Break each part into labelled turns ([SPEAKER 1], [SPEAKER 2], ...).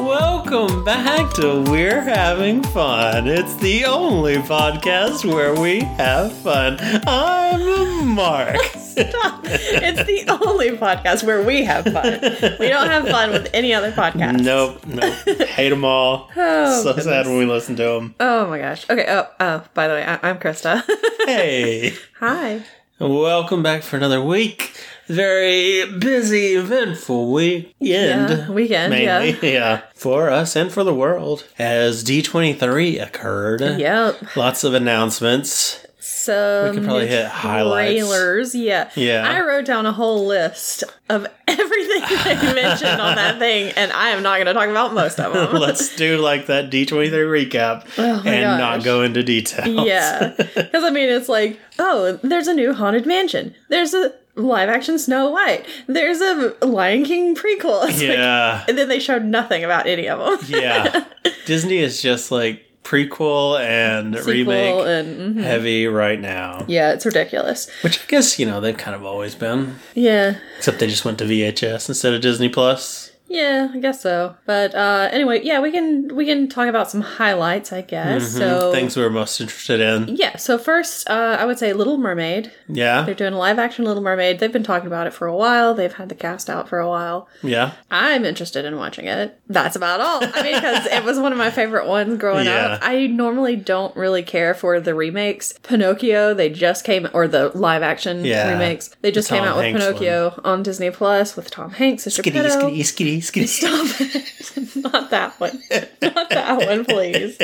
[SPEAKER 1] Welcome back to We're Having Fun. It's the only podcast where we have fun. I'm Mark.
[SPEAKER 2] It's the only podcast where we have fun. We don't have fun with any other podcast.
[SPEAKER 1] nope, nope. Hate them all.
[SPEAKER 2] Oh,
[SPEAKER 1] so sad
[SPEAKER 2] goodness.
[SPEAKER 1] when we listen to them.
[SPEAKER 2] Oh my gosh. Okay. Oh, oh by the way, I- I'm Krista.
[SPEAKER 1] Hey,
[SPEAKER 2] Hi.
[SPEAKER 1] welcome back for another week. Very busy, eventful weekend.
[SPEAKER 2] Yeah, weekend.
[SPEAKER 1] Mainly, yeah. For us and for the world. As D23 occurred.
[SPEAKER 2] Yeah. Yep.
[SPEAKER 1] Lots of announcements.
[SPEAKER 2] So
[SPEAKER 1] We could probably hit highlights.
[SPEAKER 2] trailers. Yeah.
[SPEAKER 1] Yeah.
[SPEAKER 2] I wrote down a whole list of everything they mentioned on that thing, and I am not going to talk about most of them.
[SPEAKER 1] Let's do like that D23 recap
[SPEAKER 2] Oh
[SPEAKER 1] and
[SPEAKER 2] my
[SPEAKER 1] not
[SPEAKER 2] gosh.
[SPEAKER 1] go into detail.
[SPEAKER 2] Yeah. Because, I mean, it's like, oh, there's a new Haunted Mansion. There's a live action Snow White. There's a Lion King prequel. It's like-
[SPEAKER 1] Yeah.
[SPEAKER 2] and then they showed nothing about any of them.
[SPEAKER 1] yeah. Disney is just like prequel and
[SPEAKER 2] Sequel
[SPEAKER 1] remake
[SPEAKER 2] and- mhm.
[SPEAKER 1] heavy right now.
[SPEAKER 2] Yeah, it's ridiculous.
[SPEAKER 1] Which I guess, you know, they've kind of always been.
[SPEAKER 2] Yeah.
[SPEAKER 1] Except they just went to VHS instead of Disney Plus.
[SPEAKER 2] Yeah, I guess so. But uh anyway, yeah, we can we can talk about some highlights, I guess. So
[SPEAKER 1] Things we were most interested in.
[SPEAKER 2] Yeah, so first, uh, I would say Little Mermaid.
[SPEAKER 1] Yeah.
[SPEAKER 2] They're doing a live action Little Mermaid. They've been talking about it for a while. They've had the cast out for a while.
[SPEAKER 1] Yeah.
[SPEAKER 2] I'm interested in watching it. That's about all. I mean, because it was one of my favorite ones growing
[SPEAKER 1] Yeah.
[SPEAKER 2] up. I normally don't really care for the remakes. Pinocchio, they just came, or the live action
[SPEAKER 1] Yeah.
[SPEAKER 2] remakes. They just
[SPEAKER 1] The
[SPEAKER 2] came
[SPEAKER 1] Tom
[SPEAKER 2] out with
[SPEAKER 1] Hanks
[SPEAKER 2] Pinocchio on Disney Plus with Tom Hanks as
[SPEAKER 1] Skitty,
[SPEAKER 2] Geppetto.
[SPEAKER 1] skitty, skitty, skitty.
[SPEAKER 2] Stop it. Not that one. Not that one, please.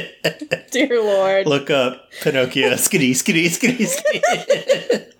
[SPEAKER 2] Dear Lord.
[SPEAKER 1] Look up Pinocchio. skitty, skitty, skitty, skitty.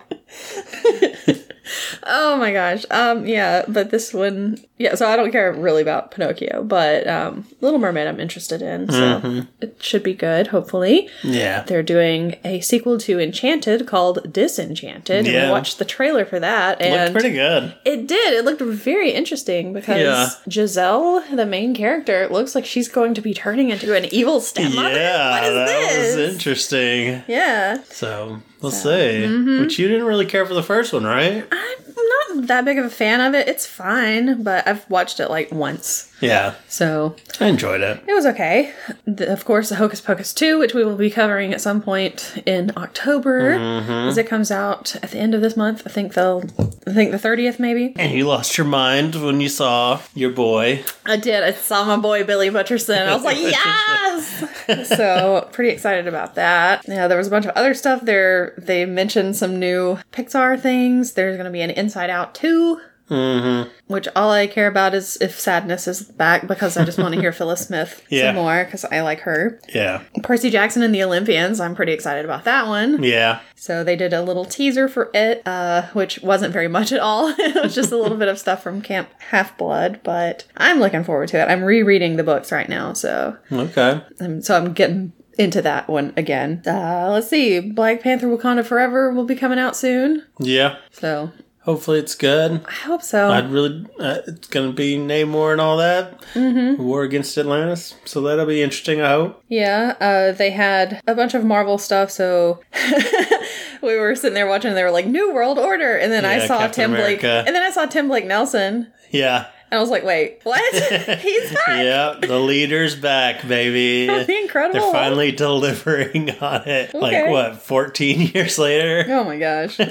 [SPEAKER 2] Oh my gosh. Um yeah, but this one yeah, so I don't care really about Pinocchio, but um Little Mermaid I'm interested in. So
[SPEAKER 1] Mm-hmm.
[SPEAKER 2] it should be good, hopefully.
[SPEAKER 1] yeah.
[SPEAKER 2] They're doing a sequel to Enchanted called Disenchanted. and
[SPEAKER 1] Yeah.
[SPEAKER 2] We watched the trailer for that
[SPEAKER 1] Looked
[SPEAKER 2] and
[SPEAKER 1] pretty good.
[SPEAKER 2] it did. It looked very interesting because
[SPEAKER 1] Yeah.
[SPEAKER 2] Giselle, the main character, it looks like she's going to be turning into an evil stepmother.
[SPEAKER 1] Yeah,
[SPEAKER 2] what is
[SPEAKER 1] that
[SPEAKER 2] this?
[SPEAKER 1] was interesting.
[SPEAKER 2] Yeah.
[SPEAKER 1] So let's see.
[SPEAKER 2] mm-hmm.
[SPEAKER 1] But you didn't really care for the first one, right?
[SPEAKER 2] I'm not that big of a fan of it. It's fine, but I've watched it like once.
[SPEAKER 1] Yeah,
[SPEAKER 2] So
[SPEAKER 1] I enjoyed it.
[SPEAKER 2] it was okay. The, of course, the Hocus Pocus 2, which we will be covering at some point in October, as it comes out at the end of this month. I think they'll, I think the 30th maybe.
[SPEAKER 1] And you lost your mind when you saw your boy.
[SPEAKER 2] I did. I saw my boy Billy Butcherson. I was like, yes. so pretty excited about that. Yeah, there was a bunch of other stuff there. They mentioned some new Pixar things. There's going to be an Inside Out 2. Which all I care about is if sadness is back because I just want to hear Phyllis Smith
[SPEAKER 1] Yeah.
[SPEAKER 2] some more because I like her.
[SPEAKER 1] Yeah,
[SPEAKER 2] Percy Jackson and the Olympians, I'm pretty excited about that one.
[SPEAKER 1] yeah,
[SPEAKER 2] So they did a little teaser for it, uh, which wasn't very much at all. it was just a little bit of stuff from Camp Half Blood, but I'm looking forward to it. I'm rereading the books right now, so
[SPEAKER 1] okay.
[SPEAKER 2] I'm, so I'm getting into that one again. Uh, let's see, Black Panther: Wakanda Forever will be coming out soon,
[SPEAKER 1] Yeah,
[SPEAKER 2] so
[SPEAKER 1] hopefully it's good.
[SPEAKER 2] I hope so.
[SPEAKER 1] I'd really. Uh, it's gonna be Namor and all that
[SPEAKER 2] Mm-hmm.
[SPEAKER 1] war against Atlantis, so that'll be interesting. I hope.
[SPEAKER 2] Yeah, uh, they had a bunch of Marvel stuff, so we were sitting there watching. and They were like New World Order, and then I
[SPEAKER 1] Yeah,
[SPEAKER 2] saw
[SPEAKER 1] Captain
[SPEAKER 2] Tim Blake,
[SPEAKER 1] America.
[SPEAKER 2] and then I saw Tim Blake Nelson,
[SPEAKER 1] Yeah,
[SPEAKER 2] and I was like, wait, what? He's back.
[SPEAKER 1] yeah. The leader's back, baby.
[SPEAKER 2] The Incredible.
[SPEAKER 1] They're
[SPEAKER 2] Hulk.
[SPEAKER 1] finally delivering on it. Like
[SPEAKER 2] Okay.
[SPEAKER 1] what? Fourteen years later.
[SPEAKER 2] Oh my gosh! So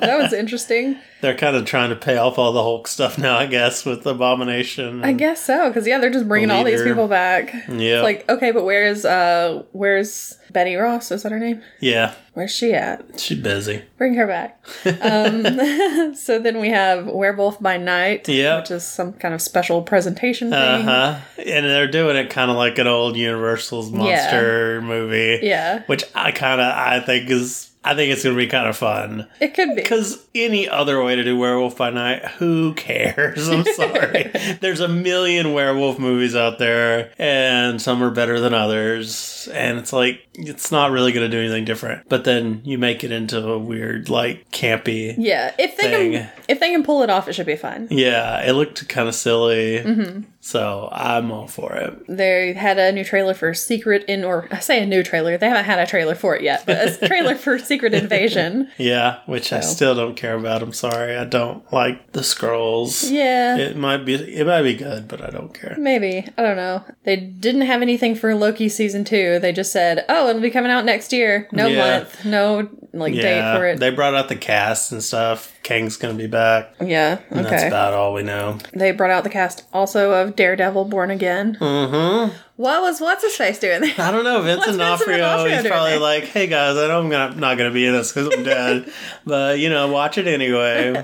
[SPEAKER 2] that was interesting.
[SPEAKER 1] They're kind of trying to pay off all the Hulk stuff now, I guess, with Abomination.
[SPEAKER 2] I guess so, because yeah, they're just bringing all these
[SPEAKER 1] Leader. Mm,
[SPEAKER 2] people back.
[SPEAKER 1] Yeah.
[SPEAKER 2] It's like, okay, but where's uh, where's Betty Ross? Is that her name?
[SPEAKER 1] yeah,
[SPEAKER 2] Where's she at?
[SPEAKER 1] she's busy.
[SPEAKER 2] Bring her back. Um, so then we have Werewolf by Night,
[SPEAKER 1] Yeah.
[SPEAKER 2] which is some kind of special presentation thing.
[SPEAKER 1] Uh huh. And they're doing it kind of like an old Universal's monster movie.
[SPEAKER 2] Yeah,
[SPEAKER 1] Which I kind of I think is I think it's gonna be kind of fun
[SPEAKER 2] it could be.
[SPEAKER 1] because any other way to do Werewolf by Night, who cares? I'm sorry. There's a million werewolf movies out there, and some are better than others, and it's like it's not really gonna do anything different. But then you make it into a weird like campy.
[SPEAKER 2] Yeah, if they
[SPEAKER 1] thing.
[SPEAKER 2] can, if they can pull it off, it should be fun.
[SPEAKER 1] Yeah, it looked kind of silly. So I'm all for it.
[SPEAKER 2] They had a new trailer for Secret in, or I say a new trailer. They haven't had a trailer for it yet, but a trailer for Secret Invasion.
[SPEAKER 1] Yeah, which I still don't care about. I'm sorry. I don't like the scrolls.
[SPEAKER 2] Yeah,
[SPEAKER 1] It might be it might be good, but I don't care.
[SPEAKER 2] maybe. I don't know. They didn't have anything for Loki season two. They just said, "Oh, it'll be coming out next year. No
[SPEAKER 1] Yeah.
[SPEAKER 2] month, no like date for
[SPEAKER 1] Yeah,
[SPEAKER 2] it."
[SPEAKER 1] they brought out the cast and stuff. Kang's gonna be back.
[SPEAKER 2] yeah.
[SPEAKER 1] And That's
[SPEAKER 2] Okay.
[SPEAKER 1] about all we know.
[SPEAKER 2] They brought out the cast also of Daredevil: Born Again.
[SPEAKER 1] Mm-hmm.
[SPEAKER 2] What was what's his face doing there?
[SPEAKER 1] I don't know. Vince
[SPEAKER 2] What's Vincent
[SPEAKER 1] D'Onofrio,
[SPEAKER 2] D'Onofrio
[SPEAKER 1] he's
[SPEAKER 2] doing
[SPEAKER 1] probably
[SPEAKER 2] there?
[SPEAKER 1] like, "Hey guys, I know I'm gonna, not going to be in this because I'm dead, but you know, watch it anyway."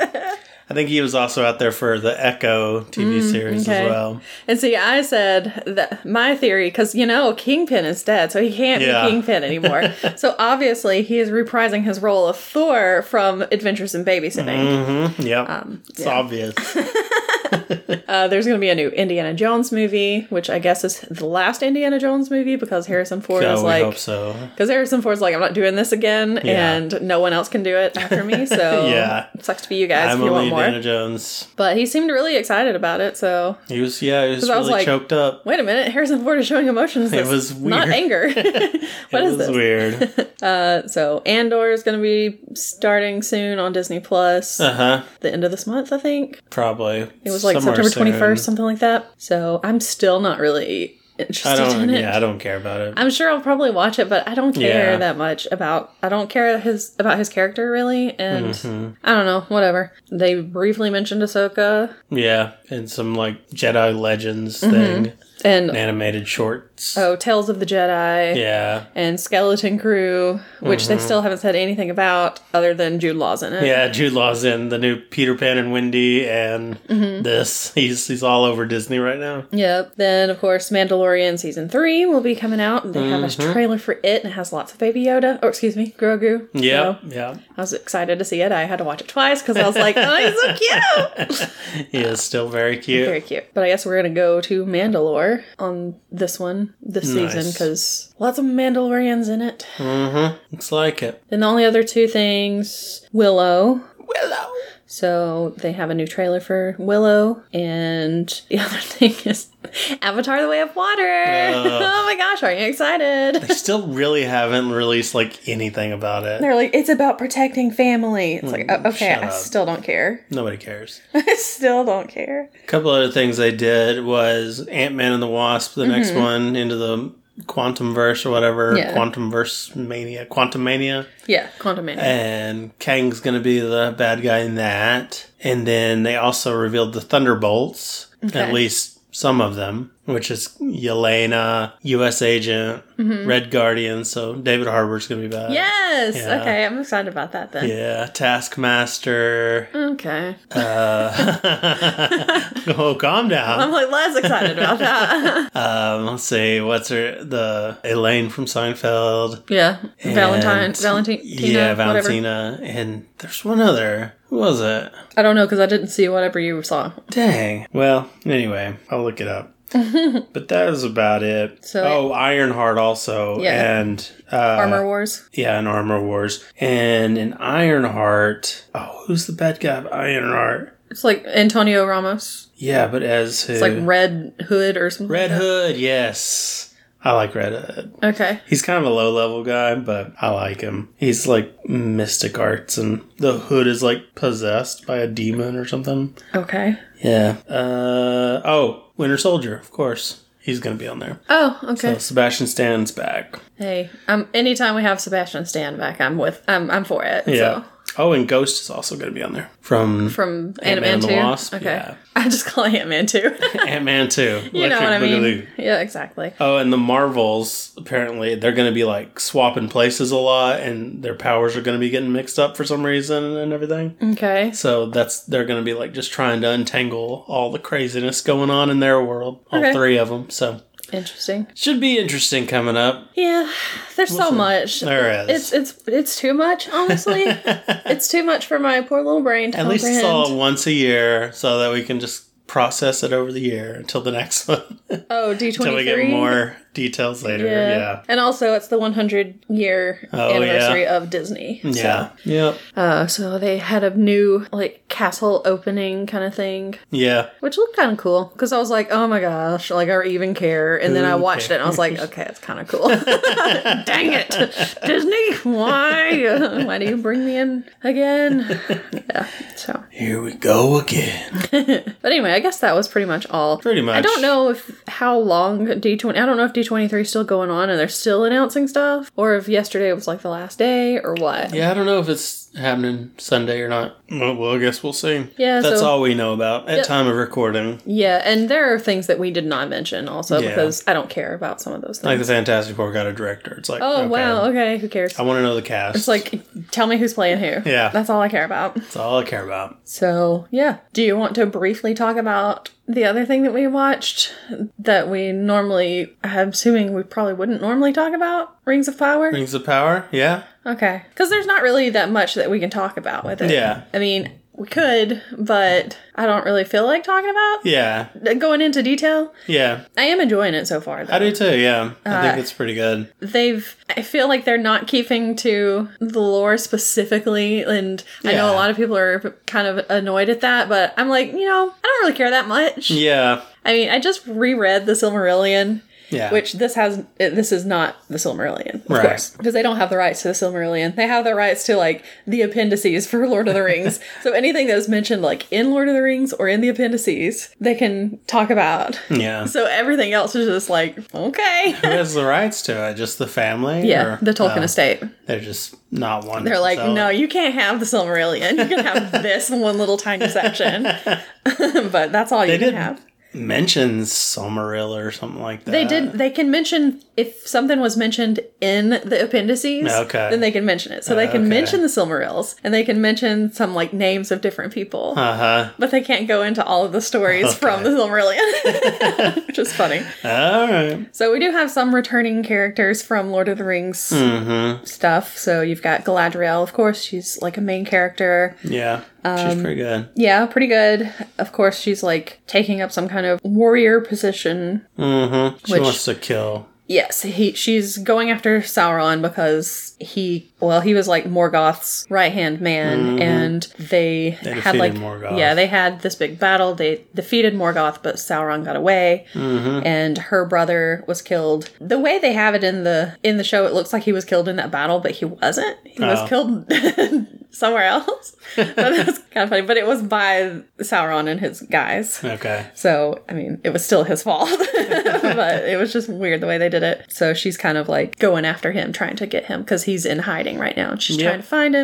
[SPEAKER 1] I think he was also out there for the Echo TV series
[SPEAKER 2] Mm, okay.
[SPEAKER 1] as well.
[SPEAKER 2] And see, I said that my theory, because you know, Kingpin is dead, so he can't
[SPEAKER 1] Yeah.
[SPEAKER 2] be Kingpin anymore. so obviously, he is reprising his role of Thor from Adventures in Babysitting.
[SPEAKER 1] Mm-hmm. Yep, it's
[SPEAKER 2] Um, yeah.
[SPEAKER 1] obvious.
[SPEAKER 2] Uh, there's going to be a new Indiana Jones movie, which I guess is the last Indiana Jones movie because Harrison Ford
[SPEAKER 1] So
[SPEAKER 2] is
[SPEAKER 1] we
[SPEAKER 2] like,
[SPEAKER 1] hope so.
[SPEAKER 2] because Harrison Ford's like, I'm not doing this again,
[SPEAKER 1] Yeah.
[SPEAKER 2] and no one else can do it after me. So
[SPEAKER 1] Yeah.
[SPEAKER 2] sucks to be you guys
[SPEAKER 1] I'm
[SPEAKER 2] if you
[SPEAKER 1] only
[SPEAKER 2] want more.
[SPEAKER 1] Indiana Jones.
[SPEAKER 2] But he seemed really excited about it. So
[SPEAKER 1] He was, yeah, he was
[SPEAKER 2] 'Cause I was
[SPEAKER 1] really
[SPEAKER 2] like,
[SPEAKER 1] choked up.
[SPEAKER 2] wait a minute, Harrison Ford is showing emotions. That's
[SPEAKER 1] was
[SPEAKER 2] not
[SPEAKER 1] weird.
[SPEAKER 2] anger. What
[SPEAKER 1] It was
[SPEAKER 2] is this? Uh,
[SPEAKER 1] weird.
[SPEAKER 2] So Andor is going to be starting soon on Disney Plus,
[SPEAKER 1] Uh huh.
[SPEAKER 2] the end of this month, I think.
[SPEAKER 1] Probably.
[SPEAKER 2] It was like September twenty first, something like that. So I'm still not really interested
[SPEAKER 1] I
[SPEAKER 2] in
[SPEAKER 1] don't.
[SPEAKER 2] it.
[SPEAKER 1] Yeah, I don't care about it.
[SPEAKER 2] I'm sure I'll probably watch it, but I don't care
[SPEAKER 1] Yeah.
[SPEAKER 2] that much about. I don't care his about his character really, and
[SPEAKER 1] Mm-hmm.
[SPEAKER 2] I don't know. Whatever. They briefly mentioned Ahsoka,
[SPEAKER 1] yeah, and some like Jedi Legends thing,
[SPEAKER 2] and
[SPEAKER 1] animated shorts.
[SPEAKER 2] oh, Tales of the Jedi,
[SPEAKER 1] Yeah.
[SPEAKER 2] and Skeleton Crew, which they still haven't said anything about other than Jude Law's in it.
[SPEAKER 1] Mm-hmm. Yeah, Jude Law's in the new Peter Pan and Wendy and this. He's he's all over Disney right now.
[SPEAKER 2] Yep. Then, of course, Mandalorian season three will be coming out. and They
[SPEAKER 1] Mm-hmm.
[SPEAKER 2] have a trailer for it, and it has lots of Baby Yoda. Or excuse me, Grogu.
[SPEAKER 1] Yeah,
[SPEAKER 2] So,
[SPEAKER 1] yeah.
[SPEAKER 2] I was excited to see it. I had to watch it twice because I was like, "Oh, he's so cute!"
[SPEAKER 1] He is still very cute.
[SPEAKER 2] Very cute. But I guess we're gonna go to Mandalore on this one this season 'cause season
[SPEAKER 1] Nice.
[SPEAKER 2] because lots of Mandalorians in it.
[SPEAKER 1] It's like it.
[SPEAKER 2] Then the only other two things, Willow.
[SPEAKER 1] Willow.
[SPEAKER 2] So they have a new trailer for Willow, and the other thing is Avatar: The Way of Water. oh my gosh, are you excited?
[SPEAKER 1] They still really haven't released like anything about it.
[SPEAKER 2] They're like, it's about protecting family. It's like, oh, okay,
[SPEAKER 1] shut
[SPEAKER 2] I
[SPEAKER 1] up.
[SPEAKER 2] still don't care.
[SPEAKER 1] Nobody cares.
[SPEAKER 2] I still don't care.
[SPEAKER 1] A couple other things they did was Ant Man and the Wasp, the next one into the Quantum Verse or whatever.
[SPEAKER 2] Yeah.
[SPEAKER 1] Quantum Verse Mania. Quantum Mania.
[SPEAKER 2] Yeah, Quantum
[SPEAKER 1] Uh, and Kang's gonna be the bad guy in that. And then they also revealed the Thunderbolts, at least some of them, which is Yelena, U.S. Agent, Red Guardian. So David Harbour's gonna be back.
[SPEAKER 2] Yes.
[SPEAKER 1] Yeah.
[SPEAKER 2] Okay, I'm excited about that then.
[SPEAKER 1] Yeah, Taskmaster.
[SPEAKER 2] Okay.
[SPEAKER 1] Uh, oh, calm
[SPEAKER 2] I'm
[SPEAKER 1] down.
[SPEAKER 2] like less excited about that.
[SPEAKER 1] Um, let's see. What's her? The Elaine from Seinfeld.
[SPEAKER 2] yeah. Valentine,
[SPEAKER 1] And-
[SPEAKER 2] Valentine,
[SPEAKER 1] Yeah,
[SPEAKER 2] Valentine.
[SPEAKER 1] Valentina. And there's one other. Who was it?
[SPEAKER 2] I don't know because I didn't see whatever you saw.
[SPEAKER 1] Dang. Well, anyway, I'll look it up. but that is about it.
[SPEAKER 2] So-
[SPEAKER 1] oh, Ironheart also,
[SPEAKER 2] Yeah.
[SPEAKER 1] and uh,
[SPEAKER 2] Armor Wars.
[SPEAKER 1] yeah, and Armor Wars, and in Ironheart. Oh, who's the bad guy of Ironheart?
[SPEAKER 2] It's like Antonio Ramos.
[SPEAKER 1] Yeah, but as who?
[SPEAKER 2] It's like Red Hood or something.
[SPEAKER 1] Red Hood. Yes, I like Red Hood.
[SPEAKER 2] Okay.
[SPEAKER 1] He's kind of a low level guy, but I like him. He's like mystic arts, and the hood is like possessed by a demon or something.
[SPEAKER 2] Okay.
[SPEAKER 1] Yeah. Uh, oh, Winter Soldier, of course. He's going to be on there.
[SPEAKER 2] Oh, okay.
[SPEAKER 1] So Sebastian Stan's back.
[SPEAKER 2] hey, um, anytime we have Sebastian Stan back, I'm with. I'm, I'm for it.
[SPEAKER 1] Yeah.
[SPEAKER 2] So.
[SPEAKER 1] Oh, and Ghost is also going to be on there from,
[SPEAKER 2] from
[SPEAKER 1] Ant-Man
[SPEAKER 2] Ant Man
[SPEAKER 1] and the
[SPEAKER 2] Two.
[SPEAKER 1] Wasp,
[SPEAKER 2] Okay,
[SPEAKER 1] yeah.
[SPEAKER 2] I just call it Ant Man Two.
[SPEAKER 1] Ant Man 2.
[SPEAKER 2] you know
[SPEAKER 1] Electric
[SPEAKER 2] what I mean?
[SPEAKER 1] Boogaloo.
[SPEAKER 2] Yeah, exactly.
[SPEAKER 1] Oh, and the Marvels, apparently, they're going to be like swapping places a lot, and their powers are going to be getting mixed up for some reason and everything.
[SPEAKER 2] Okay,
[SPEAKER 1] So that's they're going to be like just trying to untangle all the craziness going on in their world, all
[SPEAKER 2] Okay.
[SPEAKER 1] three of them. So
[SPEAKER 2] interesting.
[SPEAKER 1] should be interesting coming up.
[SPEAKER 2] Yeah, there's so much.
[SPEAKER 1] There is.
[SPEAKER 2] It's it's it's too much. Honestly, it's too much for my poor little brain to
[SPEAKER 1] At least
[SPEAKER 2] comprehend.
[SPEAKER 1] it's all once a year so that we can just process it over the year until the next one.
[SPEAKER 2] Oh, D twenty
[SPEAKER 1] until
[SPEAKER 2] three.
[SPEAKER 1] we get more details later. Yeah.
[SPEAKER 2] And also, it's the 100 year
[SPEAKER 1] Oh,
[SPEAKER 2] anniversary
[SPEAKER 1] yeah.
[SPEAKER 2] of Disney.
[SPEAKER 1] Yeah. Yeah. Yep.
[SPEAKER 2] So, uh, so they had a new like castle opening kind of thing,
[SPEAKER 1] Yeah.
[SPEAKER 2] which looked kind of cool. Because I was like, oh my gosh, like I even care. And then I
[SPEAKER 1] Who
[SPEAKER 2] watched it and I was like, okay, it's kind of cool. Dang it, Disney, why? Why do you bring me in again? Yeah. So,
[SPEAKER 1] Here we go again.
[SPEAKER 2] but anyway, I guess that was pretty much all.
[SPEAKER 1] Pretty much.
[SPEAKER 2] I don't know if how long D twenty. I don't know if D twenty three is still going on and they're still announcing stuff, or if yesterday was like the last day or what.
[SPEAKER 1] Yeah, I don't know if it's happening Sunday or not. Well, well I guess we'll see.
[SPEAKER 2] Yeah,
[SPEAKER 1] That's
[SPEAKER 2] so-
[SPEAKER 1] all we know about at time of recording.
[SPEAKER 2] Yeah, and there are things that we did not mention also
[SPEAKER 1] Yeah.
[SPEAKER 2] because I don't care about some of those
[SPEAKER 1] Like
[SPEAKER 2] things.
[SPEAKER 1] the Fantastic Four got a director. It's like,
[SPEAKER 2] oh
[SPEAKER 1] okay,
[SPEAKER 2] wow, okay, who cares?
[SPEAKER 1] I want to know the cast.
[SPEAKER 2] It's like tell me who's playing who.
[SPEAKER 1] Yeah.
[SPEAKER 2] that's all I care about.
[SPEAKER 1] that's all I care about.
[SPEAKER 2] So yeah, do you want to briefly talk about the other thing that we watched that we normally, I'm assuming we probably wouldn't normally talk about, Rings of Power?
[SPEAKER 1] Rings of Power. Yeah.
[SPEAKER 2] Okay. Because there's not really that much that we can talk about with it.
[SPEAKER 1] Yeah.
[SPEAKER 2] I mean, we could, but I don't really feel like talking about
[SPEAKER 1] Yeah.
[SPEAKER 2] going into detail.
[SPEAKER 1] Yeah.
[SPEAKER 2] I am enjoying it so far. Though.
[SPEAKER 1] I do too. Yeah. I
[SPEAKER 2] Uh,
[SPEAKER 1] think it's pretty good.
[SPEAKER 2] They've, I feel like they're not keeping to the lore specifically, and I know
[SPEAKER 1] Yeah.
[SPEAKER 2] a lot of people are kind of annoyed at that, but I'm like, you know, I don't really care that much.
[SPEAKER 1] Yeah.
[SPEAKER 2] I mean, I just reread The Silmarillion.
[SPEAKER 1] Yeah.
[SPEAKER 2] Which this has, it- this is not the Silmarillion, of
[SPEAKER 1] Right.
[SPEAKER 2] course, because they don't have the rights to the Silmarillion. They have the rights to like the appendices for Lord of the Rings. so anything that is mentioned like in Lord of the Rings or in the appendices, they can talk about.
[SPEAKER 1] Yeah.
[SPEAKER 2] So everything else is just like okay,
[SPEAKER 1] Who has the rights to it? Just the family?
[SPEAKER 2] yeah,
[SPEAKER 1] Or-
[SPEAKER 2] the Tolkien
[SPEAKER 1] oh,
[SPEAKER 2] estate.
[SPEAKER 1] They're just not one.
[SPEAKER 2] They're like,
[SPEAKER 1] so-
[SPEAKER 2] no, you can't have the Silmarillion. You can have this one little tiny section, but that's all you
[SPEAKER 1] They
[SPEAKER 2] can
[SPEAKER 1] did
[SPEAKER 2] have.
[SPEAKER 1] mention Silmarilla or something like that.
[SPEAKER 2] They did. They can mention if something was mentioned in the appendices.
[SPEAKER 1] Okay.
[SPEAKER 2] Then they can mention it. So they can
[SPEAKER 1] Okay.
[SPEAKER 2] mention the Silmarils, and they can mention some like names of different people,
[SPEAKER 1] Uh huh.
[SPEAKER 2] but they can't go into all of the stories from the Silmarillion, which is funny.
[SPEAKER 1] All right.
[SPEAKER 2] So we do have some returning characters from Lord of the Rings
[SPEAKER 1] Mm-hmm.
[SPEAKER 2] stuff. So you've got Galadriel, of course. She's like a main character.
[SPEAKER 1] Yeah. She's pretty good.
[SPEAKER 2] Yeah, pretty good. Of course, she's like taking up some kind of warrior position
[SPEAKER 1] Mm-hmm. She
[SPEAKER 2] which-
[SPEAKER 1] wants to kill.
[SPEAKER 2] Yes, he she's going after Sauron because he well he was like Morgoth's right hand man, and they, had
[SPEAKER 1] Mm-hmm. defeated
[SPEAKER 2] like
[SPEAKER 1] Morgoth.
[SPEAKER 2] yeah they had this big battle. They defeated Morgoth, but Sauron got away,
[SPEAKER 1] Mm-hmm.
[SPEAKER 2] and her brother was killed. The way they have it in the in the show, it looks like he was killed in that battle, but he wasn't. He was
[SPEAKER 1] Oh.
[SPEAKER 2] killed somewhere else. but that's kind of funny. But it was by Sauron and his guys.
[SPEAKER 1] Okay.
[SPEAKER 2] So, I mean, it was still his fault, but it was just weird the way they did it. So she's kind of like going after him, trying to get him because he's in hiding right now and she's
[SPEAKER 1] Yeah. Mm-hmm.
[SPEAKER 2] trying to find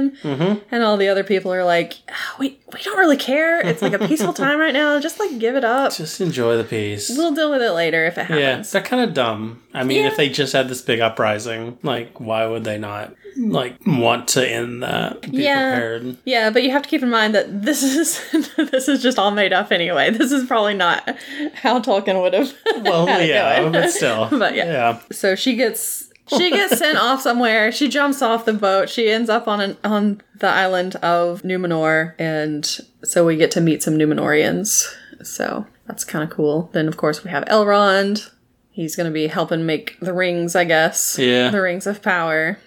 [SPEAKER 2] him. And all the other people are like, "Ah, we, we don't really care. It's like a peaceful time right now. Just like give it up.
[SPEAKER 1] Just enjoy the peace.
[SPEAKER 2] We'll deal with it later if it
[SPEAKER 1] yeah,
[SPEAKER 2] happens.
[SPEAKER 1] they're kind of dumb. I mean,
[SPEAKER 2] Yeah.
[SPEAKER 1] if they just had this big uprising, like, why would they not like want to end that? Be
[SPEAKER 2] Yeah.
[SPEAKER 1] prepared.
[SPEAKER 2] Yeah, but you have to keep in mind that this is this is just all made up anyway. This is probably not how Tolkien would have.
[SPEAKER 1] Well,
[SPEAKER 2] had it
[SPEAKER 1] yeah,
[SPEAKER 2] going.
[SPEAKER 1] but still,
[SPEAKER 2] But yeah.
[SPEAKER 1] yeah,
[SPEAKER 2] So she gets she gets sent off somewhere. She jumps off the boat. She ends up on an on the island of Numenor, and so we get to meet some Numenorians. So that's kind of cool. Then of course we have Elrond. He's gonna be helping make the rings, I guess.
[SPEAKER 1] Yeah.
[SPEAKER 2] The rings of power.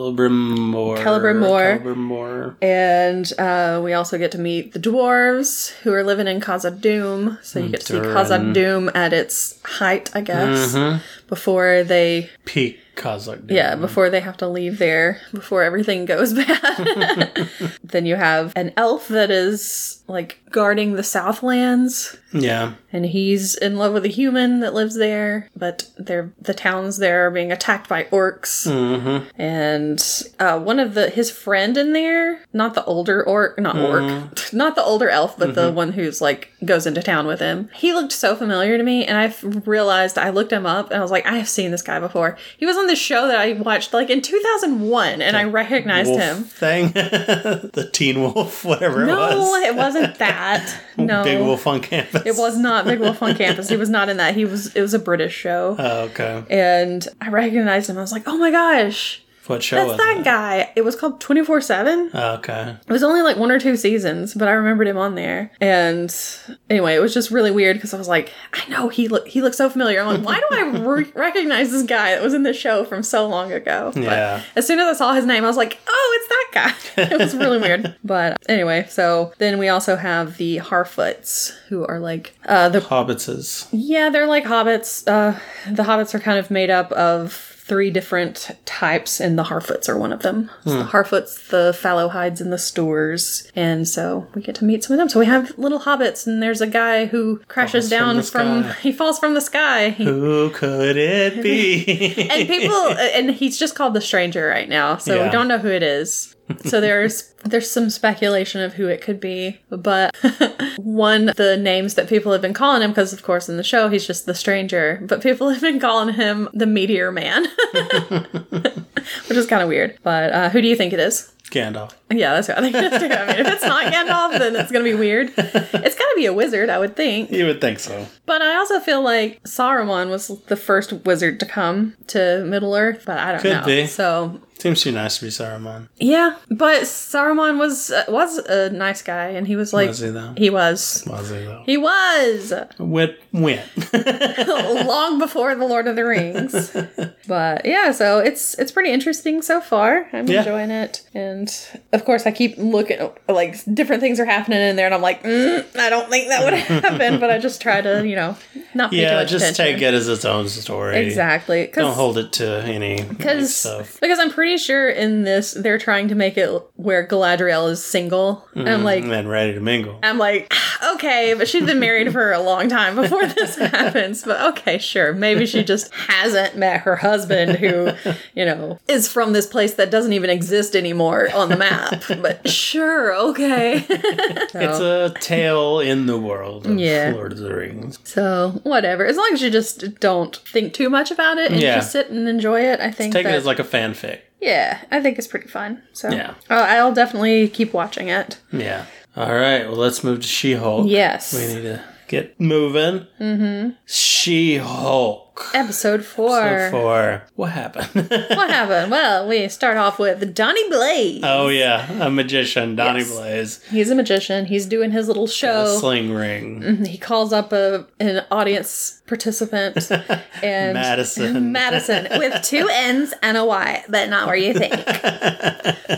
[SPEAKER 1] Celebrimor,
[SPEAKER 2] Celebrimor.
[SPEAKER 1] Celebrimor.
[SPEAKER 2] And uh, we also get to meet the dwarves who are living in Khazad Doom. So you get to see
[SPEAKER 1] Durin.
[SPEAKER 2] Khazad Doom at its height, I guess, before they
[SPEAKER 1] peak Kazakh.
[SPEAKER 2] Yeah, before they have to leave there, before everything goes bad. then you have an elf that is like guarding the Southlands,
[SPEAKER 1] yeah,
[SPEAKER 2] and he's in love with a human that lives there, but they're the towns there are being attacked by orcs.
[SPEAKER 1] Mm-hmm.
[SPEAKER 2] And uh, one of the his friend in there, not the older orc, not
[SPEAKER 1] Mm-hmm.
[SPEAKER 2] orc, not the older elf, but the one who's like goes into town with him. He looked so familiar to me, and I f- realized I looked him up, and I was like, I have seen this guy before. He was on this show that I watched like in 2001, and I recognized
[SPEAKER 1] wolf
[SPEAKER 2] him.
[SPEAKER 1] thing, the Teen Wolf, whatever it
[SPEAKER 2] No,
[SPEAKER 1] was,
[SPEAKER 2] it wasn't that. No,
[SPEAKER 1] Big Wolf on campus.
[SPEAKER 2] It was not Big Wolf on Campus. He was not in that. He was. It was a British show,
[SPEAKER 1] Oh, okay,
[SPEAKER 2] and I recognized him. I was like, "Oh my gosh!"
[SPEAKER 1] What show
[SPEAKER 2] That's
[SPEAKER 1] was
[SPEAKER 2] that guy. It was called 24 7.
[SPEAKER 1] it? Okay.
[SPEAKER 2] It was only like one or two seasons, but I remembered him on there. And anyway, it was just really weird because I was like, I know he look he looks so familiar. I'm like, why do I re- recognize this guy that was in this show from so long ago? But
[SPEAKER 1] Yeah.
[SPEAKER 2] As soon as I saw his name, I was like, oh, it's that guy. It was really weird. But anyway, so then we also have the Harfoots, who are like uh, the
[SPEAKER 1] Hobbitses.
[SPEAKER 2] yeah, they're like hobbits. Uh, the hobbits are kind of made up of three different types, and the Harfoots are one of them. It's the
[SPEAKER 1] Hmm.
[SPEAKER 2] Harfoots, the Fallowhides, and the Stores. And so we get to meet some of them. So we have little hobbits, and there's a guy who
[SPEAKER 1] Falls
[SPEAKER 2] crashes down
[SPEAKER 1] from the
[SPEAKER 2] from,
[SPEAKER 1] sky.
[SPEAKER 2] he falls from the sky. He-
[SPEAKER 1] Who could it be?
[SPEAKER 2] and people, and he's just called the Stranger right now, so we
[SPEAKER 1] Yeah.
[SPEAKER 2] don't know who it is. So there's there's some speculation of who it could be, but one of the names that people have been calling him because of course in the show he's just the stranger, but people have been calling him the Meteor Man, which is kind of weird. But uh, who do you think it is?
[SPEAKER 1] Gandalf.
[SPEAKER 2] Yeah, that's what I think. That's true. I mean, if it's not Gandalf, then it's gonna be weird. It's gotta be a wizard, I would think.
[SPEAKER 1] You would think so.
[SPEAKER 2] But I also feel like Saruman was the first wizard to come to Middle Earth, but I don't
[SPEAKER 1] Could
[SPEAKER 2] know.
[SPEAKER 1] be.
[SPEAKER 2] So
[SPEAKER 1] Seems too nice to be Saruman.
[SPEAKER 2] yeah, but Saruman was uh, was a nice guy, and he was like
[SPEAKER 1] Was he though?
[SPEAKER 2] he was
[SPEAKER 1] Was he though?
[SPEAKER 2] he was
[SPEAKER 1] Wit went.
[SPEAKER 2] long before the Lord of the Rings. but yeah, so it's it's pretty interesting so far. I'm
[SPEAKER 1] Yeah.
[SPEAKER 2] enjoying it, and of course I keep looking like different things are happening in there, and I'm like, mm, I don't think that would happen, but I just try to you know not pay too
[SPEAKER 1] yeah,
[SPEAKER 2] much
[SPEAKER 1] just
[SPEAKER 2] attention.
[SPEAKER 1] take it as its own story.
[SPEAKER 2] Exactly.
[SPEAKER 1] Don't
[SPEAKER 2] Because
[SPEAKER 1] hold it to any like, stuff.
[SPEAKER 2] because I'm pretty sure in this they're trying to make it where Galadriel is single. And I'm like
[SPEAKER 1] and then ready to mingle.
[SPEAKER 2] I'm like "Ah, okay, but she's been married for a long time before this happens. But okay, sure, maybe she just hasn't met her husband who, you know, is from this place that doesn't even exist anymore on the map. But sure, okay.
[SPEAKER 1] It's a tale in the world of
[SPEAKER 2] Yeah.
[SPEAKER 1] Lord of the Rings.
[SPEAKER 2] so whatever, as long as you just don't think too much about it and
[SPEAKER 1] Yeah.
[SPEAKER 2] just sit and enjoy it, I think
[SPEAKER 1] Take
[SPEAKER 2] that-
[SPEAKER 1] it as like a fanfic.
[SPEAKER 2] Yeah, I think it's pretty fun. So
[SPEAKER 1] Yeah.
[SPEAKER 2] Oh, I'll definitely keep watching it.
[SPEAKER 1] Yeah. All right. Well, let's move to She-Hulk.
[SPEAKER 2] Yes,
[SPEAKER 1] We need to get moving. Mm-hmm. She-Hulk.
[SPEAKER 2] episode four.
[SPEAKER 1] So far, what happened?
[SPEAKER 2] What happened? Well, we start off with Donnie Blaze.
[SPEAKER 1] oh yeah, a magician, Donnie
[SPEAKER 2] Yes. Oh.
[SPEAKER 1] Blaze,
[SPEAKER 2] He's a magician. He's doing his little
[SPEAKER 1] a
[SPEAKER 2] show.
[SPEAKER 1] sling ring.
[SPEAKER 2] He calls up a an audience participant and
[SPEAKER 1] Madison.
[SPEAKER 2] Mm-hmm. Madison with two N's and a Y, but not where you think.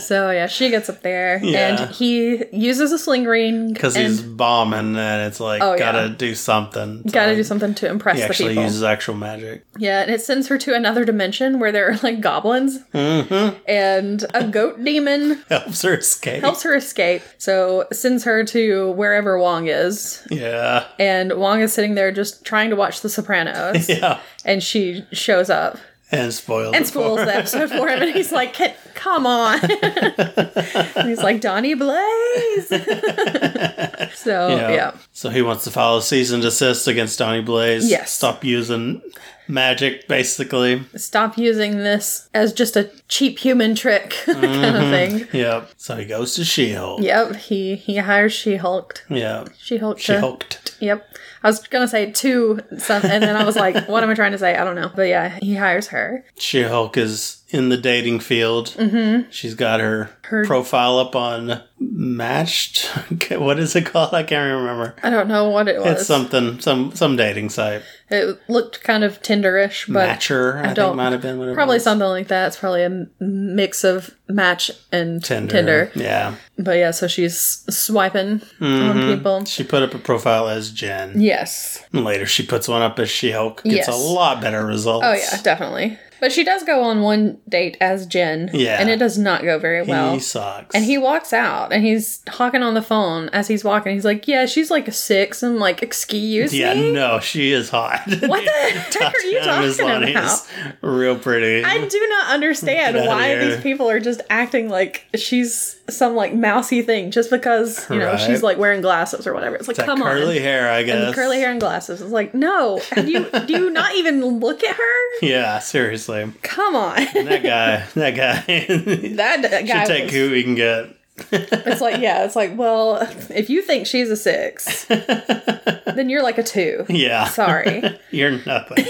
[SPEAKER 2] so yeah, she gets up there
[SPEAKER 1] Yeah.
[SPEAKER 2] and he uses a sling ring
[SPEAKER 1] Because
[SPEAKER 2] and
[SPEAKER 1] he's bombing, and it's like
[SPEAKER 2] Oh, yeah.
[SPEAKER 1] gotta do something. to,
[SPEAKER 2] gotta
[SPEAKER 1] like,
[SPEAKER 2] do something to
[SPEAKER 1] um,
[SPEAKER 2] impress
[SPEAKER 1] He
[SPEAKER 2] the
[SPEAKER 1] actually
[SPEAKER 2] people.
[SPEAKER 1] uses actual magic.
[SPEAKER 2] Yeah, and it sends her to another dimension where there are like goblins
[SPEAKER 1] Mm-hmm.
[SPEAKER 2] and a goat demon
[SPEAKER 1] Helps her escape.
[SPEAKER 2] helps her escape. So sends her to wherever Wong is.
[SPEAKER 1] Yeah,
[SPEAKER 2] And Wong is sitting there just trying to watch The Sopranos
[SPEAKER 1] yeah,
[SPEAKER 2] and she shows up
[SPEAKER 1] and spoiled.
[SPEAKER 2] and spoils the episode for him and he's like, "Hey, come on. and he's like, Donnie Blaze. so yeah.
[SPEAKER 1] So he wants to file a cease and desist against Donnie Blaze.
[SPEAKER 2] Yes.
[SPEAKER 1] Stop using magic, basically.
[SPEAKER 2] Stop using this as just a cheap human trick kind of thing.
[SPEAKER 1] Yep. So he goes to She-Hulk.
[SPEAKER 2] Yep, he he hires She Hulked.
[SPEAKER 1] Yep.
[SPEAKER 2] She Hulked.
[SPEAKER 1] She hulked.
[SPEAKER 2] Yep. I was gonna say two, some, and then I was like, what am I trying to say? I don't know. But yeah, he hires her.
[SPEAKER 1] She Hulk is in the dating field. Mm-hmm. She's got her,
[SPEAKER 2] Her-
[SPEAKER 1] profile up on Matched. what is it called? I can't remember.
[SPEAKER 2] I don't know what it was.
[SPEAKER 1] It's um, something, some some dating site.
[SPEAKER 2] it looked kind of Tinderish, but
[SPEAKER 1] Matcher, I,
[SPEAKER 2] don't-
[SPEAKER 1] think might have been what it
[SPEAKER 2] probably
[SPEAKER 1] was.
[SPEAKER 2] something like that. It's probably a m- mix of Match and Tinder.
[SPEAKER 1] Tinder. Yeah.
[SPEAKER 2] But yeah, so she's swiping
[SPEAKER 1] Mm-hmm.
[SPEAKER 2] on people.
[SPEAKER 1] She put up a profile as Jen.
[SPEAKER 2] Yes.
[SPEAKER 1] And Later, she puts one up as She Hulk. Gets
[SPEAKER 2] Yes.
[SPEAKER 1] a lot better results.
[SPEAKER 2] Oh yeah, definitely. But she does go on one date as Jen.
[SPEAKER 1] Yeah.
[SPEAKER 2] And it does not go very well.
[SPEAKER 1] He sucks.
[SPEAKER 2] And he walks out and he's talking on the phone as he's walking. He's like, Yeah, she's like a six. I'm like, Excuse
[SPEAKER 1] Yeah,
[SPEAKER 2] me?
[SPEAKER 1] no, she is hot.
[SPEAKER 2] What the heck are you
[SPEAKER 1] Tatiana
[SPEAKER 2] talking
[SPEAKER 1] Maslany
[SPEAKER 2] about?
[SPEAKER 1] is real pretty.
[SPEAKER 2] I do not understand
[SPEAKER 1] Get outta
[SPEAKER 2] why
[SPEAKER 1] here.
[SPEAKER 2] these people are just acting like she's some like mousy thing just because, you know,
[SPEAKER 1] Right.
[SPEAKER 2] she's like wearing glasses or whatever. It's like,
[SPEAKER 1] that
[SPEAKER 2] come
[SPEAKER 1] curly
[SPEAKER 2] on.
[SPEAKER 1] hair, I
[SPEAKER 2] And
[SPEAKER 1] guess.
[SPEAKER 2] the curly hair and glasses. It's like, no. Have you do you not even look at her?
[SPEAKER 1] Yeah, seriously.
[SPEAKER 2] Come on.
[SPEAKER 1] That guy. that guy.
[SPEAKER 2] That d- guy
[SPEAKER 1] should take
[SPEAKER 2] was-
[SPEAKER 1] who he can get.
[SPEAKER 2] It's like, yeah, it's like, well, if you think she's a six, then you're like a two.
[SPEAKER 1] Yeah.
[SPEAKER 2] Sorry.
[SPEAKER 1] You're nothing.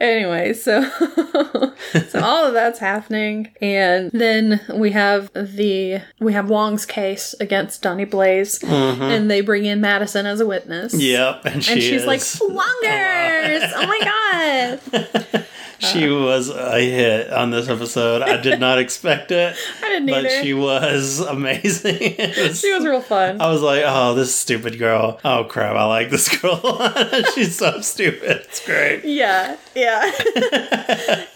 [SPEAKER 2] anyway, so so all of that's happening, and then we have the we have Wong's case against Donnie Blaze, and they bring in Madison as a witness.
[SPEAKER 1] Yep, and, Mm-hmm. she
[SPEAKER 2] and she's
[SPEAKER 1] is.
[SPEAKER 2] like, "Wongers! oh my god!
[SPEAKER 1] she
[SPEAKER 2] "Uh."
[SPEAKER 1] was a hit on this episode. I did not expect it,
[SPEAKER 2] I didn't
[SPEAKER 1] but
[SPEAKER 2] either.
[SPEAKER 1] she was amazing. It was-
[SPEAKER 2] She was real fun."
[SPEAKER 1] I was like, oh, this stupid girl. Oh crap, I like this girl. She's so stupid. It's great.
[SPEAKER 2] Yeah, yeah.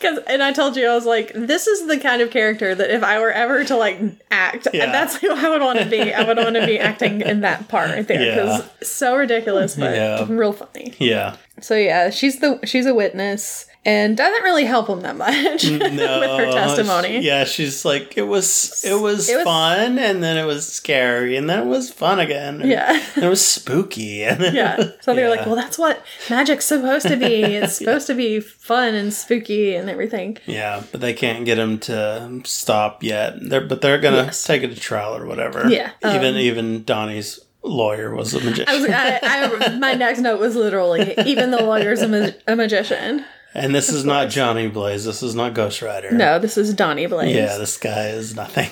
[SPEAKER 2] Cause, and I told you, I was like, this is the kind of character that if I were ever to like act,
[SPEAKER 1] Yeah.
[SPEAKER 2] that's who I would want to be. I would want to be acting in that part right there.
[SPEAKER 1] Yeah.
[SPEAKER 2] Cause so ridiculous, but
[SPEAKER 1] Yeah.
[SPEAKER 2] real funny.
[SPEAKER 1] Yeah.
[SPEAKER 2] So yeah, she's the she's a witness and doesn't really help him that much with her
[SPEAKER 1] No,
[SPEAKER 2] testimony.
[SPEAKER 1] she- Uh, yeah, she's like, it was, it was,
[SPEAKER 2] It was-
[SPEAKER 1] fun, and then it was scary, and then it was fun again. and
[SPEAKER 2] Yeah.
[SPEAKER 1] it was spooky. And then-
[SPEAKER 2] Yeah. So they're like,
[SPEAKER 1] Yeah.
[SPEAKER 2] well, that's what magic's supposed to be. It's supposed to be fun and spooky and everything.
[SPEAKER 1] Yeah, but they can't get him to stop yet. They're but they're gonna
[SPEAKER 2] Yes.
[SPEAKER 1] take it to trial or whatever.
[SPEAKER 2] Yeah, um,
[SPEAKER 1] even even Donnie's lawyer was a magician,
[SPEAKER 2] I was, I, I, my next note was literally, even the lawyer's a, ma- a magician.
[SPEAKER 1] and this is not Johnny Blaze. This is not Ghost Rider.
[SPEAKER 2] No, this is Donnie Blaze.
[SPEAKER 1] Yeah, this guy is nothing.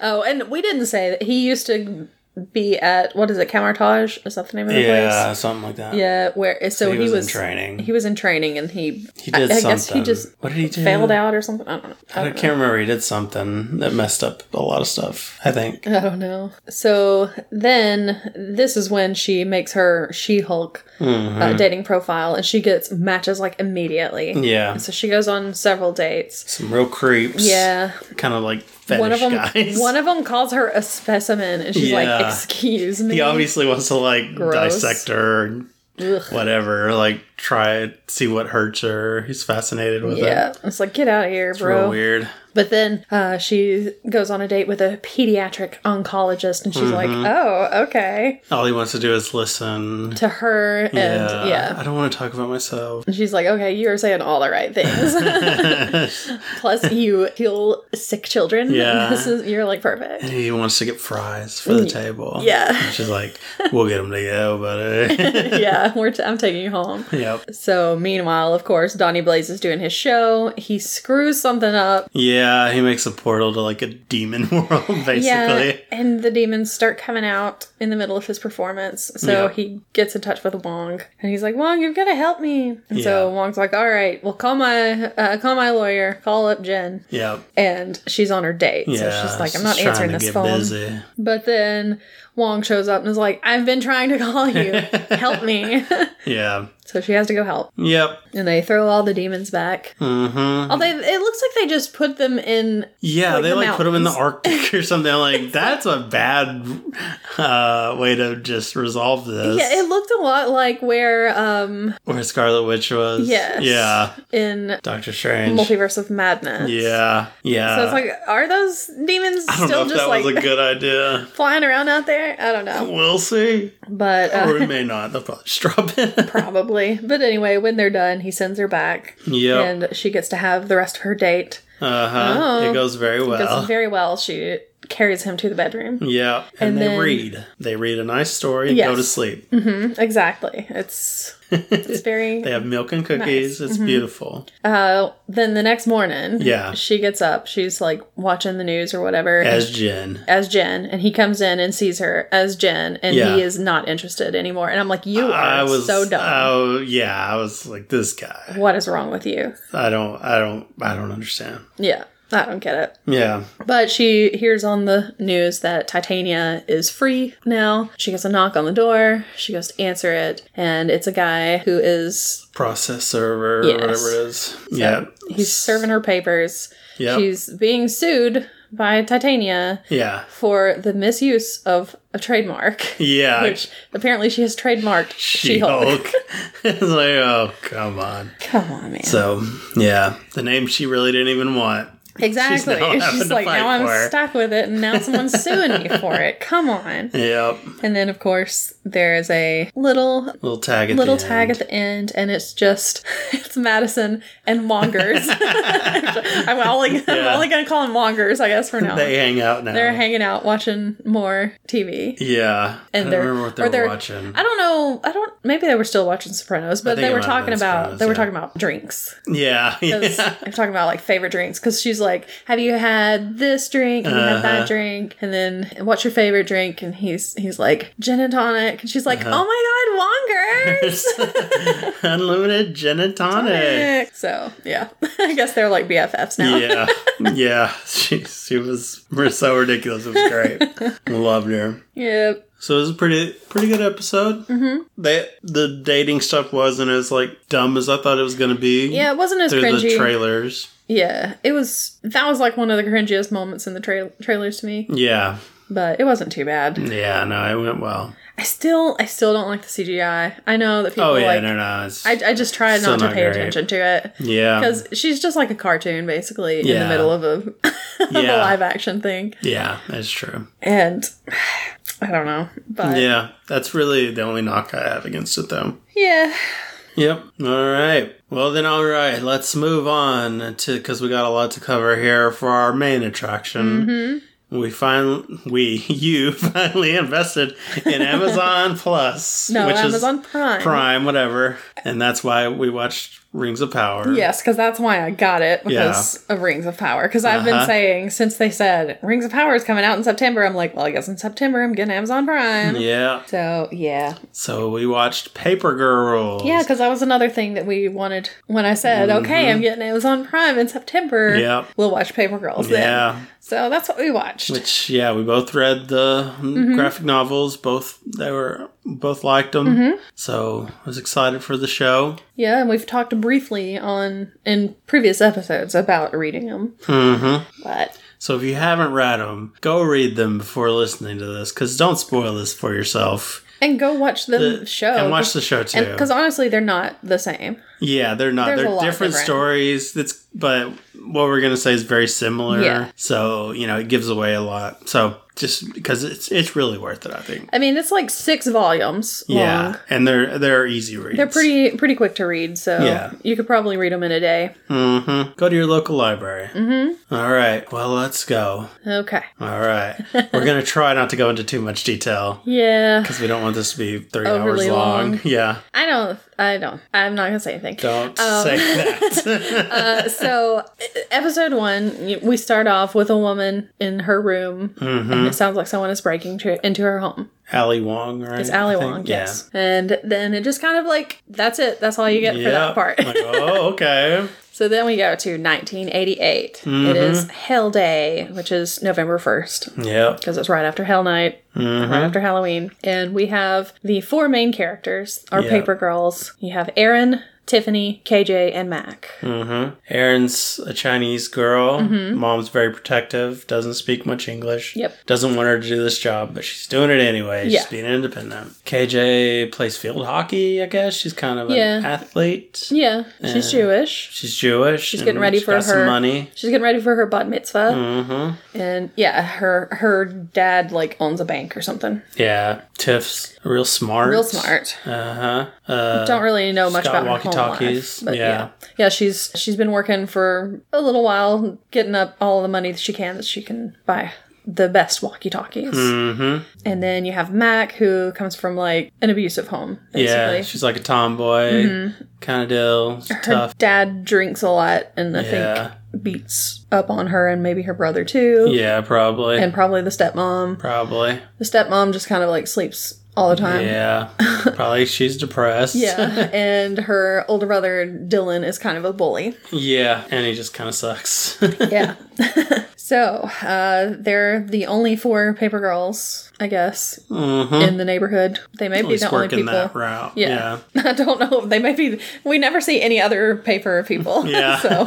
[SPEAKER 2] Oh, and we didn't say that he used to be at what is it, Camartage? Is that the name of the place?
[SPEAKER 1] yeah, something like that.
[SPEAKER 2] Yeah, where so
[SPEAKER 1] he,
[SPEAKER 2] he,
[SPEAKER 1] was,
[SPEAKER 2] was
[SPEAKER 1] in training.
[SPEAKER 2] He was in training, and he
[SPEAKER 1] he did
[SPEAKER 2] I, I
[SPEAKER 1] something.
[SPEAKER 2] guess he just
[SPEAKER 1] what did he do?
[SPEAKER 2] failed out or something. I don't know. I
[SPEAKER 1] I
[SPEAKER 2] don't know.
[SPEAKER 1] can't remember. He did something that messed up a lot of stuff. I think.
[SPEAKER 2] I don't know. So then this is when she makes her She Hulk uh, dating profile, and she gets matches like immediately.
[SPEAKER 1] Mm-hmm. Yeah,
[SPEAKER 2] So she goes on several dates.
[SPEAKER 1] some real creeps.
[SPEAKER 2] Yeah,
[SPEAKER 1] kind of like fetish
[SPEAKER 2] one of them.
[SPEAKER 1] guys.
[SPEAKER 2] One of them calls her a specimen, and she's like,
[SPEAKER 1] Yeah.
[SPEAKER 2] "Excuse me."
[SPEAKER 1] he obviously wants to like
[SPEAKER 2] Gross.
[SPEAKER 1] dissect her. And,
[SPEAKER 2] Ugh.
[SPEAKER 1] whatever. Like try it, see what hurts her. He's fascinated with it.
[SPEAKER 2] Yeah, it's like get out of here,
[SPEAKER 1] It's real
[SPEAKER 2] bro.
[SPEAKER 1] weird.
[SPEAKER 2] But then uh, she goes on a date with a pediatric oncologist, and she's like,
[SPEAKER 1] Mm-hmm.
[SPEAKER 2] "Oh, okay,"
[SPEAKER 1] All he wants to do is listen.
[SPEAKER 2] to her, and yeah.
[SPEAKER 1] I don't want to talk about myself.
[SPEAKER 2] And she's like, "Okay, you are saying all the right things. Plus, you heal sick children.
[SPEAKER 1] Yeah.
[SPEAKER 2] this is you're like perfect."
[SPEAKER 1] He wants to get fries for the table.
[SPEAKER 2] Yeah,
[SPEAKER 1] And She's like, we'll get him to go, buddy.
[SPEAKER 2] yeah. We're t- I'm taking you home.
[SPEAKER 1] yep.
[SPEAKER 2] So meanwhile, of course, Donnie Blaze is doing his show. He screws something up.
[SPEAKER 1] Yeah, he makes a portal to like a demon world, basically.
[SPEAKER 2] Yeah, and the demons start coming out in the middle of his performance. So
[SPEAKER 1] Yeah.
[SPEAKER 2] he gets in touch with Wong, and he's like, "Wong, you've got to help me." And so
[SPEAKER 1] Yeah.
[SPEAKER 2] Wong's like, "All right, well, call my uh, call my lawyer. Call up Jen."
[SPEAKER 1] Yep.
[SPEAKER 2] And she's on her date,
[SPEAKER 1] Yeah.
[SPEAKER 2] so she's like, "I'm
[SPEAKER 1] she's
[SPEAKER 2] not
[SPEAKER 1] trying
[SPEAKER 2] answering
[SPEAKER 1] to
[SPEAKER 2] this
[SPEAKER 1] get
[SPEAKER 2] phone."
[SPEAKER 1] busy.
[SPEAKER 2] But then Wong shows up and is like, "I've been trying to call you. help me."
[SPEAKER 1] Yeah.
[SPEAKER 2] so she has to go help,
[SPEAKER 1] Yep.
[SPEAKER 2] and they throw all the demons back.
[SPEAKER 1] Mm-hmm.
[SPEAKER 2] Although it looks like they just put them in
[SPEAKER 1] Yeah,
[SPEAKER 2] like
[SPEAKER 1] they
[SPEAKER 2] the
[SPEAKER 1] like put him in the
[SPEAKER 2] mountains.
[SPEAKER 1] Arctic or something. I'm Like that's a bad uh, way to just resolve this.
[SPEAKER 2] Yeah, it looked a lot like where um
[SPEAKER 1] Where Scarlet Witch was.
[SPEAKER 2] yes.
[SPEAKER 1] Yeah.
[SPEAKER 2] In
[SPEAKER 1] Doctor Strange.
[SPEAKER 2] Multiverse of Madness.
[SPEAKER 1] yeah. Yeah.
[SPEAKER 2] So it's like are those demons
[SPEAKER 1] I don't know
[SPEAKER 2] still
[SPEAKER 1] if
[SPEAKER 2] just
[SPEAKER 1] that
[SPEAKER 2] like
[SPEAKER 1] was a good idea.
[SPEAKER 2] flying around out there? I don't know.
[SPEAKER 1] We'll see.
[SPEAKER 2] But
[SPEAKER 1] Or we
[SPEAKER 2] uh,
[SPEAKER 1] may not. They'll probably just drop it.
[SPEAKER 2] probably. But anyway, when they're done, he sends her back
[SPEAKER 1] yep.
[SPEAKER 2] and she gets to have the rest of her date.
[SPEAKER 1] Uh huh.
[SPEAKER 2] Oh.
[SPEAKER 1] it goes very
[SPEAKER 2] Goes
[SPEAKER 1] well.
[SPEAKER 2] very well. She carries him to the bedroom.
[SPEAKER 1] yeah. And,
[SPEAKER 2] And
[SPEAKER 1] they
[SPEAKER 2] then-
[SPEAKER 1] read. They read a nice story and go
[SPEAKER 2] Yes. Mm-hmm.
[SPEAKER 1] to sleep.
[SPEAKER 2] Exactly. It's it's very
[SPEAKER 1] Mm. They have milk and cookies. It's
[SPEAKER 2] Mm-hmm.
[SPEAKER 1] beautiful.
[SPEAKER 2] uh then the next morning
[SPEAKER 1] Yeah.
[SPEAKER 2] she gets up she's like watching the news or whatever and
[SPEAKER 1] As Jen.
[SPEAKER 2] as Jen, and he comes in and sees her as Jen, and
[SPEAKER 1] Yeah.
[SPEAKER 2] he is not interested anymore. And I'm like, you are
[SPEAKER 1] I was uh,
[SPEAKER 2] so dumb.
[SPEAKER 1] Oh yeah, I was like this guy.
[SPEAKER 2] what is wrong with you?
[SPEAKER 1] I don't, I don't, I don't understand.
[SPEAKER 2] Yeah, I don't get it.
[SPEAKER 1] Yeah,
[SPEAKER 2] But she hears on the news that Titania is free now. She gets a knock on the door. She goes to answer it, and it's a guy who is
[SPEAKER 1] process server or
[SPEAKER 2] Yes.
[SPEAKER 1] whatever it is. yeah,
[SPEAKER 2] he's serving her papers.
[SPEAKER 1] Yep.
[SPEAKER 2] She's being sued by Titania
[SPEAKER 1] yeah,
[SPEAKER 2] for the misuse of a trademark,
[SPEAKER 1] yeah.
[SPEAKER 2] which apparently she has trademarked
[SPEAKER 1] she
[SPEAKER 2] She-Hulk.
[SPEAKER 1] Hulk. it's like, oh come on.
[SPEAKER 2] Come on, man.
[SPEAKER 1] So yeah, the name she really didn't even want.
[SPEAKER 2] Exactly.
[SPEAKER 1] now
[SPEAKER 2] It's
[SPEAKER 1] having
[SPEAKER 2] just
[SPEAKER 1] to
[SPEAKER 2] like
[SPEAKER 1] fight
[SPEAKER 2] now I'm
[SPEAKER 1] for it."
[SPEAKER 2] stuck with it, and now someone's suing me for it. Come on.
[SPEAKER 1] Yep.
[SPEAKER 2] And then of course there is a little
[SPEAKER 1] Little tag at
[SPEAKER 2] little
[SPEAKER 1] the end.
[SPEAKER 2] tag at the end, and it's just it's Madison and Mongers. I'm only I'm
[SPEAKER 1] Yeah.
[SPEAKER 2] only gonna call them Mongers, I guess, for now.
[SPEAKER 1] They
[SPEAKER 2] They-
[SPEAKER 1] hang out now.
[SPEAKER 2] are hanging out watching more TV.
[SPEAKER 1] Yeah.
[SPEAKER 2] And
[SPEAKER 1] I
[SPEAKER 2] they're-
[SPEAKER 1] don't remember what
[SPEAKER 2] or
[SPEAKER 1] they're,
[SPEAKER 2] they're-
[SPEAKER 1] watching.
[SPEAKER 2] I don't know. I don't. Maybe they were still watching Sopranos, but
[SPEAKER 1] think it
[SPEAKER 2] they were
[SPEAKER 1] might have
[SPEAKER 2] talking
[SPEAKER 1] been
[SPEAKER 2] about
[SPEAKER 1] Sopranos,
[SPEAKER 2] they were
[SPEAKER 1] yeah.
[SPEAKER 2] talking about drinks.
[SPEAKER 1] yeah.
[SPEAKER 2] Because
[SPEAKER 1] yeah.
[SPEAKER 2] I'm talking about like favorite drinks. Because she's like, "Have you had this drink? Have you had
[SPEAKER 1] Uh-huh.
[SPEAKER 2] that drink? And then what's your favorite drink?" And he's he's like, "Gin and tonic." And she's like,
[SPEAKER 1] Uh-huh.
[SPEAKER 2] "Oh my god, Wongers!"
[SPEAKER 1] Unlimited gin and tonic.
[SPEAKER 2] So yeah, I guess they're like BFFs now.
[SPEAKER 1] yeah. Yeah. She, she was so ridiculous. It was great. Loved her.
[SPEAKER 2] Yep.
[SPEAKER 1] So it was a pretty pretty good episode. Mm-hmm. They, the dating stuff wasn't as like dumb as I thought it was going to be.
[SPEAKER 2] Yeah, it wasn't as
[SPEAKER 1] Through the
[SPEAKER 2] cringy.
[SPEAKER 1] trailers.
[SPEAKER 2] yeah, it was. That was like one of the cringiest moments in the tra- trailers to me,
[SPEAKER 1] Yeah.
[SPEAKER 2] but it wasn't too bad.
[SPEAKER 1] Yeah, no, it went well.
[SPEAKER 2] I still, I still don't like the CGI. I know that people
[SPEAKER 1] Oh yeah,
[SPEAKER 2] like.
[SPEAKER 1] no, no. It's,
[SPEAKER 2] I, I just try
[SPEAKER 1] Still
[SPEAKER 2] not to
[SPEAKER 1] not
[SPEAKER 2] pay
[SPEAKER 1] great.
[SPEAKER 2] attention to it
[SPEAKER 1] yeah.
[SPEAKER 2] because she's just like a cartoon, basically, in the
[SPEAKER 1] Yeah.
[SPEAKER 2] middle of a, of a
[SPEAKER 1] Yeah.
[SPEAKER 2] live action thing,
[SPEAKER 1] Yeah, that's true.
[SPEAKER 2] and I don't know, but yeah,
[SPEAKER 1] Yeah, that's really the only knock I have against it, though. Yep. All right. Well, then, all right. Let's move on to because we got a lot to cover here for our main attraction.
[SPEAKER 2] Mm-hmm.
[SPEAKER 1] We finally, we, you finally invested in Amazon Plus,
[SPEAKER 2] no,
[SPEAKER 1] which
[SPEAKER 2] Amazon
[SPEAKER 1] is Prime, whatever, and that's why we watched Rings of Power.
[SPEAKER 2] Yes, because that's why I got it because of Rings of Power. Because I've been
[SPEAKER 1] Uh-huh.
[SPEAKER 2] saying since they said Rings of Power is coming out in September, I'm like, well, I guess in September I'm getting Amazon Prime.
[SPEAKER 1] Yeah.
[SPEAKER 2] So yeah,
[SPEAKER 1] So we watched Paper Girls.
[SPEAKER 2] yeah, because that was another thing that we wanted when I said, okay,
[SPEAKER 1] Mm-hmm.
[SPEAKER 2] I'm getting Amazon Prime in September.
[SPEAKER 1] Yep.
[SPEAKER 2] we'll watch Paper Girls. then.
[SPEAKER 1] Yeah.
[SPEAKER 2] So that's what we watched.
[SPEAKER 1] Which yeah, we both read the
[SPEAKER 2] Mm-hmm.
[SPEAKER 1] graphic novels. Both they were both liked them.
[SPEAKER 2] Mm-hmm.
[SPEAKER 1] So I was excited for the show.
[SPEAKER 2] yeah, and we've talked briefly on in previous episodes about reading them,
[SPEAKER 1] Mm-hmm.
[SPEAKER 2] but
[SPEAKER 1] So if you haven't read them, go read them before listening to this, because don't spoil this for yourself.
[SPEAKER 2] and go watch the, show
[SPEAKER 1] and watch the show too.
[SPEAKER 2] because honestly, they're not the same.
[SPEAKER 1] yeah, they're not
[SPEAKER 2] there's a
[SPEAKER 1] they're
[SPEAKER 2] lot
[SPEAKER 1] different,
[SPEAKER 2] different.
[SPEAKER 1] stories. It's but what we're gonna say is very similar.
[SPEAKER 2] Yeah.
[SPEAKER 1] So you know it gives away a lot. So just because it's it's really worth it, I think.
[SPEAKER 2] I mean, it's like six volumes long.
[SPEAKER 1] Yeah, and they're they're easy reads.
[SPEAKER 2] They're pretty pretty quick to read, so
[SPEAKER 1] Yeah.
[SPEAKER 2] you could probably read them in a day.
[SPEAKER 1] Mm-hmm. Go to your local library. Mm-hmm. All right. Well, let's go.
[SPEAKER 2] Okay.
[SPEAKER 1] All right. We're going to try not to go into too much detail
[SPEAKER 2] Yeah.
[SPEAKER 1] because we don't want this to be three
[SPEAKER 2] Overly
[SPEAKER 1] hours long.
[SPEAKER 2] Oh, long.
[SPEAKER 1] Yeah.
[SPEAKER 2] I don't I don't I'm not going to say anything.
[SPEAKER 1] Don't
[SPEAKER 2] Um,
[SPEAKER 1] say that.
[SPEAKER 2] Uh, so e- episode 1, y- we start off with a woman in her room
[SPEAKER 1] Mm-hmm.
[SPEAKER 2] and it sounds like someone is breaking to, into her home.
[SPEAKER 1] Ali Wong, right?
[SPEAKER 2] It's Ali
[SPEAKER 1] I think?
[SPEAKER 2] Wong, yes. And then it just kind of like that's it. That's all you get
[SPEAKER 1] Yeah.
[SPEAKER 2] for that part.
[SPEAKER 1] Like, oh, okay.
[SPEAKER 2] so then we go to 1988. It
[SPEAKER 1] Mm-hmm.
[SPEAKER 2] is Hell Day, which is November 1st.
[SPEAKER 1] yep.
[SPEAKER 2] because it's right after Hell Night,
[SPEAKER 1] Mm-hmm.
[SPEAKER 2] right after Halloween. And we have the four main characters are
[SPEAKER 1] Yeah.
[SPEAKER 2] paper girls. You have Erin, Tiffany, KJ, and Mac.
[SPEAKER 1] Mm-hmm. Erin's a Chinese girl. Mom's very protective. Doesn't speak much English.
[SPEAKER 2] Mm-hmm. Yep.
[SPEAKER 1] Doesn't want her to do this job, but she's doing it anyway.
[SPEAKER 2] Yeah.
[SPEAKER 1] She's being independent. KJ plays field hockey. I guess she's kind of
[SPEAKER 2] Yeah.
[SPEAKER 1] an athlete.
[SPEAKER 2] Yeah, she's Jewish.
[SPEAKER 1] She's Jewish. She's
[SPEAKER 2] getting ready for
[SPEAKER 1] got some
[SPEAKER 2] her-
[SPEAKER 1] money.
[SPEAKER 2] She's getting ready for her bat mitzvah,
[SPEAKER 1] Mm-hmm.
[SPEAKER 2] and yeah, her her dad like owns a bank or something.
[SPEAKER 1] Yeah, Tiff's real smart.
[SPEAKER 2] Real smart.
[SPEAKER 1] Uh-huh. Uh
[SPEAKER 2] Don't really know much
[SPEAKER 1] got
[SPEAKER 2] about her home life,
[SPEAKER 1] walkie-talkies.
[SPEAKER 2] but
[SPEAKER 1] Yeah.
[SPEAKER 2] yeah, yeah, she's she's been working for a little while, getting up all the money that she can that she can buy the best walkie-talkies.
[SPEAKER 1] Mm-hmm.
[SPEAKER 2] And then you have Mac, who comes from like an abusive home, basically. Mm-hmm.
[SPEAKER 1] Yeah, she's like a tomboy kind of deal. She's
[SPEAKER 2] her
[SPEAKER 1] tough.
[SPEAKER 2] dad drinks a lot and I
[SPEAKER 1] Yeah.
[SPEAKER 2] think beats up on her and maybe her brother too.
[SPEAKER 1] Yeah, probably.
[SPEAKER 2] And probably the stepmom.
[SPEAKER 1] probably.
[SPEAKER 2] The stepmom just kind of like sleeps all the time.
[SPEAKER 1] Yeah. probably she's depressed.
[SPEAKER 2] Um, Yeah. and her older brother Dylan is kind of a bully.
[SPEAKER 1] yeah, and he just kind of sucks.
[SPEAKER 2] Yeah. so uh, they're the only four paper girls, I guess,
[SPEAKER 1] mm-hmm.
[SPEAKER 2] in the neighborhood. They may be
[SPEAKER 1] He's
[SPEAKER 2] the only
[SPEAKER 1] working
[SPEAKER 2] people.
[SPEAKER 1] that route.
[SPEAKER 2] Yeah. I don't know. They may be. We never see any other paper people.
[SPEAKER 1] Yeah.
[SPEAKER 2] so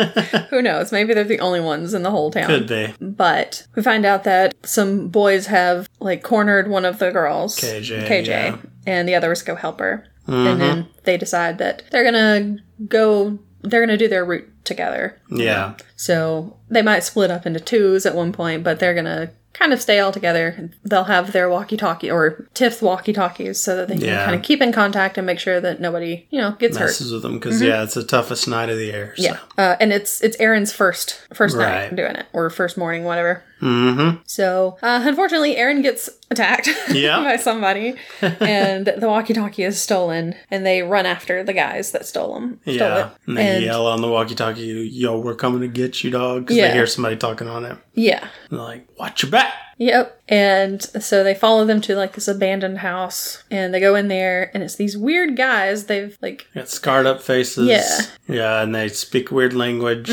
[SPEAKER 2] who knows? Maybe they're the only ones in the whole town.
[SPEAKER 1] Could be.
[SPEAKER 2] But we find out that some boys have like cornered one of the girls,
[SPEAKER 1] KJ,
[SPEAKER 2] KJ,
[SPEAKER 1] yeah. Mm-hmm.
[SPEAKER 2] and the others go help her. And then they decide that they're gonna go they're going to do their route together.
[SPEAKER 1] Yeah.
[SPEAKER 2] So they might split up into twos at one point, but they're going to kind of stay all together. They'll have their walkie talkie or Tiff's walkie talkies so that they can
[SPEAKER 1] Yeah.
[SPEAKER 2] kind of keep in contact and make sure that nobody, you know, gets hurt.
[SPEAKER 1] Messes with them because yeah, it's the toughest night of the year. So.
[SPEAKER 2] Mm-hmm. Yeah, uh, and it's it's Aaron's first first night
[SPEAKER 1] Right.
[SPEAKER 2] doing it or first morning, whatever.
[SPEAKER 1] Mm-hmm.
[SPEAKER 2] So uh, unfortunately, Aaron gets attacked
[SPEAKER 1] Yeah.
[SPEAKER 2] by somebody, and the walkie-talkie is stolen, and they run after the guys that stole them. Stole
[SPEAKER 1] Yeah.
[SPEAKER 2] it.
[SPEAKER 1] And they
[SPEAKER 2] And-
[SPEAKER 1] yell on the walkie-talkie, "Yo, we're coming to get you, dog!" Because
[SPEAKER 2] Yeah.
[SPEAKER 1] they hear somebody talking on it.
[SPEAKER 2] yeah,
[SPEAKER 1] And they're like, "Watch your back."
[SPEAKER 2] Yep. And so they follow them to like this abandoned house and they go in there and it's these weird guys. They've like
[SPEAKER 1] Got scarred up faces.
[SPEAKER 2] Yeah. Mm-hmm.
[SPEAKER 1] Yeah, and they speak weird language.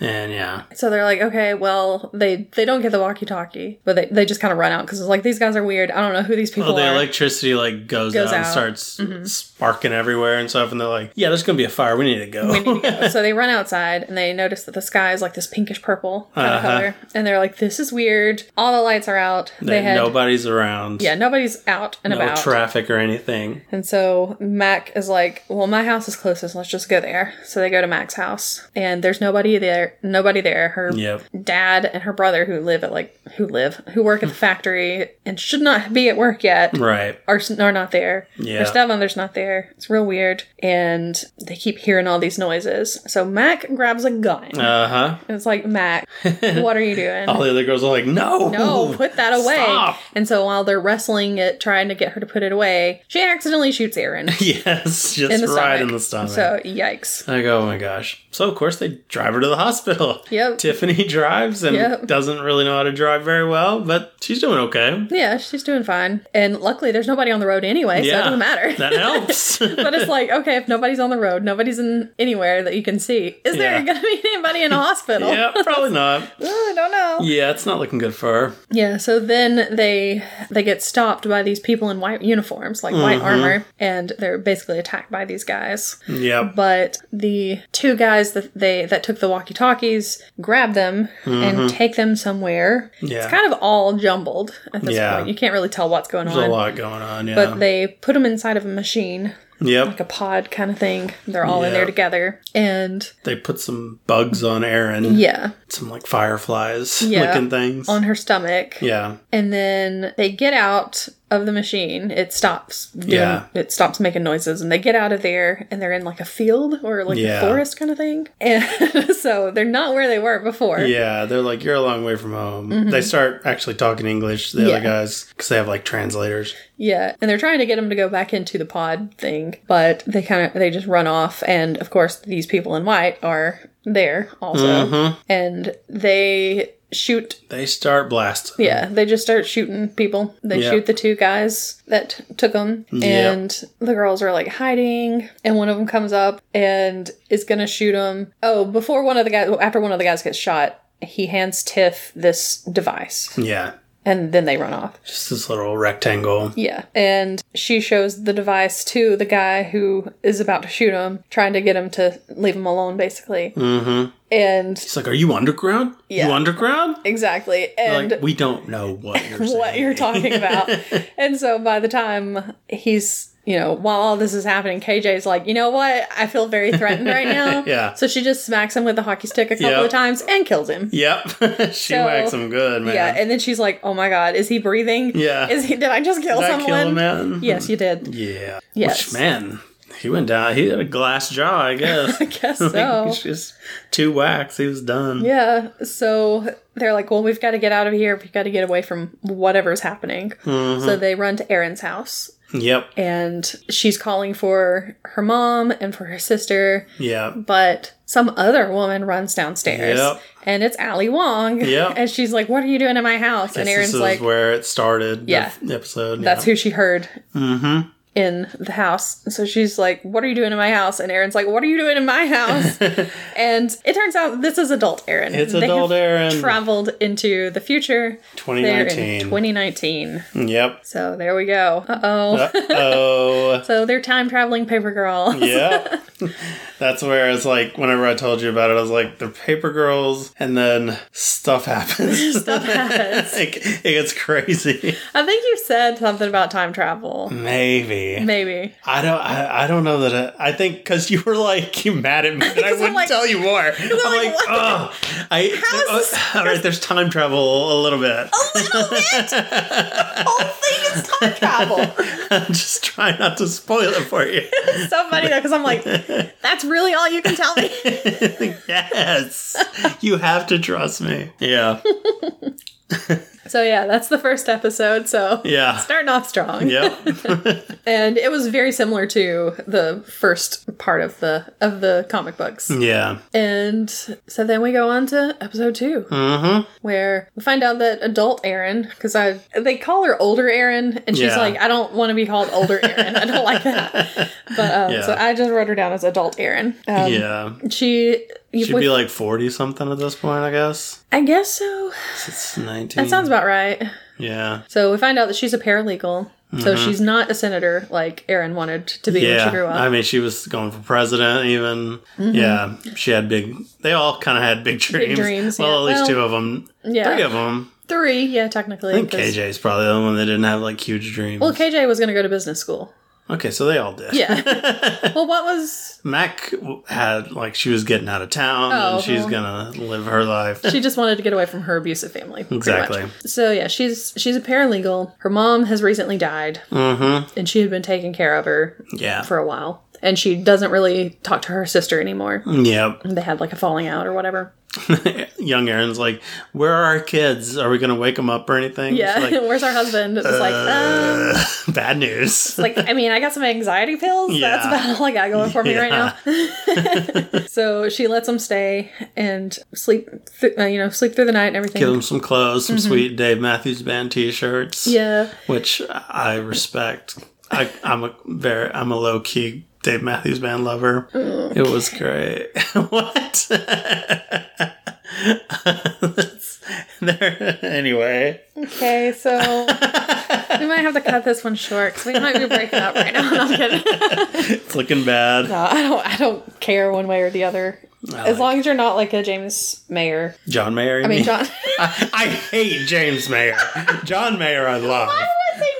[SPEAKER 1] And yeah.
[SPEAKER 2] so they're like, okay, well, they they don't get the walkie-talkie, but they, they just kind of run out because it's like these guys are weird. I don't know who these people
[SPEAKER 1] Well, the
[SPEAKER 2] are.
[SPEAKER 1] electricity Oh, like goes,
[SPEAKER 2] Goes
[SPEAKER 1] out, and
[SPEAKER 2] out. Mm-hmm.
[SPEAKER 1] starts sparking everywhere and stuff, and they're like, "Yeah, there's gonna be a fire. We need to go."
[SPEAKER 2] We need to go. so they run outside and they notice that the sky is like this pinkish purple kind of
[SPEAKER 1] Uh-huh.
[SPEAKER 2] color, and they're like, "This is weird." All the lights are out. They
[SPEAKER 1] And
[SPEAKER 2] had
[SPEAKER 1] nobody's around.
[SPEAKER 2] yeah, nobody's out and
[SPEAKER 1] no
[SPEAKER 2] about.
[SPEAKER 1] traffic or anything.
[SPEAKER 2] And so Mac is like, "Well, my house is closest. Let's just go there." So they go to Mac's house, and there's nobody there. Nobody there. Her
[SPEAKER 1] Yep.
[SPEAKER 2] dad and her brother, who live at like who live who work at the factory and should not be at work yet,
[SPEAKER 1] Hmm. Right.
[SPEAKER 2] are s- are not there.
[SPEAKER 1] Yeah.
[SPEAKER 2] Her stepmother's not there. It's real weird, and they keep hearing all these noises. So Mac grabs a gun.
[SPEAKER 1] Uh huh.
[SPEAKER 2] and it's like Mac, what are you doing?
[SPEAKER 1] All the other girls are like, "No,
[SPEAKER 2] No, put that away.
[SPEAKER 1] Stop.
[SPEAKER 2] And so while they're wrestling it, trying to get her to put it away, she accidentally shoots Aaron.
[SPEAKER 1] Yes, just
[SPEAKER 2] the
[SPEAKER 1] right
[SPEAKER 2] stomach.
[SPEAKER 1] in the stomach.
[SPEAKER 2] So yikes.
[SPEAKER 1] I go, oh my gosh. So, of course, they drive her to the hospital.
[SPEAKER 2] Yep.
[SPEAKER 1] Tiffany drives and
[SPEAKER 2] Yep.
[SPEAKER 1] doesn't really know how to drive very well, but she's doing okay.
[SPEAKER 2] Yeah, she's doing fine. And luckily there's nobody on the road anyway, so
[SPEAKER 1] Yeah.
[SPEAKER 2] it doesn't matter.
[SPEAKER 1] That helps.
[SPEAKER 2] but it's like, okay, if nobody's on the road, nobody's in anywhere that you can see, is
[SPEAKER 1] Yeah.
[SPEAKER 2] there gonna be anybody in a hospital?
[SPEAKER 1] yeah, probably not.
[SPEAKER 2] Ooh, I don't know. Yeah.
[SPEAKER 1] Yeah, it's not looking good for her.
[SPEAKER 2] so then they they get stopped by these people in white uniforms, like white
[SPEAKER 1] Mm-hmm.
[SPEAKER 2] armor, and they're basically attacked by these guys.
[SPEAKER 1] Yep.
[SPEAKER 2] but the two guys that they that took the walkie-talkies grab them and take them somewhere.
[SPEAKER 1] Mm-hmm. Yeah.
[SPEAKER 2] It's kind of all jumbled at this
[SPEAKER 1] Yeah.
[SPEAKER 2] point. You can't really tell what's going
[SPEAKER 1] There's
[SPEAKER 2] on.
[SPEAKER 1] a lot going on, yeah.
[SPEAKER 2] But they put them inside of a machine,
[SPEAKER 1] yep.
[SPEAKER 2] like a pod kind of thing. They're all in
[SPEAKER 1] Yeah.
[SPEAKER 2] there together. And
[SPEAKER 1] They put some bugs on Aaron.
[SPEAKER 2] yeah,
[SPEAKER 1] Some like fireflies
[SPEAKER 2] Yeah.
[SPEAKER 1] looking things.
[SPEAKER 2] on her stomach.
[SPEAKER 1] yeah.
[SPEAKER 2] And then they get out of the machine. It stops doing,
[SPEAKER 1] Yeah.
[SPEAKER 2] it stops making noises and they get out of there and they're in like a field or like
[SPEAKER 1] Yeah.
[SPEAKER 2] a forest kind of thing. And so they're not where they were before.
[SPEAKER 1] Yeah, they're like, you're a long way from home. They start actually talking English, the
[SPEAKER 2] Mm-hmm. Yeah.
[SPEAKER 1] other guys, because they have like translators.
[SPEAKER 2] Yeah, and they're trying to get him to go back into the pod thing, but they kind of they just run off, and of course these people in white are there also, and they shoot.
[SPEAKER 1] They start blasting.
[SPEAKER 2] Yeah, they just start shooting people. They
[SPEAKER 1] Yeah.
[SPEAKER 2] shoot the two guys that t- took them,
[SPEAKER 1] Yeah.
[SPEAKER 2] and the girls are like hiding, and one of them comes up and is gonna shoot him. Oh, before one of the guys, after one of the guys gets shot, he hands Tiff this device,
[SPEAKER 1] Yeah.
[SPEAKER 2] and then they run off.
[SPEAKER 1] Just this little rectangle.
[SPEAKER 2] Yeah. And she shows the device to the guy who is about to shoot him, trying to get him to leave him alone, basically. Mm-hmm. And
[SPEAKER 1] It's like, are you underground?
[SPEAKER 2] Yeah.
[SPEAKER 1] You underground?
[SPEAKER 2] exactly.
[SPEAKER 1] They're
[SPEAKER 2] And
[SPEAKER 1] Like, we don't know what you're saying.
[SPEAKER 2] what you're talking about. and so by the time he's. You know, while all this is happening, KJ's like, you know what? I feel very threatened right now.
[SPEAKER 1] Yeah.
[SPEAKER 2] So she just smacks him with the hockey stick a couple
[SPEAKER 1] Yeah.
[SPEAKER 2] of times and kills him.
[SPEAKER 1] Yep. she
[SPEAKER 2] So-
[SPEAKER 1] whacks him good, man.
[SPEAKER 2] Yeah. And then she's like, oh my God, is he breathing?
[SPEAKER 1] Yeah.
[SPEAKER 2] Is he, did I just kill
[SPEAKER 1] Did I
[SPEAKER 2] someone?
[SPEAKER 1] kill him, man?
[SPEAKER 2] Yes, you did.
[SPEAKER 1] Yeah.
[SPEAKER 2] Yes.
[SPEAKER 1] Which, man, he went down. He had a glass jaw, I guess.
[SPEAKER 2] I guess so.
[SPEAKER 1] It's just two whacks. He was done.
[SPEAKER 2] Yeah, so they're like, well, we've got to get out of here. We've got to get away from whatever's happening.
[SPEAKER 1] Mm-hmm.
[SPEAKER 2] So they run to Erin's house,
[SPEAKER 1] Yep.
[SPEAKER 2] and she's calling for her mom and for her sister,
[SPEAKER 1] Yeah.
[SPEAKER 2] but some other woman runs downstairs,
[SPEAKER 1] Yep.
[SPEAKER 2] and it's Ali Wong.
[SPEAKER 1] Yep.
[SPEAKER 2] And she's like, what are you doing in my house? And
[SPEAKER 1] This-
[SPEAKER 2] Erin's
[SPEAKER 1] this
[SPEAKER 2] like,
[SPEAKER 1] is where it started. the
[SPEAKER 2] Yeah.
[SPEAKER 1] f- episode.
[SPEAKER 2] that's
[SPEAKER 1] yeah. Mm-hmm.
[SPEAKER 2] who she heard. In the house. So she's like, What are you doing in my house? And Erin's like, What are you doing in my house? and it turns out this is adult Erin.
[SPEAKER 1] It's
[SPEAKER 2] They have
[SPEAKER 1] adult Aaron.
[SPEAKER 2] traveled into the future. They're
[SPEAKER 1] 2019.
[SPEAKER 2] in 2019.
[SPEAKER 1] Mm, Yep.
[SPEAKER 2] So there we go. Uh oh.
[SPEAKER 1] Oh.
[SPEAKER 2] So they're time traveling paper girl.
[SPEAKER 1] yeah. That's where it's like whenever I told you about it, I was like the paper girls, and then stuff happens.
[SPEAKER 2] Stuff happens.
[SPEAKER 1] like, it gets crazy.
[SPEAKER 2] I think you said something about time travel.
[SPEAKER 1] Maybe.
[SPEAKER 2] Maybe.
[SPEAKER 1] I don't. I, I don't know that. I, I think because you were like you mad at me, and I
[SPEAKER 2] 'Cause I'm
[SPEAKER 1] wouldn't
[SPEAKER 2] like-
[SPEAKER 1] tell you more. I'm
[SPEAKER 2] like,
[SPEAKER 1] like,
[SPEAKER 2] what?
[SPEAKER 1] oh, I.
[SPEAKER 2] How is this-
[SPEAKER 1] oh, all right, there's time travel a little bit.
[SPEAKER 2] A little bit. The whole thing is time travel.
[SPEAKER 1] I'm just trying not to spoil it for you.
[SPEAKER 2] So funny though, because I'm like, that's really all you can tell me.
[SPEAKER 1] yes, you have to trust me. Yeah,
[SPEAKER 2] So yeah, that's the first episode. So
[SPEAKER 1] yeah,
[SPEAKER 2] starting off strong.
[SPEAKER 1] yep.
[SPEAKER 2] And it was very similar to the first part of the of the comic books.
[SPEAKER 1] Yeah.
[SPEAKER 2] And so then we go on to episode two,
[SPEAKER 1] Mm-hmm.
[SPEAKER 2] where we find out that adult Erin, because I they call her older Erin, and she's
[SPEAKER 1] Yeah.
[SPEAKER 2] like, I don't want to be called older Erin. I don't like that. But um,
[SPEAKER 1] Yeah.
[SPEAKER 2] so I just wrote her down as adult Erin. Um,
[SPEAKER 1] yeah.
[SPEAKER 2] She,
[SPEAKER 1] She'd
[SPEAKER 2] with-
[SPEAKER 1] be like 40 something at this point, I guess.
[SPEAKER 2] I guess so.
[SPEAKER 1] It's 19.
[SPEAKER 2] That sounds about right.
[SPEAKER 1] Yeah.
[SPEAKER 2] So we find out that she's a paralegal. So she's not a senator like Erin wanted to be when she grew
[SPEAKER 1] Mm-hmm. Yeah.
[SPEAKER 2] up. Mm-hmm.
[SPEAKER 1] I mean, she was going for president, even. Yeah. She had big, they all kind of had big dreams.
[SPEAKER 2] dreams,
[SPEAKER 1] well,
[SPEAKER 2] yeah.
[SPEAKER 1] at least
[SPEAKER 2] Well,
[SPEAKER 1] two of them.
[SPEAKER 2] yeah.
[SPEAKER 1] Three of them.
[SPEAKER 2] Three, yeah, technically.
[SPEAKER 1] I think
[SPEAKER 2] 'cause-
[SPEAKER 1] KJ's probably the only one that didn't have like huge dreams.
[SPEAKER 2] Well, KJ was going to go to business school.
[SPEAKER 1] okay, so they all did.
[SPEAKER 2] Yeah. well, what was
[SPEAKER 1] Mac had, like, she was getting out of town
[SPEAKER 2] Oh,
[SPEAKER 1] and she's
[SPEAKER 2] well.
[SPEAKER 1] going to live her life.
[SPEAKER 2] she just wanted to get away from her abusive family. pretty
[SPEAKER 1] Exactly.
[SPEAKER 2] much. So yeah, she's she's a paralegal. Her mom has recently died,
[SPEAKER 1] Mm
[SPEAKER 2] and she had been taking care of her
[SPEAKER 1] hmm. Yeah.
[SPEAKER 2] for a while. And she doesn't really talk to her sister anymore.
[SPEAKER 1] yep.
[SPEAKER 2] They had like a falling out or whatever.
[SPEAKER 1] young Aaron's like, "Where are our kids? Are we gonna wake them up or anything?"
[SPEAKER 2] Yeah,
[SPEAKER 1] She's like,
[SPEAKER 2] where's our husband? It's like, um,
[SPEAKER 1] "Uh, bad news.
[SPEAKER 2] like I mean, I got some anxiety pills. That's
[SPEAKER 1] uh. Yeah.
[SPEAKER 2] about all I got going for me right now. so she lets them stay and sleep, th- uh, you know, sleep through the night and everything.
[SPEAKER 1] Give them some clothes, some sweet Dave Matthews Band T-shirts.
[SPEAKER 2] Mm-hmm. Yeah,
[SPEAKER 1] which I respect. I, I'm a very, I'm a low key Dave Matthews Band lover.
[SPEAKER 2] Mm.
[SPEAKER 1] It was great. what? That's- there- anyway,
[SPEAKER 2] Okay, so we might have to cut this one short because we might be breaking up right now. No, I'm kidding.
[SPEAKER 1] it's looking bad.
[SPEAKER 2] No, Uh, I don't. I don't care one way or the other. as
[SPEAKER 1] like-
[SPEAKER 2] long as you're not like a James Mayer.
[SPEAKER 1] John Mayer. you
[SPEAKER 2] I mean,
[SPEAKER 1] mean?
[SPEAKER 2] John.
[SPEAKER 1] I, I hate James Mayer. John Mayer, I love.
[SPEAKER 2] I say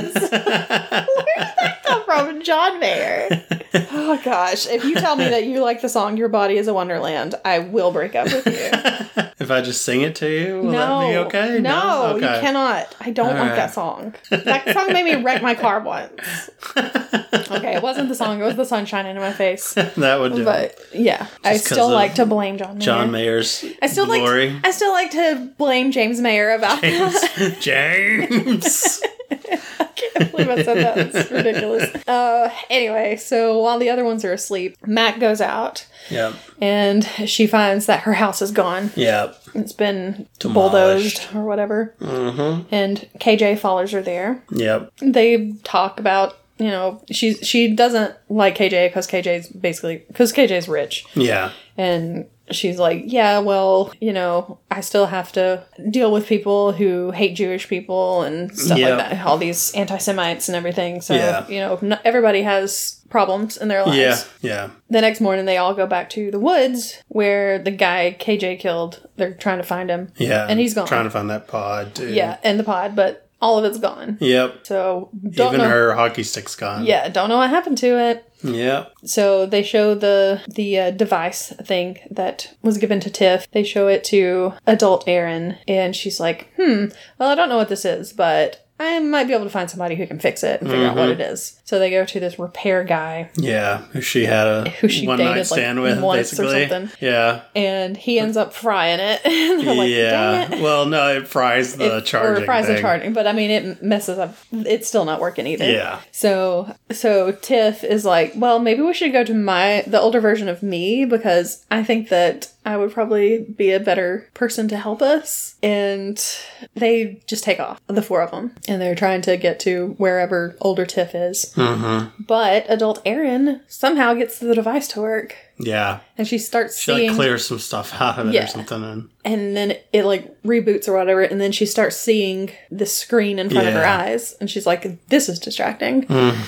[SPEAKER 2] James. Where did that come from? John Mayer. Oh gosh, if you tell me that you like the song "Your Body Is a Wonderland," I will break up with you.
[SPEAKER 1] If I just sing it to you, will
[SPEAKER 2] no,
[SPEAKER 1] that be okay?
[SPEAKER 2] No,
[SPEAKER 1] Okay.
[SPEAKER 2] you cannot. I don't like
[SPEAKER 1] right.
[SPEAKER 2] that song. That song made me wreck my car once. okay, it wasn't the song. It was the sun shining in my face.
[SPEAKER 1] That would do. it.
[SPEAKER 2] But yeah, I
[SPEAKER 1] 'cause
[SPEAKER 2] still
[SPEAKER 1] of
[SPEAKER 2] like to blame John Mayer.
[SPEAKER 1] John Mayer's
[SPEAKER 2] I still
[SPEAKER 1] glory.
[SPEAKER 2] like. I still like to blame James Mayer about that.
[SPEAKER 1] James. James.
[SPEAKER 2] I can't believe I said that. It's ridiculous. Uh, anyway, so while the other ones are asleep, Mac goes out
[SPEAKER 1] yep.
[SPEAKER 2] and she finds that her house is gone.
[SPEAKER 1] Yep.
[SPEAKER 2] It's been
[SPEAKER 1] Demolished.
[SPEAKER 2] bulldozed or whatever.
[SPEAKER 1] Mm-hmm.
[SPEAKER 2] And KJ follows her there.
[SPEAKER 1] Yep.
[SPEAKER 2] they talk about you know she she doesn't like KJ because KJ's basically because KJ's rich
[SPEAKER 1] Yeah.
[SPEAKER 2] and she's like yeah well you know I still have to deal with people who hate Jewish people and stuff
[SPEAKER 1] Yeah.
[SPEAKER 2] like that all these anti Semites and everything so
[SPEAKER 1] Yeah.
[SPEAKER 2] you know not, everybody has problems in their lives
[SPEAKER 1] Yeah. Yeah.
[SPEAKER 2] the next morning they all go back to the woods where the guy KJ killed they're trying to find him
[SPEAKER 1] Yeah.
[SPEAKER 2] And he's gone.
[SPEAKER 1] Trying to find that pod, too.
[SPEAKER 2] yeah and the pod but all of it's gone
[SPEAKER 1] Yep.
[SPEAKER 2] so don't
[SPEAKER 1] Even
[SPEAKER 2] know
[SPEAKER 1] her hockey stick's gone.
[SPEAKER 2] yeah don't know what happened to it
[SPEAKER 1] Yep.
[SPEAKER 2] So they show the the uh, device thing that was given to Tiff. They show it to adult Erin, and she's like, "Hmm. Well, I don't know what this is, but." I might be able to find somebody who can fix it and figure out what it is. So they go to this repair guy,
[SPEAKER 1] Yeah. Who she had a
[SPEAKER 2] Who she
[SPEAKER 1] one
[SPEAKER 2] dated, like,
[SPEAKER 1] night stand with,
[SPEAKER 2] once or
[SPEAKER 1] basically.
[SPEAKER 2] something.
[SPEAKER 1] Yeah.
[SPEAKER 2] and he ends up frying it. And they're like,
[SPEAKER 1] yeah.
[SPEAKER 2] "Dang it."
[SPEAKER 1] Well, no, it fries the charging.
[SPEAKER 2] or fries
[SPEAKER 1] thing.
[SPEAKER 2] the charging, but I mean it messes up. It's still not working either.
[SPEAKER 1] Yeah.
[SPEAKER 2] So so Tiff is like, well, maybe we should go to my the older version of me because I think that I would probably be a better person to help us. And they just take off, the four of them. And they're trying to get to wherever older Tiff is.
[SPEAKER 1] Mm-hmm.
[SPEAKER 2] But adult Erin somehow gets the device to work.
[SPEAKER 1] Yeah.
[SPEAKER 2] And she starts
[SPEAKER 1] She
[SPEAKER 2] seeing.
[SPEAKER 1] like clears some stuff out of it
[SPEAKER 2] Yeah.
[SPEAKER 1] or something. And
[SPEAKER 2] and then it like reboots or whatever. And then she starts seeing the screen in front of her
[SPEAKER 1] Yeah. Mm-hmm.
[SPEAKER 2] eyes. And she's like, this is distracting.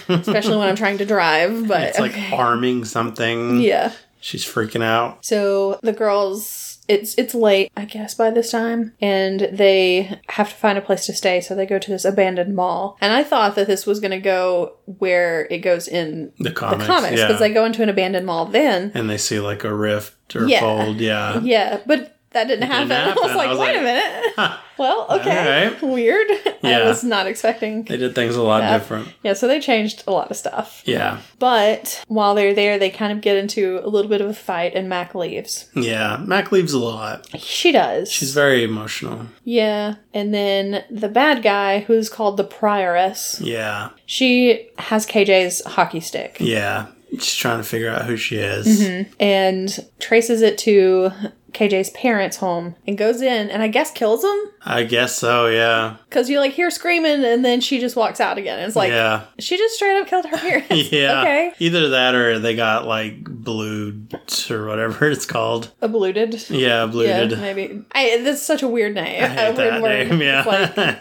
[SPEAKER 2] Especially when I'm trying to drive. But
[SPEAKER 1] it's like arming something.
[SPEAKER 2] yeah.
[SPEAKER 1] She's freaking out.
[SPEAKER 2] So the girls, it's it's late, I guess, by this time, and they have to find a place to stay. So they go to this abandoned mall, and I thought that this was going to go where it goes in
[SPEAKER 1] The
[SPEAKER 2] the
[SPEAKER 1] comics.
[SPEAKER 2] comics
[SPEAKER 1] yeah.
[SPEAKER 2] because they go into an abandoned mall then.
[SPEAKER 1] and they see like a rift or
[SPEAKER 2] Yeah.
[SPEAKER 1] fold. Yeah.
[SPEAKER 2] Yeah, but that didn't happen.
[SPEAKER 1] didn't
[SPEAKER 2] I was
[SPEAKER 1] happen.
[SPEAKER 2] like,
[SPEAKER 1] I was
[SPEAKER 2] wait
[SPEAKER 1] like,
[SPEAKER 2] a minute.
[SPEAKER 1] Huh.
[SPEAKER 2] Well, okay,
[SPEAKER 1] right.
[SPEAKER 2] weird. I
[SPEAKER 1] Yeah.
[SPEAKER 2] was not expecting.
[SPEAKER 1] They did things a lot
[SPEAKER 2] Yeah.
[SPEAKER 1] different.
[SPEAKER 2] Yeah, so they changed a lot of stuff.
[SPEAKER 1] Yeah.
[SPEAKER 2] But while they're there, they kind of get into a little bit of a fight, and Mac leaves.
[SPEAKER 1] Yeah. Mac leaves a lot.
[SPEAKER 2] She does.
[SPEAKER 1] She's very emotional.
[SPEAKER 2] Yeah, and then the bad guy, who's called the Prioress,
[SPEAKER 1] Yeah.
[SPEAKER 2] she has KJ's hockey stick
[SPEAKER 1] Yeah. She's trying to figure out who she is.
[SPEAKER 2] Mm-hmm. and traces it to KJ's parents' home and goes in and I guess kills him
[SPEAKER 1] I guess so. Yeah.
[SPEAKER 2] because you like hear screaming and then she just walks out again. It's like
[SPEAKER 1] yeah.
[SPEAKER 2] she just straight up killed her parents.
[SPEAKER 1] Yeah.
[SPEAKER 2] Okay.
[SPEAKER 1] Either that or they got like blued or whatever it's called.
[SPEAKER 2] Abluted.
[SPEAKER 1] Yeah,
[SPEAKER 2] Yeah,
[SPEAKER 1] bluted.
[SPEAKER 2] maybe. I, that's such a weird name.
[SPEAKER 1] I hate
[SPEAKER 2] a weird
[SPEAKER 1] that name, yeah.
[SPEAKER 2] It's like,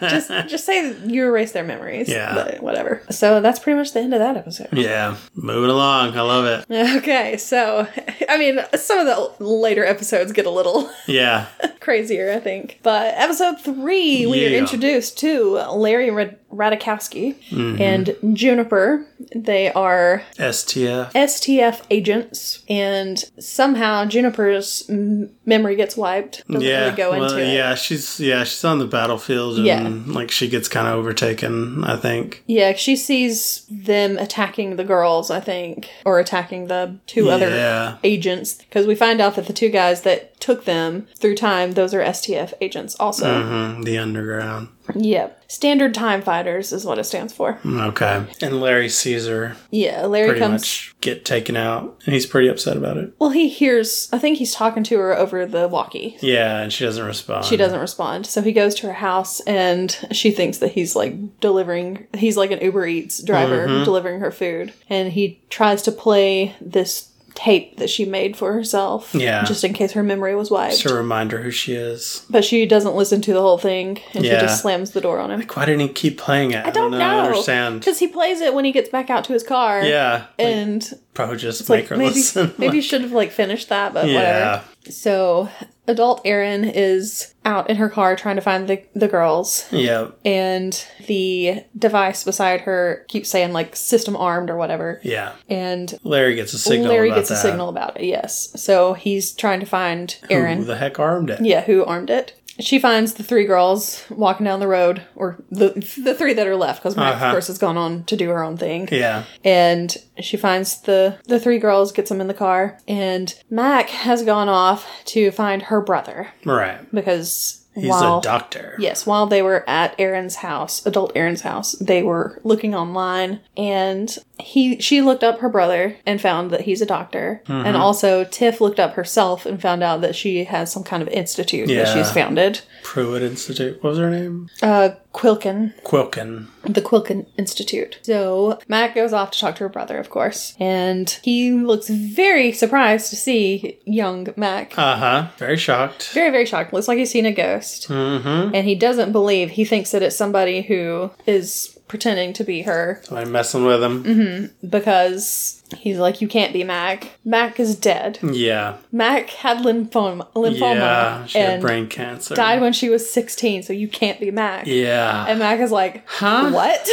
[SPEAKER 2] just just say you erase their memories.
[SPEAKER 1] Yeah.
[SPEAKER 2] But whatever. So that's pretty much the end of that episode.
[SPEAKER 1] Yeah. Moving along. I love it.
[SPEAKER 2] Okay, so I mean, some of the later episodes get a little
[SPEAKER 1] Yeah.
[SPEAKER 2] crazier, I think. But episode three, we are
[SPEAKER 1] Yeah.
[SPEAKER 2] introduced to Larry Rad- Radikowski
[SPEAKER 1] Mm-hmm.
[SPEAKER 2] and Juniper. They are
[SPEAKER 1] STF.
[SPEAKER 2] STF agents, and somehow Juniper's m- memory gets wiped. Doesn't
[SPEAKER 1] yeah.
[SPEAKER 2] really go
[SPEAKER 1] well,
[SPEAKER 2] into it.
[SPEAKER 1] yeah, she's yeah, she's on the battlefield and
[SPEAKER 2] Yeah.
[SPEAKER 1] like she gets kind of overtaken, I think.
[SPEAKER 2] Yeah, she sees them attacking the girls, I think, or attacking the two
[SPEAKER 1] Yeah.
[SPEAKER 2] other agents. Because we find out that the two guys that took them through time, those are STF agents also.
[SPEAKER 1] hmm The underground.
[SPEAKER 2] Yep. Standard Time Fighters is what it stands for.
[SPEAKER 1] Mm, Okay. And Larry sees her
[SPEAKER 2] Yeah, Larry
[SPEAKER 1] pretty
[SPEAKER 2] comes.
[SPEAKER 1] much get taken out, and he's pretty upset about it.
[SPEAKER 2] Well, he hears, I think he's talking to her over the walkie.
[SPEAKER 1] Yeah, and she doesn't respond.
[SPEAKER 2] She doesn't respond. So he goes to her house and she thinks that he's like delivering, he's like an Uber Eats driver
[SPEAKER 1] Mm-hmm.
[SPEAKER 2] delivering her food. And he tries to play this tape that she made for herself.
[SPEAKER 1] Yeah.
[SPEAKER 2] Just in case her memory was wiped.
[SPEAKER 1] To remind her who she is.
[SPEAKER 2] But she doesn't listen to the whole thing and
[SPEAKER 1] Yeah.
[SPEAKER 2] she just slams the door on him.
[SPEAKER 1] Why didn't he keep playing it? I
[SPEAKER 2] Don't
[SPEAKER 1] I
[SPEAKER 2] know.
[SPEAKER 1] understand.
[SPEAKER 2] Because he plays it when he gets back out to his car.
[SPEAKER 1] Yeah. Like,
[SPEAKER 2] And
[SPEAKER 1] probably just make
[SPEAKER 2] like
[SPEAKER 1] her
[SPEAKER 2] maybe
[SPEAKER 1] listen.
[SPEAKER 2] maybe you should have like finished that, but
[SPEAKER 1] yeah.
[SPEAKER 2] whatever. So adult Erin is out in her car trying to find the the girls,
[SPEAKER 1] Yeah.
[SPEAKER 2] and the device beside her keeps saying like system armed or whatever,
[SPEAKER 1] Yeah.
[SPEAKER 2] and
[SPEAKER 1] Larry gets a signal.
[SPEAKER 2] Larry
[SPEAKER 1] about
[SPEAKER 2] gets
[SPEAKER 1] that.
[SPEAKER 2] a signal about it. Yes, so he's trying to find Erin.
[SPEAKER 1] Who the heck armed it?
[SPEAKER 2] yeah, who armed it? She finds the three girls walking down the road, or the the three that are left, because Max, of
[SPEAKER 1] Uh-huh.
[SPEAKER 2] course, has gone on to do her own thing
[SPEAKER 1] Yeah.
[SPEAKER 2] and she finds the the three girls gets them in the car and mac has gone off to find her brother
[SPEAKER 1] Right.
[SPEAKER 2] because
[SPEAKER 1] He's
[SPEAKER 2] while
[SPEAKER 1] a doctor.
[SPEAKER 2] yes while they were at aaron's house adult aaron's house they were looking online and he she looked up her brother and found that he's a doctor and also tiff looked up herself and found out that she has some kind of institute that
[SPEAKER 1] Yeah.
[SPEAKER 2] she's founded
[SPEAKER 1] Pruitt Institute. What was her name?
[SPEAKER 2] uh quilkin
[SPEAKER 1] Quilkin.
[SPEAKER 2] the Quilkin Institute. So Mac goes off to talk to her brother, of course, and he looks very surprised to see young Mac.
[SPEAKER 1] Uh huh. Very shocked.
[SPEAKER 2] very, very shocked. Looks like he's seen a ghost. Mm-hmm. And he doesn't believe. He thinks that it's somebody who is pretending to be her
[SPEAKER 1] Am I messing with him?
[SPEAKER 2] Mm-hmm. because he's like, You can't be Mac. Mac is dead.
[SPEAKER 1] Yeah.
[SPEAKER 2] Mac had lymphoma, lymphoma
[SPEAKER 1] yeah. She had
[SPEAKER 2] and
[SPEAKER 1] brain cancer.
[SPEAKER 2] died when she was 16, so you can't be Mac.
[SPEAKER 1] Yeah.
[SPEAKER 2] And Mac is like,
[SPEAKER 1] huh?
[SPEAKER 2] What?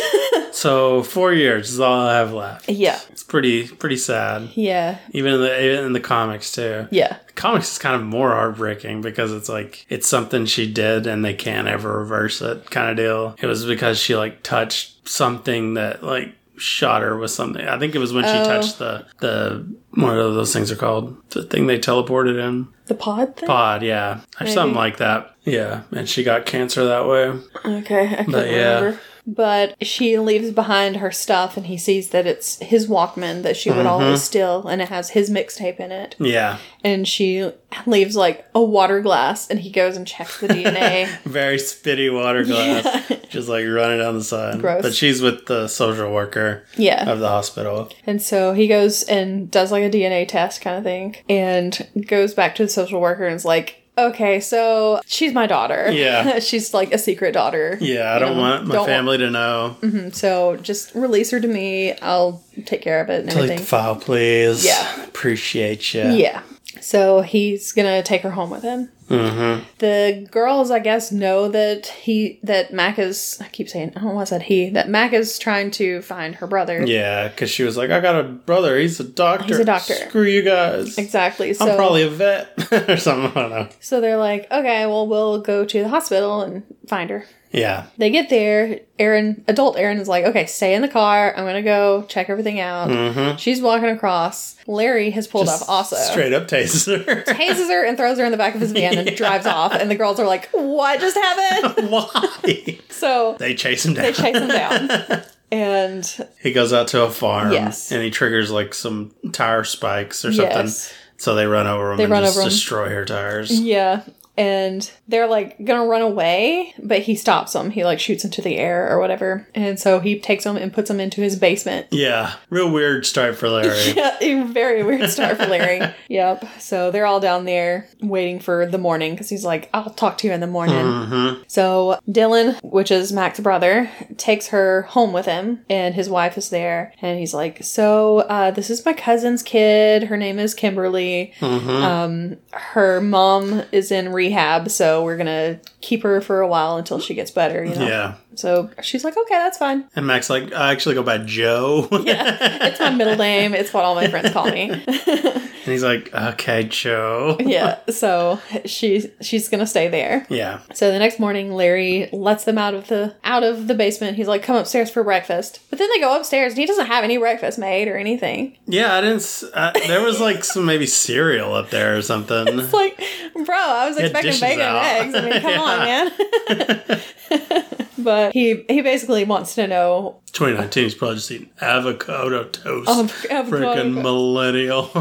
[SPEAKER 1] So four years is all I have left.
[SPEAKER 2] yeah.
[SPEAKER 1] It's pretty pretty sad.
[SPEAKER 2] Yeah.
[SPEAKER 1] Even in the even in the comics too.
[SPEAKER 2] Yeah.
[SPEAKER 1] Comics is kind of more heartbreaking because it's like it's something she did and they can't ever reverse it kind of deal. It was because she like touched something that like shot her with something. I think it was when she
[SPEAKER 2] Oh.
[SPEAKER 1] touched the the what are those things are called? The thing they teleported in.
[SPEAKER 2] The pod thing?
[SPEAKER 1] Pod, yeah. Or something like that. Yeah. And she got cancer that way.
[SPEAKER 2] Okay, I can't
[SPEAKER 1] But yeah.
[SPEAKER 2] remember. But she leaves behind her stuff and he sees that it's his Walkman that she would
[SPEAKER 1] Mm-hmm.
[SPEAKER 2] always steal and it has his mixtape in it.
[SPEAKER 1] Yeah.
[SPEAKER 2] And she leaves like a water glass and he goes and checks the DNA.
[SPEAKER 1] Very spitty water glass. Just like running down the side.
[SPEAKER 2] Gross.
[SPEAKER 1] But she's with the social worker
[SPEAKER 2] Yeah.
[SPEAKER 1] of the hospital.
[SPEAKER 2] And so he goes and does like a DNA test kind of thing and goes back to the social worker and is like, okay, so she's my daughter.
[SPEAKER 1] Yeah.
[SPEAKER 2] she's like a secret daughter.
[SPEAKER 1] Yeah, I don't
[SPEAKER 2] know,
[SPEAKER 1] want my
[SPEAKER 2] don't want-
[SPEAKER 1] family to know.
[SPEAKER 2] So just release her to me. I'll take care of it and
[SPEAKER 1] Delete the
[SPEAKER 2] everything.
[SPEAKER 1] file, please.
[SPEAKER 2] Yeah.
[SPEAKER 1] Appreciate you.
[SPEAKER 2] Yeah. So he's gonna take her home with him.
[SPEAKER 1] Mm-hmm.
[SPEAKER 2] The girls, I guess, know that he that Mac is. I keep saying I don't know why I said he that Mac is trying to find her brother.
[SPEAKER 1] Yeah, because she was like, I got a brother. He's a doctor.
[SPEAKER 2] He's a doctor."
[SPEAKER 1] Screw you guys.
[SPEAKER 2] Exactly. So
[SPEAKER 1] I'm probably a vet or something. I don't know.
[SPEAKER 2] so they're like, okay, well, we'll go to the hospital and find her.
[SPEAKER 1] Yeah.
[SPEAKER 2] They get there. Aaron, adult Aaron, is like, okay, stay in the car. I'm gonna go check everything out. She's walking across. Larry has pulled up also.
[SPEAKER 1] Mm-hmm. Straight up taser.
[SPEAKER 2] Tases her and throws her in the back of his van and drives off. And the girls are like, "What just happened?"
[SPEAKER 1] Why?
[SPEAKER 2] So
[SPEAKER 1] they chase him down.
[SPEAKER 2] they chase him down, and
[SPEAKER 1] He goes out to a farm
[SPEAKER 2] Yes.
[SPEAKER 1] and he triggers like some tire spikes or something.
[SPEAKER 2] Yes.
[SPEAKER 1] So they run over him and
[SPEAKER 2] run
[SPEAKER 1] just
[SPEAKER 2] over him.
[SPEAKER 1] destroy her tires.
[SPEAKER 2] yeah, and they're like gonna run away, but he stops them. He like shoots into the air or whatever, and so he takes them and puts them into his basement.
[SPEAKER 1] Yeah. Real weird start for Larry.
[SPEAKER 2] Yeah, a very weird start for Larry. yep. So they're all down there waiting for the morning because he's like, I'll talk to you in the morning.
[SPEAKER 1] Mm-hmm.
[SPEAKER 2] So Dylan, which is Mac's brother, takes her home with him, and his wife is there. And he's like, So uh, this is my cousin's kid. Her name is Kimberly.
[SPEAKER 1] Mm-hmm.
[SPEAKER 2] Um, her mom is in rehab, so we're going to keep her for a while until she gets better, you know?
[SPEAKER 1] yeah.
[SPEAKER 2] So she's like, Okay, that's fine.
[SPEAKER 1] And Mac's like, I actually go by Joe.
[SPEAKER 2] It's my middle name. It's what all my friends call me.
[SPEAKER 1] and he's like, okay, Joe.
[SPEAKER 2] yeah so she she's gonna stay there
[SPEAKER 1] Yeah.
[SPEAKER 2] so the next morning larry lets them out of the out of the basement he's like come upstairs for breakfast but then they go upstairs and he doesn't have any breakfast made or anything
[SPEAKER 1] Yeah, I didn't. s- Uh, there was like some maybe cereal up there or something.
[SPEAKER 2] it's like bro i was
[SPEAKER 1] had
[SPEAKER 2] expecting
[SPEAKER 1] dishes
[SPEAKER 2] bacon
[SPEAKER 1] out.
[SPEAKER 2] and eggs i mean come on man but he he basically wants to know
[SPEAKER 1] 2019, he's probably just eating avocado toast.
[SPEAKER 2] Av- avocado.
[SPEAKER 1] Freaking millennial.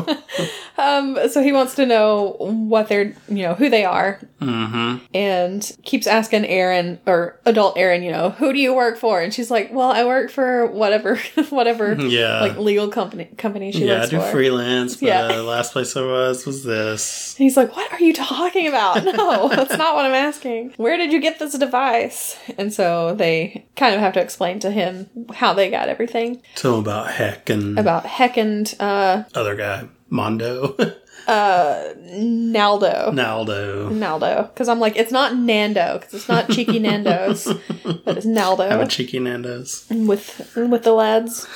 [SPEAKER 2] um so he wants to know what they're you know who they are
[SPEAKER 1] Mm-hmm.
[SPEAKER 2] and keeps asking Aaron or adult Aaron, you know, who do you work for? And she's like, well, I work for whatever, whatever,
[SPEAKER 1] Yeah.
[SPEAKER 2] like legal company company she
[SPEAKER 1] yeah, I
[SPEAKER 2] works
[SPEAKER 1] do
[SPEAKER 2] for.
[SPEAKER 1] freelance, but
[SPEAKER 2] Yeah.
[SPEAKER 1] uh, last place I was was this.
[SPEAKER 2] and he's like, what are you talking about? No, that's not what I'm asking. Where did you get this device? And so they kind of have to explain to him how they got everything
[SPEAKER 1] Tell him about Heck and
[SPEAKER 2] about Heck and uh,
[SPEAKER 1] other guy, Mondo,
[SPEAKER 2] Naldo.
[SPEAKER 1] Naldo.
[SPEAKER 2] Naldo, because I'm like, it's not Nando, because it's not cheeky Nando's, but it's Naldo.
[SPEAKER 1] Have a cheeky Nando's.
[SPEAKER 2] with with the lads.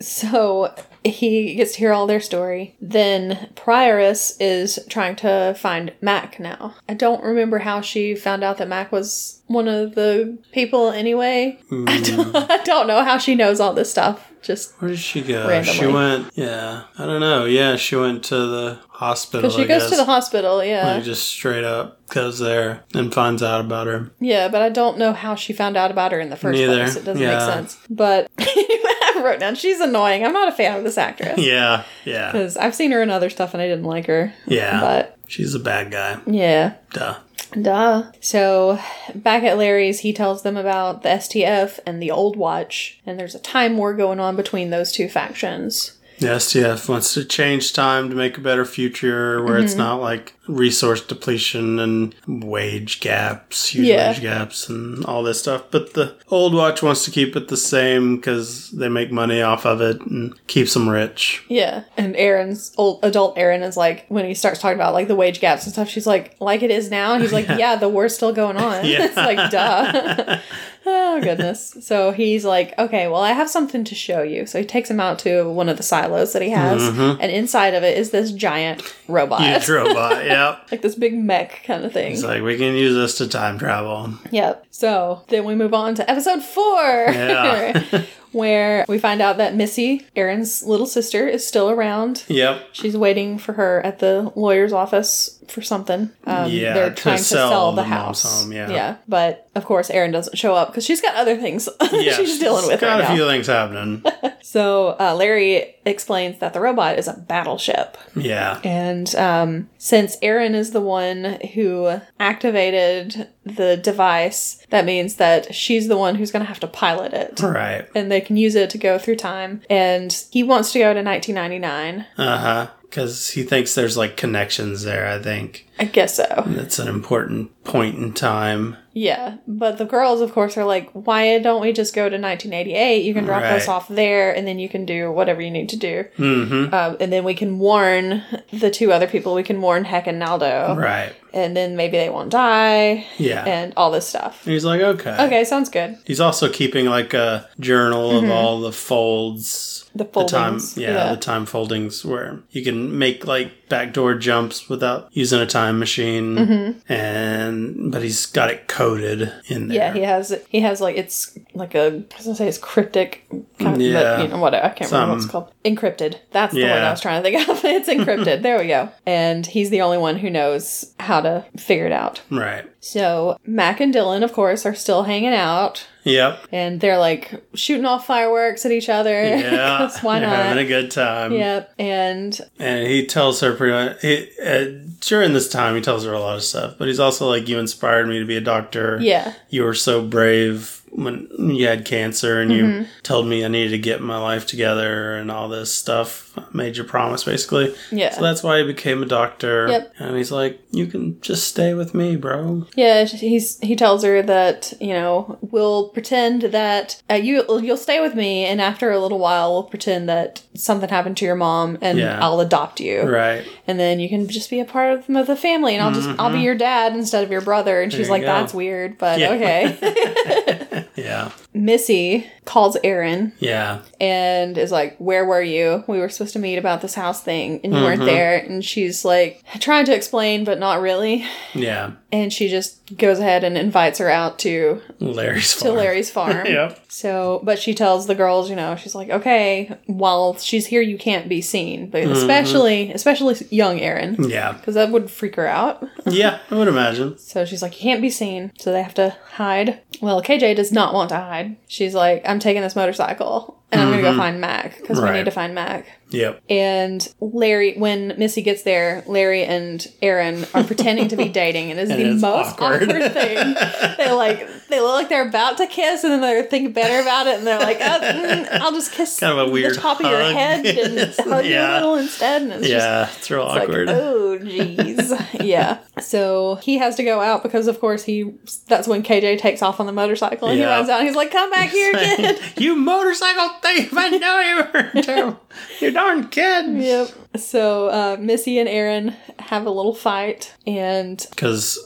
[SPEAKER 2] so he gets to hear all their story. Then Prioress is trying to find Mac now. I don't remember how she found out that Mac was one of the people anyway.
[SPEAKER 1] Hmm.
[SPEAKER 2] I, don't, I don't know how she knows all this stuff. Just
[SPEAKER 1] Where did she go? She
[SPEAKER 2] Randomly.
[SPEAKER 1] went. Yeah, I don't know. Yeah, she went to the hospital.
[SPEAKER 2] because she
[SPEAKER 1] I
[SPEAKER 2] goes
[SPEAKER 1] guess.
[SPEAKER 2] to the hospital, yeah,
[SPEAKER 1] Like, just straight up goes there and finds out about her.
[SPEAKER 2] yeah. But I don't know how she found out about her in the first
[SPEAKER 1] Neither,
[SPEAKER 2] place. It doesn't
[SPEAKER 1] yeah.
[SPEAKER 2] make sense. But I wrote down she's annoying. I'm not a fan of this actress
[SPEAKER 1] Yeah, yeah,
[SPEAKER 2] because I've seen her in other stuff and I didn't like her.
[SPEAKER 1] yeah.
[SPEAKER 2] But
[SPEAKER 1] She's a bad guy.
[SPEAKER 2] yeah,
[SPEAKER 1] Duh.
[SPEAKER 2] Duh. So back at Larry's, he tells them about the STF and the Old Watch, and there's a time war going on between those two factions.
[SPEAKER 1] The STF wants to change time to make a better future where
[SPEAKER 2] Mm-hmm.
[SPEAKER 1] it's not like resource depletion and wage gaps, huge
[SPEAKER 2] Yeah.
[SPEAKER 1] wage gaps, and all this stuff. But the old watch wants to keep it the same because they make money off of it and keeps them rich.
[SPEAKER 2] Yeah. And Aaron's old adult Aaron is like, when he starts talking about like the wage gaps and stuff, she's like, like it is now. And he's like, yeah, the war's still going on.
[SPEAKER 1] Yeah.
[SPEAKER 2] it's like, duh. oh, goodness. So he's like, okay, well, I have something to show you. So he takes him out to one of the silos that he has,
[SPEAKER 1] Mm-hmm.
[SPEAKER 2] and inside of it is this giant robot.
[SPEAKER 1] Huge robot. Yep.
[SPEAKER 2] Like this big mech kind of thing.
[SPEAKER 1] It's like we can use this to time travel.
[SPEAKER 2] Yep. So then we move on to episode four,
[SPEAKER 1] Yeah.
[SPEAKER 2] where we find out that Missy, Aaron's little sister, is still around.
[SPEAKER 1] Yep.
[SPEAKER 2] She's waiting for her at the lawyer's office for something. Um,
[SPEAKER 1] Yeah,
[SPEAKER 2] they're
[SPEAKER 1] to
[SPEAKER 2] trying to sell,
[SPEAKER 1] sell
[SPEAKER 2] the,
[SPEAKER 1] the mom's
[SPEAKER 2] house.
[SPEAKER 1] home, yeah.
[SPEAKER 2] but of course, Aaron doesn't show up because she's got other things
[SPEAKER 1] Yeah,
[SPEAKER 2] she's dealing with
[SPEAKER 1] Got
[SPEAKER 2] right
[SPEAKER 1] a
[SPEAKER 2] now.
[SPEAKER 1] few things happening.
[SPEAKER 2] So uh, Larry explains that the robot is a battleship.
[SPEAKER 1] yeah.
[SPEAKER 2] And um, since Aaron is the one who activated the device, that means that she's the one who's going to have to pilot it.
[SPEAKER 1] Right.
[SPEAKER 2] And they can use it to go through time. And he wants to go to 1999.
[SPEAKER 1] Uh huh. Because he thinks there's like connections there. I think
[SPEAKER 2] I guess so.
[SPEAKER 1] that's an important point in time.
[SPEAKER 2] Yeah. But the girls, of course, are like, why don't we just go to 1988? You can drop
[SPEAKER 1] Right.
[SPEAKER 2] us off there, and then you can do whatever you need to do.
[SPEAKER 1] Mm
[SPEAKER 2] Um, and then we can warn the two other people. We can warn Heck and Naldo.
[SPEAKER 1] hmm. Right.
[SPEAKER 2] And then maybe they won't die
[SPEAKER 1] Yeah. And
[SPEAKER 2] and all this stuff.
[SPEAKER 1] he's like, okay.
[SPEAKER 2] Okay, sounds good.
[SPEAKER 1] He's also keeping like a journal of all the folds.
[SPEAKER 2] The
[SPEAKER 1] The time,
[SPEAKER 2] foldings.
[SPEAKER 1] yeah, the time foldings where you can make like backdoor jumps without using a time machine, and but he's got it coded in there.
[SPEAKER 2] Mm-hmm. yeah. He has he has like it's like a I was gonna say it's cryptic, kind of, but
[SPEAKER 1] Yeah.
[SPEAKER 2] you know what I can't remember what it's
[SPEAKER 1] Some-
[SPEAKER 2] called. Encrypted. That's the one I
[SPEAKER 1] Yeah.
[SPEAKER 2] was trying to think of. It's encrypted. there we go. And he's the only one who knows how to figure it out.
[SPEAKER 1] Right.
[SPEAKER 2] So Mac and Dylan, of course, are still hanging out,
[SPEAKER 1] Yep.
[SPEAKER 2] and they're like shooting off fireworks at each other.
[SPEAKER 1] Yeah.
[SPEAKER 2] 'Cause why
[SPEAKER 1] They're
[SPEAKER 2] not?
[SPEAKER 1] Having a good time.
[SPEAKER 2] Yep. And
[SPEAKER 1] And he tells her pretty much he, uh, during this time he tells her a lot of stuff, but he's also like, "You inspired me to be a doctor.
[SPEAKER 2] yeah.
[SPEAKER 1] you were so brave when you had cancer, and
[SPEAKER 2] Mm-hmm.
[SPEAKER 1] you told me I needed to get my life together and all this stuff. Made your promise, basically.
[SPEAKER 2] Yeah.
[SPEAKER 1] So that's why he became a doctor.
[SPEAKER 2] Yep.
[SPEAKER 1] And he's like, "You can just stay with me, bro.
[SPEAKER 2] Yeah, sh- he's he tells her that you know we'll pretend that uh, you you'll stay with me, and after a little while we'll pretend that something happened to your mom, and
[SPEAKER 1] Yeah.
[SPEAKER 2] I'll adopt you,
[SPEAKER 1] Right?
[SPEAKER 2] and then you can just be a part of the, the family, and I'll just I'll be your dad instead of your brother. And she's
[SPEAKER 1] Mm-hmm. you
[SPEAKER 2] like,
[SPEAKER 1] go.
[SPEAKER 2] that's weird, but
[SPEAKER 1] Yeah.
[SPEAKER 2] okay.
[SPEAKER 1] Yeah.
[SPEAKER 2] Missy calls Aaron
[SPEAKER 1] Yeah.
[SPEAKER 2] and is like, Where were you? We were supposed to meet about this house thing, and you
[SPEAKER 1] Mm-hmm.
[SPEAKER 2] weren't there. And she's like, trying to explain, but not really.
[SPEAKER 1] Yeah.
[SPEAKER 2] And she just goes ahead and invites her out to
[SPEAKER 1] Larry's
[SPEAKER 2] to
[SPEAKER 1] farm.
[SPEAKER 2] Larry's farm.
[SPEAKER 1] Yep.
[SPEAKER 2] So, but she tells the girls, you know, she's like, okay, while she's here, you can't be seen,
[SPEAKER 1] Mm-hmm.
[SPEAKER 2] but especially, especially young Aaron,
[SPEAKER 1] Yeah.
[SPEAKER 2] because that would freak her out.
[SPEAKER 1] Yeah. I would imagine.
[SPEAKER 2] So she's like, you can't be seen, so they have to hide. Well, KJ does not want to hide. She's like, I'm taking this motorcycle and I'm gonna go find Mac because we
[SPEAKER 1] Mm-hmm. Right.
[SPEAKER 2] need to find Mac.
[SPEAKER 1] Yep.
[SPEAKER 2] And Larry, when Missy gets there, Larry and Aaron are pretending to be dating, and it's the
[SPEAKER 1] it's
[SPEAKER 2] most awkward.
[SPEAKER 1] awkward.
[SPEAKER 2] thing. They like they look like they're about to kiss, and then they think better about it, and they're like, oh, mm, "I'll just kiss
[SPEAKER 1] Kind of a weird
[SPEAKER 2] the top of your
[SPEAKER 1] hug.
[SPEAKER 2] head and hug you a
[SPEAKER 1] Yeah.
[SPEAKER 2] little instead." And it's just
[SPEAKER 1] Yeah. It's real
[SPEAKER 2] like,
[SPEAKER 1] awkward.
[SPEAKER 2] oh jeez, yeah. So he has to go out because, of course, he that's when KJ takes off on the motorcycle, and he
[SPEAKER 1] Yeah.
[SPEAKER 2] runs out. and He's like, "Come back here, kid."
[SPEAKER 1] you motorcycle thief! I know you were terrible. You're darn kid.
[SPEAKER 2] Yep. So uh, Missy and Aaron have a little fight, and
[SPEAKER 1] Because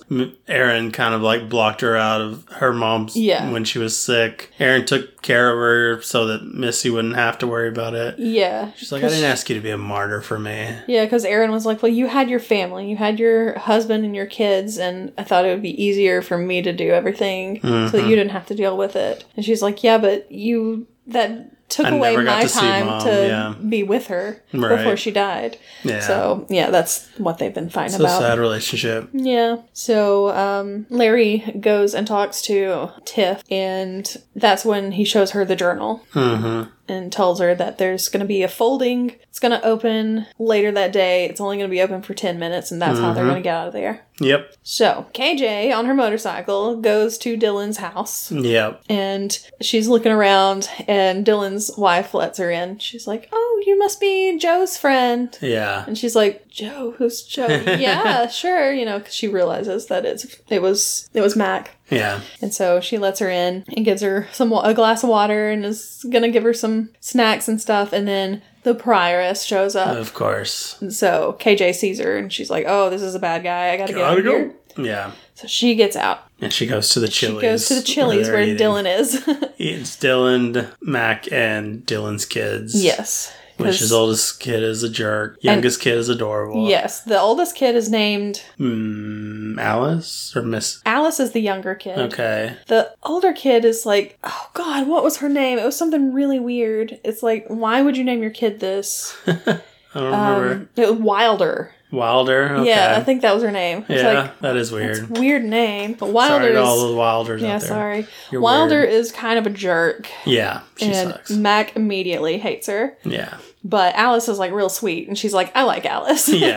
[SPEAKER 1] Aaron kind of like blocked her out of her mom's
[SPEAKER 2] Yeah.
[SPEAKER 1] when she was sick. Aaron took care of her so that Missy wouldn't have to worry about it.
[SPEAKER 2] yeah,
[SPEAKER 1] She's like, I didn't ask you to be a martyr for me.
[SPEAKER 2] yeah, because Aaron was like, "Well, you had your family, you had your husband and your kids, and I thought it would be easier for me to do everything so
[SPEAKER 1] Mm-hmm.
[SPEAKER 2] that you didn't have to deal with it." And she's like, "Yeah, but you that took
[SPEAKER 1] I
[SPEAKER 2] away
[SPEAKER 1] never got
[SPEAKER 2] my
[SPEAKER 1] to see
[SPEAKER 2] time
[SPEAKER 1] Mom,
[SPEAKER 2] to
[SPEAKER 1] yeah.
[SPEAKER 2] be with her
[SPEAKER 1] Right.
[SPEAKER 2] before she died."
[SPEAKER 1] Yeah.
[SPEAKER 2] So yeah, that's what they've been fighting
[SPEAKER 1] It's a
[SPEAKER 2] about.
[SPEAKER 1] sad relationship.
[SPEAKER 2] Yeah. So um, Larry goes and talks to Tiff, and that's when he shows her the journal
[SPEAKER 1] Mm-hmm.
[SPEAKER 2] and tells her that there's going to be a folding. It's going to open later that day. It's only going to be open for 10 minutes, and that's how they're going to get out of there.
[SPEAKER 1] Yep.
[SPEAKER 2] So KJ, on her motorcycle, goes to Dylan's house.
[SPEAKER 1] Yep.
[SPEAKER 2] And she's looking around, and Dylan's wife lets her in. She's like, Oh, you must be Joe's friend.
[SPEAKER 1] Yeah.
[SPEAKER 2] And she's like, Joe, who's Joe? yeah, sure, you know, because she realizes that it's it was it was Mac,
[SPEAKER 1] Yeah.
[SPEAKER 2] and so she lets her in and gives her some wa- a glass of water and is gonna give her some snacks and stuff, and then the prioress shows up,
[SPEAKER 1] Of course.
[SPEAKER 2] and so KJ sees her and she's like, oh, this is a bad guy, I gotta get out of here.
[SPEAKER 1] Yeah.
[SPEAKER 2] So she gets out,
[SPEAKER 1] And she goes to the Chili's.
[SPEAKER 2] goes to the Chili's
[SPEAKER 1] they're
[SPEAKER 2] where
[SPEAKER 1] eating.
[SPEAKER 2] Dylan is.
[SPEAKER 1] It's Dylan, Mac, and Dylan's kids.
[SPEAKER 2] yes,
[SPEAKER 1] Winch's oldest kid is a jerk. Youngest kid is adorable.
[SPEAKER 2] Yes, the oldest kid is named
[SPEAKER 1] Mm, Alice or Miss?
[SPEAKER 2] Alice. Is the younger kid.
[SPEAKER 1] Okay.
[SPEAKER 2] The older kid is like, oh god, what was her name? It was something really weird. It's like, why would you name your kid this?
[SPEAKER 1] I don't remember.
[SPEAKER 2] Um, it was Wilder.
[SPEAKER 1] Wilder. Okay.
[SPEAKER 2] Yeah, I think that was her name. It's
[SPEAKER 1] Yeah,
[SPEAKER 2] like
[SPEAKER 1] that is
[SPEAKER 2] it's
[SPEAKER 1] weird.
[SPEAKER 2] a weird name, but Wilder
[SPEAKER 1] Sorry to
[SPEAKER 2] is
[SPEAKER 1] all the Wilders
[SPEAKER 2] yeah.
[SPEAKER 1] out there.
[SPEAKER 2] Sorry,
[SPEAKER 1] You're
[SPEAKER 2] Wilder
[SPEAKER 1] weird.
[SPEAKER 2] is kind of a jerk,
[SPEAKER 1] Yeah, she
[SPEAKER 2] and
[SPEAKER 1] sucks.
[SPEAKER 2] Mac immediately hates her.
[SPEAKER 1] Yeah.
[SPEAKER 2] But Alice is like real sweet, and she's like, I like Alice.
[SPEAKER 1] Yeah.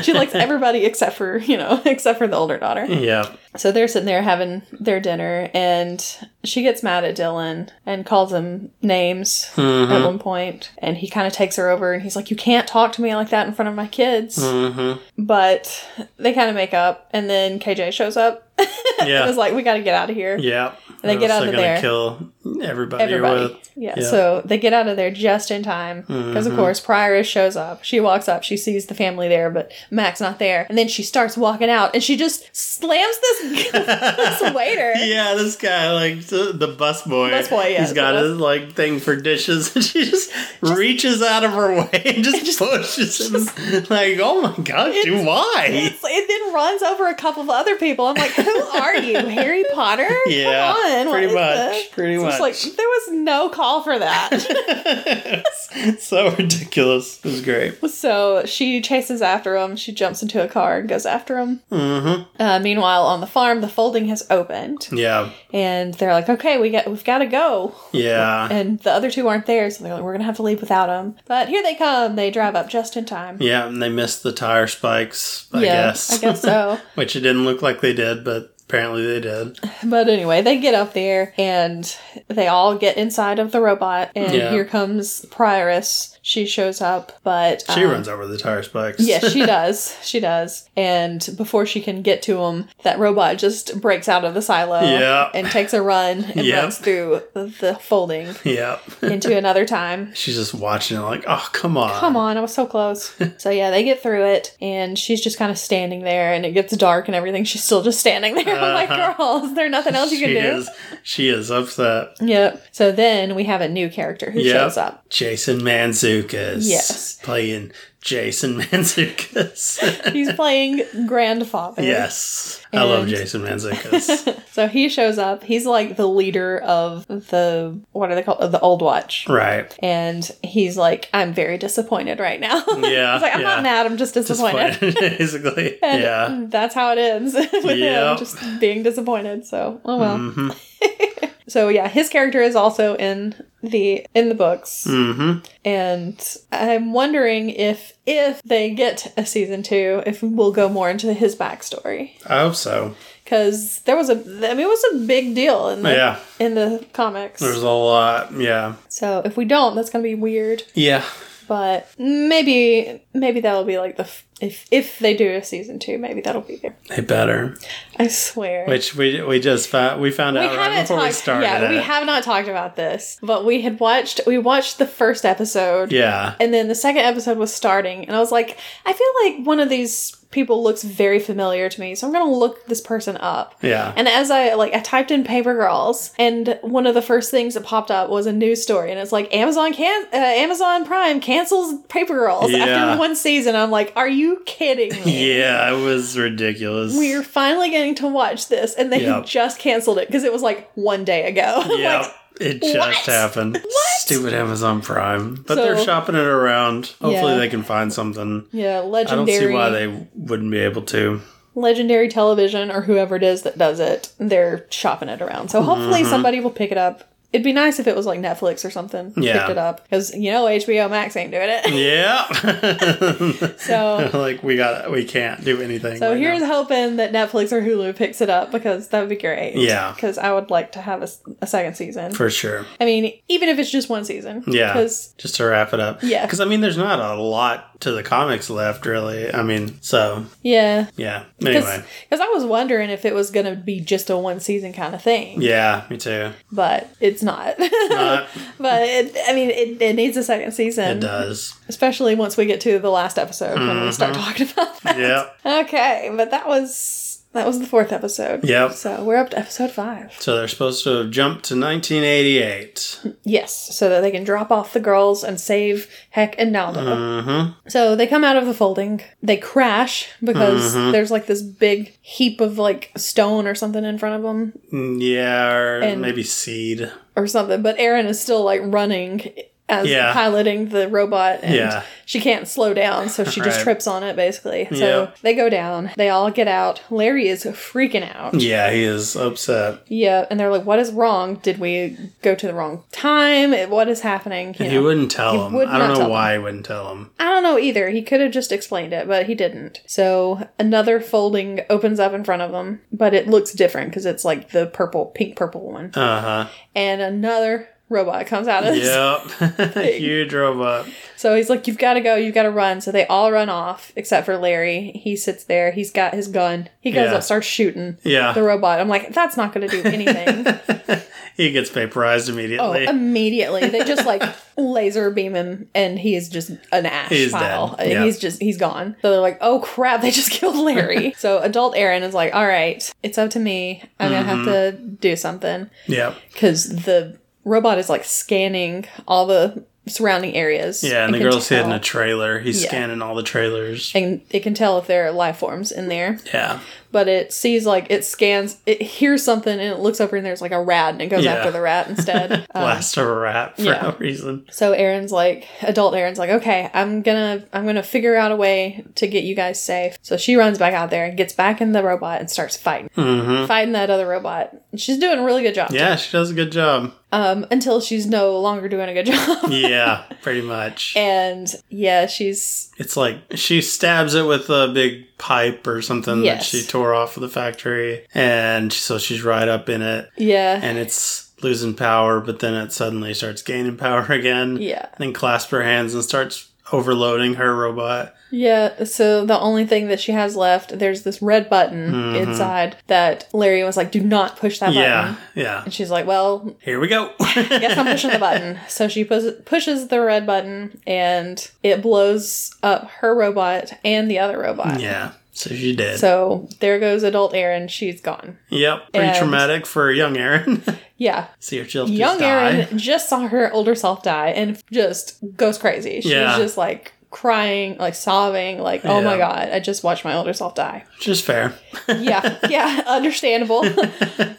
[SPEAKER 2] she likes everybody except for you know except for the older daughter.
[SPEAKER 1] yeah.
[SPEAKER 2] So they're sitting there having their dinner, and she gets mad at Dylan and calls him names at
[SPEAKER 1] Mhm.
[SPEAKER 2] one point. And he kind of takes her over, and he's like, "You can't talk to me like that in front of my kids."
[SPEAKER 1] Mhm.
[SPEAKER 2] But they kind of make up, and then KJ shows up. and
[SPEAKER 1] Yeah.
[SPEAKER 2] is like, "We got to get out of here."
[SPEAKER 1] Yeah.
[SPEAKER 2] And they
[SPEAKER 1] Or
[SPEAKER 2] get
[SPEAKER 1] else
[SPEAKER 2] out of
[SPEAKER 1] they're
[SPEAKER 2] there.
[SPEAKER 1] gonna Kill everybody, you're
[SPEAKER 2] Everybody.
[SPEAKER 1] with.
[SPEAKER 2] Yeah,
[SPEAKER 1] Yeah. Mm-hmm.
[SPEAKER 2] So they get out of there just in time. Because, of course, Prioress shows up. She walks up. She sees the family there, but Mac's not there. And then she starts walking out and she just slams this, this waiter.
[SPEAKER 1] Yeah, this guy, like the, the bus boy.
[SPEAKER 2] Busboy, yeah,
[SPEAKER 1] He's
[SPEAKER 2] the
[SPEAKER 1] got
[SPEAKER 2] bus-
[SPEAKER 1] his like thing for dishes, and she just, reaches out of her way and just, pushes him. Like, oh my god, dude, why?
[SPEAKER 2] It's- it then runs over a couple of other people. I'm like, who are you, Harry Potter?
[SPEAKER 1] Yeah,
[SPEAKER 2] Come on, what
[SPEAKER 1] pretty
[SPEAKER 2] is
[SPEAKER 1] much,
[SPEAKER 2] this?
[SPEAKER 1] pretty
[SPEAKER 2] So it's
[SPEAKER 1] much.
[SPEAKER 2] like there was no call for that.
[SPEAKER 1] it's so ridiculous. It was great.
[SPEAKER 2] so she chases after him. She jumps into a car and goes after him.
[SPEAKER 1] Mm-hmm.
[SPEAKER 2] Uh, meanwhile, on the farm, the folding has opened,
[SPEAKER 1] Yeah,
[SPEAKER 2] and they're like, okay, we got we've got to go.
[SPEAKER 1] yeah,
[SPEAKER 2] And the other two aren't there, so they're like, we're gonna have to leave without him. But here they come. They drive up just in time.
[SPEAKER 1] yeah. And they missed the tire spikes. I
[SPEAKER 2] Yeah,
[SPEAKER 1] guess.
[SPEAKER 2] I guess so.
[SPEAKER 1] Which it didn't look like they did, but apparently they did.
[SPEAKER 2] But anyway, they get up there and they all get inside of the robot, and
[SPEAKER 1] Yeah.
[SPEAKER 2] here comes Prioress. She shows up, but
[SPEAKER 1] She
[SPEAKER 2] um,
[SPEAKER 1] runs over the tire spikes.
[SPEAKER 2] Yeah, she does. She does. And before she can get to him, that robot just breaks out of the silo
[SPEAKER 1] Yeah.
[SPEAKER 2] and takes a run and
[SPEAKER 1] Yep.
[SPEAKER 2] runs through the folding
[SPEAKER 1] yeah.
[SPEAKER 2] into another time.
[SPEAKER 1] She's just watching it, like, oh, come on,
[SPEAKER 2] Come on, I was so close. so yeah, they get through it, and she's just kind of standing there, and it gets dark and everything. She's still just standing there. I'm like,
[SPEAKER 1] Uh-huh.
[SPEAKER 2] girl, is there nothing else you
[SPEAKER 1] She
[SPEAKER 2] can do?
[SPEAKER 1] is. She is upset.
[SPEAKER 2] Yep. So then we have a new character who
[SPEAKER 1] Yep.
[SPEAKER 2] shows up.
[SPEAKER 1] Jason Manzukas.
[SPEAKER 2] Yes.
[SPEAKER 1] Playing Jason Manzukas.
[SPEAKER 2] He's playing grandfather.
[SPEAKER 1] yes. I love
[SPEAKER 2] And-
[SPEAKER 1] Jason Manzukas.
[SPEAKER 2] So he shows up. He's like the leader of the what are they called? Of the Old Watch.
[SPEAKER 1] right.
[SPEAKER 2] And he's like, I'm very disappointed right now.
[SPEAKER 1] Yeah,
[SPEAKER 2] he's like, I'm
[SPEAKER 1] yeah.
[SPEAKER 2] not mad. I'm just disappointed.
[SPEAKER 1] Basically.
[SPEAKER 2] And
[SPEAKER 1] yeah.
[SPEAKER 2] that's how it ends with him
[SPEAKER 1] Yep.
[SPEAKER 2] just being disappointed. So, oh well.
[SPEAKER 1] Mm-hmm.
[SPEAKER 2] So yeah, his character is also in the in the books,
[SPEAKER 1] Mm-hmm.
[SPEAKER 2] and I'm wondering if if they get a season two, if we'll go more into his backstory
[SPEAKER 1] I hope so.
[SPEAKER 2] because there was a I mean it was a big deal in the
[SPEAKER 1] Yeah.
[SPEAKER 2] in the comics.
[SPEAKER 1] There's a lot. Yeah.
[SPEAKER 2] so if we don't, that's gonna be weird.
[SPEAKER 1] Yeah.
[SPEAKER 2] But maybe maybe that'll be like the f- if if they do a season two, maybe that'll be there.
[SPEAKER 1] They better.
[SPEAKER 2] I swear.
[SPEAKER 1] Which we we just found we found
[SPEAKER 2] we
[SPEAKER 1] out right
[SPEAKER 2] haven't
[SPEAKER 1] uh, before we
[SPEAKER 2] talked.
[SPEAKER 1] started.
[SPEAKER 2] yeah, we
[SPEAKER 1] it.
[SPEAKER 2] have not talked about this, but we had watched. We watched the first episode,
[SPEAKER 1] Yeah.
[SPEAKER 2] and then the second episode was starting, and I was like, I feel like one of these people looks very familiar to me, so I'm gonna look this person up.
[SPEAKER 1] Yeah.
[SPEAKER 2] And as I like, I typed in paper girls, and one of the first things that popped up was a news story, and it's like Amazon can uh, Amazon Prime cancels paper girls
[SPEAKER 1] Yeah.
[SPEAKER 2] after one season. I'm like, are you kidding me?
[SPEAKER 1] yeah, it was ridiculous.
[SPEAKER 2] we are finally getting to watch this, and they
[SPEAKER 1] Yep.
[SPEAKER 2] just canceled it because it was like one day ago. I'm
[SPEAKER 1] Yeah,
[SPEAKER 2] like,
[SPEAKER 1] it just
[SPEAKER 2] what?
[SPEAKER 1] happened. Stupid Amazon Prime. But
[SPEAKER 2] So-
[SPEAKER 1] they're shopping it around. Hopefully
[SPEAKER 2] Yeah.
[SPEAKER 1] they can find something.
[SPEAKER 2] yeah,
[SPEAKER 1] I don't see
[SPEAKER 2] legendary,
[SPEAKER 1] why they wouldn't be able to.
[SPEAKER 2] legendary television or whoever it is that does it, they're shopping it around. So hopefully
[SPEAKER 1] Mm-hmm.
[SPEAKER 2] somebody will pick it up. It'd be nice if it was like Netflix or something
[SPEAKER 1] Yeah.
[SPEAKER 2] picked it up because you know HBO Max ain't doing it.
[SPEAKER 1] Yeah.
[SPEAKER 2] So
[SPEAKER 1] like we got we can't do anything.
[SPEAKER 2] So
[SPEAKER 1] right
[SPEAKER 2] here's
[SPEAKER 1] now.
[SPEAKER 2] hoping that Netflix or Hulu picks it up because that would be great.
[SPEAKER 1] Yeah.
[SPEAKER 2] Because I would like to have a, s- a second season.
[SPEAKER 1] for sure.
[SPEAKER 2] I mean, even if it's just one season.
[SPEAKER 1] Yeah.
[SPEAKER 2] Because
[SPEAKER 1] Just to wrap it up.
[SPEAKER 2] Yeah.
[SPEAKER 1] Because I mean there's not a lot to the comics left really. I mean, so
[SPEAKER 2] yeah.
[SPEAKER 1] yeah.
[SPEAKER 2] Because
[SPEAKER 1] Anyway.
[SPEAKER 2] I was wondering if it was going to be just a one season kind of thing,
[SPEAKER 1] Yeah, me too.
[SPEAKER 2] but it's not.
[SPEAKER 1] Not,
[SPEAKER 2] but it, I mean, it, it needs a second
[SPEAKER 1] it
[SPEAKER 2] season,
[SPEAKER 1] does.
[SPEAKER 2] especially once we get to the last episode when we start talking about that.
[SPEAKER 1] Yeah.
[SPEAKER 2] Okay, but that was That was the fourth episode.
[SPEAKER 1] Yep.
[SPEAKER 2] So we're up to episode five.
[SPEAKER 1] So they're supposed to jump to 1988.
[SPEAKER 2] Yes, so that they can drop off the girls and save Heck and Naldo.
[SPEAKER 1] Mm-hmm.
[SPEAKER 2] So they come out of the folding. They crash because there's like this big heap of like stone or something in front of them
[SPEAKER 1] Mm, Yeah, or
[SPEAKER 2] And-
[SPEAKER 1] maybe seed.
[SPEAKER 2] or something. But Erin is still like running as
[SPEAKER 1] Yeah.
[SPEAKER 2] piloting the robot and
[SPEAKER 1] Yeah.
[SPEAKER 2] she can't slow down, so she just
[SPEAKER 1] Right.
[SPEAKER 2] trips on it basically. So
[SPEAKER 1] Yeah.
[SPEAKER 2] they go down. They all get out. Larry is freaking out.
[SPEAKER 1] Yeah, he is upset.
[SPEAKER 2] Yeah, and they're like, "What is wrong? Did we go to the wrong time? What is happening?" You
[SPEAKER 1] He
[SPEAKER 2] know.
[SPEAKER 1] wouldn't tell him.
[SPEAKER 2] would
[SPEAKER 1] I
[SPEAKER 2] not
[SPEAKER 1] don't
[SPEAKER 2] tell
[SPEAKER 1] know
[SPEAKER 2] him.
[SPEAKER 1] why he wouldn't tell him.
[SPEAKER 2] I don't know either. He could have just explained it, but he didn't. So another folding opens up in front of them, but it looks different because it's like the purple, pink purple one.
[SPEAKER 1] Uh huh.
[SPEAKER 2] And another robot comes out of this.
[SPEAKER 1] Yep. Huge robot.
[SPEAKER 2] So he's like, You've got to go, you've got to run. So they all run off except for Larry. He sits there, he's got his gun. He goes
[SPEAKER 1] Yeah.
[SPEAKER 2] up, starts shooting the
[SPEAKER 1] Yeah.
[SPEAKER 2] robot. I'm like, That's not going to do anything.
[SPEAKER 1] He gets vaporized
[SPEAKER 2] Oh,
[SPEAKER 1] immediately.
[SPEAKER 2] immediately. They just like laser beam him and he is just an ash
[SPEAKER 1] He's
[SPEAKER 2] pile. Uh,
[SPEAKER 1] dead. Yeah.
[SPEAKER 2] He's just he's gone. So they're like, Oh crap, they just killed Larry. so adult Aaron is like, All right, it's up to me. I'm gonna have to
[SPEAKER 1] Mm-hmm.
[SPEAKER 2] do something.
[SPEAKER 1] yep.
[SPEAKER 2] Cause the robot is like scanning all the surrounding areas.
[SPEAKER 1] Yeah, and the
[SPEAKER 2] can
[SPEAKER 1] girl's hidden
[SPEAKER 2] tell-
[SPEAKER 1] a trailer. He's
[SPEAKER 2] Yeah.
[SPEAKER 1] scanning all the trailers.
[SPEAKER 2] and it can tell if there are life forms in there.
[SPEAKER 1] Yeah.
[SPEAKER 2] But it sees like it scans it hears something and it looks over and there's like a rat and it goes
[SPEAKER 1] Yeah.
[SPEAKER 2] after the rat instead. Um,
[SPEAKER 1] Blast of a rat for
[SPEAKER 2] yeah.
[SPEAKER 1] no reason.
[SPEAKER 2] So Aaron's like, adult Aaron's like, okay, I'm gonna, I'm gonna figure out a way to get you guys safe. So she runs back out there and gets back in the robot and starts fighting,
[SPEAKER 1] hmm
[SPEAKER 2] fighting that other robot. And She's doing a really good job.
[SPEAKER 1] Yeah, she does a good job.
[SPEAKER 2] Um, until she's no longer doing a good job.
[SPEAKER 1] Yeah, pretty much.
[SPEAKER 2] and yeah, she's
[SPEAKER 1] It's like she stabs it with a big pipe or something
[SPEAKER 2] Yes.
[SPEAKER 1] that she tore off of the factory. And so she's right up in it
[SPEAKER 2] yeah,
[SPEAKER 1] and it's losing power, but then it suddenly starts gaining power again.
[SPEAKER 2] yeah,
[SPEAKER 1] Then clasps her hands and starts overloading her robot.
[SPEAKER 2] yeah. So the only thing that she has left, there's this red button
[SPEAKER 1] Mhm.
[SPEAKER 2] inside that Larry was like, do not push that button.
[SPEAKER 1] Yeah, yeah.
[SPEAKER 2] And she's like, well,
[SPEAKER 1] Here we go.
[SPEAKER 2] Guess I'm pushing the button. So she pus- pushes the red button and it blows up her robot and the other robot.
[SPEAKER 1] yeah, so she did.
[SPEAKER 2] So there goes adult Erin. She's gone.
[SPEAKER 1] yep, pretty
[SPEAKER 2] And-
[SPEAKER 1] traumatic for young Aaron.
[SPEAKER 2] Yeah.
[SPEAKER 1] See herself
[SPEAKER 2] Young
[SPEAKER 1] just die.
[SPEAKER 2] Erin just saw her older self die and just goes crazy. She's
[SPEAKER 1] Yeah.
[SPEAKER 2] just like crying, like sobbing, like, oh my
[SPEAKER 1] Yeah.
[SPEAKER 2] God, I just watched my older self die.
[SPEAKER 1] Which is fair.
[SPEAKER 2] yeah. Yeah. Understandable.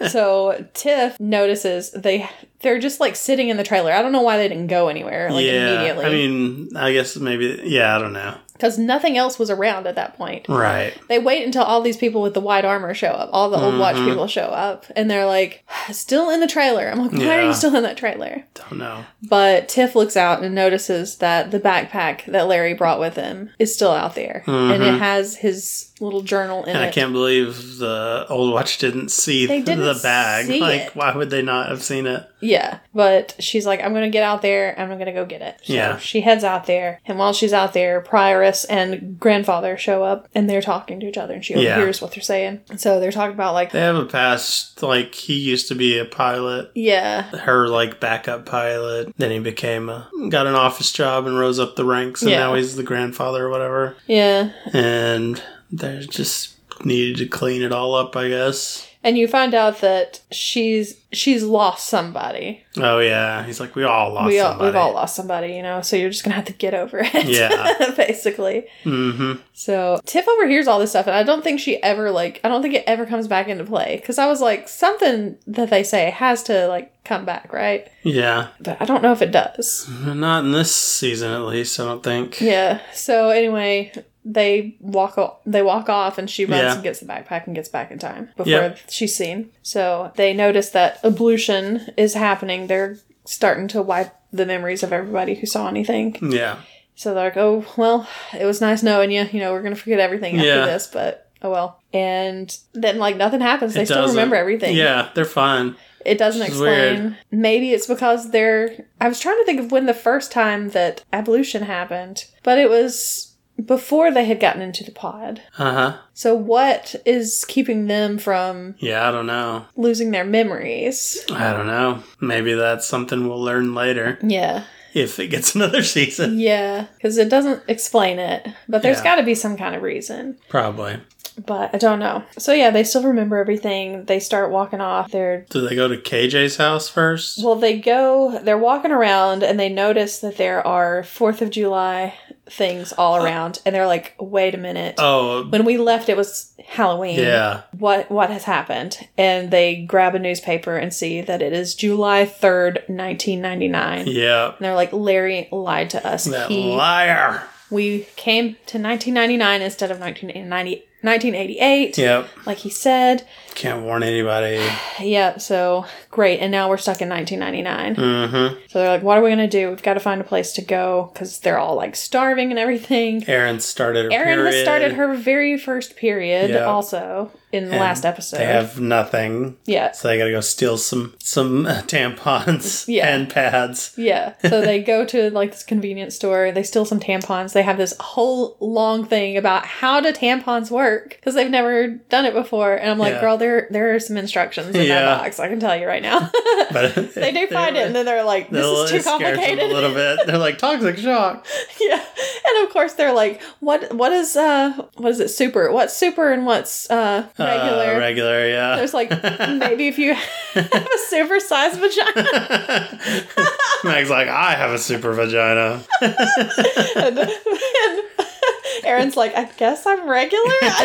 [SPEAKER 2] so Tiff notices they. They're just like sitting in the trailer. I don't know why they didn't go anywhere like
[SPEAKER 1] yeah,
[SPEAKER 2] immediately.
[SPEAKER 1] I mean, I guess maybe. Yeah, I don't know.
[SPEAKER 2] because nothing else was around at that point.
[SPEAKER 1] Right.
[SPEAKER 2] They wait until all these people with the white armor show up, all the old watch
[SPEAKER 1] Mhm.
[SPEAKER 2] people show up, and they're like, still in the trailer. I'm like, why are
[SPEAKER 1] Yeah.
[SPEAKER 2] you still in that trailer?
[SPEAKER 1] Don't know.
[SPEAKER 2] But Tiff looks out and notices that the backpack that Larry brought with him is still out there, and it
[SPEAKER 1] Mhm.
[SPEAKER 2] has his little journal in
[SPEAKER 1] And
[SPEAKER 2] it.
[SPEAKER 1] I can't believe the old watch didn't see
[SPEAKER 2] They didn't
[SPEAKER 1] the bag.
[SPEAKER 2] see
[SPEAKER 1] like,
[SPEAKER 2] it.
[SPEAKER 1] why would they not have seen it?
[SPEAKER 2] Yeah, but she's like, I'm gonna get out there and I'm gonna go get it. So
[SPEAKER 1] Yeah.
[SPEAKER 2] She heads out there, and while she's out there, Prioress and grandfather show up and they're talking to each other, and she
[SPEAKER 1] Yeah.
[SPEAKER 2] overhears what they're saying. So they're talking about like,
[SPEAKER 1] They have a past. Like, he used to be a pilot.
[SPEAKER 2] yeah,
[SPEAKER 1] Her, like, backup pilot. Then he became a. Got an office job and rose up the ranks. And
[SPEAKER 2] Yeah.
[SPEAKER 1] now he's the grandfather or whatever.
[SPEAKER 2] yeah.
[SPEAKER 1] And they're just needed to clean it all up, I guess.
[SPEAKER 2] And you find out that she's she's lost somebody.
[SPEAKER 1] Oh, yeah. He's like, we all lost
[SPEAKER 2] we all
[SPEAKER 1] somebody.
[SPEAKER 2] we've all lost somebody, you know. So you're just gonna have to get over it.
[SPEAKER 1] Yeah.
[SPEAKER 2] basically.
[SPEAKER 1] Mm-hmm.
[SPEAKER 2] So Tiff overhears all this stuff, and I don't think she ever like I don't think it ever comes back into play because I was like something that they say has to like come back, right?
[SPEAKER 1] Yeah.
[SPEAKER 2] But I don't know if it does.
[SPEAKER 1] Not in this season, at least, I don't think.
[SPEAKER 2] Yeah. So anyway. They walk o- they walk off and she runs
[SPEAKER 1] Yeah.
[SPEAKER 2] and gets the backpack and gets back in time before
[SPEAKER 1] Yep.
[SPEAKER 2] she's seen. So they notice that ablution is happening. They're starting to wipe the memories of everybody who saw anything.
[SPEAKER 1] Yeah.
[SPEAKER 2] So they're like, oh, well, it was nice knowing you. You know, we're going to forget everything after
[SPEAKER 1] Yeah.
[SPEAKER 2] this, but oh well. And then, like, nothing happens. They
[SPEAKER 1] It
[SPEAKER 2] still
[SPEAKER 1] doesn't-
[SPEAKER 2] remember everything.
[SPEAKER 1] Yeah, they're fine.
[SPEAKER 2] It doesn't
[SPEAKER 1] Which is
[SPEAKER 2] explain.
[SPEAKER 1] weird.
[SPEAKER 2] Maybe it's because they're. I was trying to think of when the first time that ablution happened, but it was before they had gotten into the pod.
[SPEAKER 1] Uh huh.
[SPEAKER 2] So, what is keeping them from
[SPEAKER 1] Yeah, I don't know.
[SPEAKER 2] losing their memories?
[SPEAKER 1] I don't know. Maybe that's something we'll learn later
[SPEAKER 2] Yeah.
[SPEAKER 1] if it gets another season.
[SPEAKER 2] Yeah. Because it doesn't explain it, but there's
[SPEAKER 1] Yeah.
[SPEAKER 2] got to be some kind of reason.
[SPEAKER 1] Probably.
[SPEAKER 2] But I don't know. So yeah, they still remember everything. They start walking off. They're
[SPEAKER 1] Do they go to KJ's house first?
[SPEAKER 2] well, they go. They're walking around and they notice that there are Fourth of July things all around, and they're like, "Wait a minute!
[SPEAKER 1] Oh,
[SPEAKER 2] When we left, it was Halloween.
[SPEAKER 1] yeah.
[SPEAKER 2] What what has happened?" And they grab a newspaper and see that it is July third, nineteen ninety nine.
[SPEAKER 1] Yeah.
[SPEAKER 2] And they're like, "Larry lied to us.
[SPEAKER 1] That
[SPEAKER 2] he
[SPEAKER 1] liar.
[SPEAKER 2] we came to 1999 instead of 1990 1988
[SPEAKER 1] Yep.
[SPEAKER 2] like he said
[SPEAKER 1] Can't warn anybody.
[SPEAKER 2] yeah so great and now we're stuck in 1999
[SPEAKER 1] Mm-hmm.
[SPEAKER 2] so they're like what are we gonna do we've got to find a place to go because they're all like starving and everything
[SPEAKER 1] Erin started her
[SPEAKER 2] Erin
[SPEAKER 1] period.
[SPEAKER 2] has started her very first period
[SPEAKER 1] Yeah.
[SPEAKER 2] also in the
[SPEAKER 1] And
[SPEAKER 2] last episode
[SPEAKER 1] They have nothing.
[SPEAKER 2] yeah
[SPEAKER 1] So they gotta go steal some some uh, tampons
[SPEAKER 2] Yeah.
[SPEAKER 1] and pads.
[SPEAKER 2] Yeah. So they go to like this convenience store, they steal some tampons. They have this whole long thing about how do tampons work because they've never done it before. And I'm like,
[SPEAKER 1] Yeah.
[SPEAKER 2] girl, there there are some instructions in
[SPEAKER 1] Yeah.
[SPEAKER 2] that box. I can tell you right now.
[SPEAKER 1] But
[SPEAKER 2] they do find it and then they're like, this is too
[SPEAKER 1] Them a
[SPEAKER 2] complicated.
[SPEAKER 1] little bit. They're like toxic shock.
[SPEAKER 2] yeah. And of course they're like, what what is uh what is it super? What's super and what's uh
[SPEAKER 1] Uh,
[SPEAKER 2] regular?
[SPEAKER 1] regular. Yeah.
[SPEAKER 2] There's like maybe if you have a super sized vagina
[SPEAKER 1] Meg's like, I have a super vagina.
[SPEAKER 2] and, and Aaron's like, I guess I'm regular. I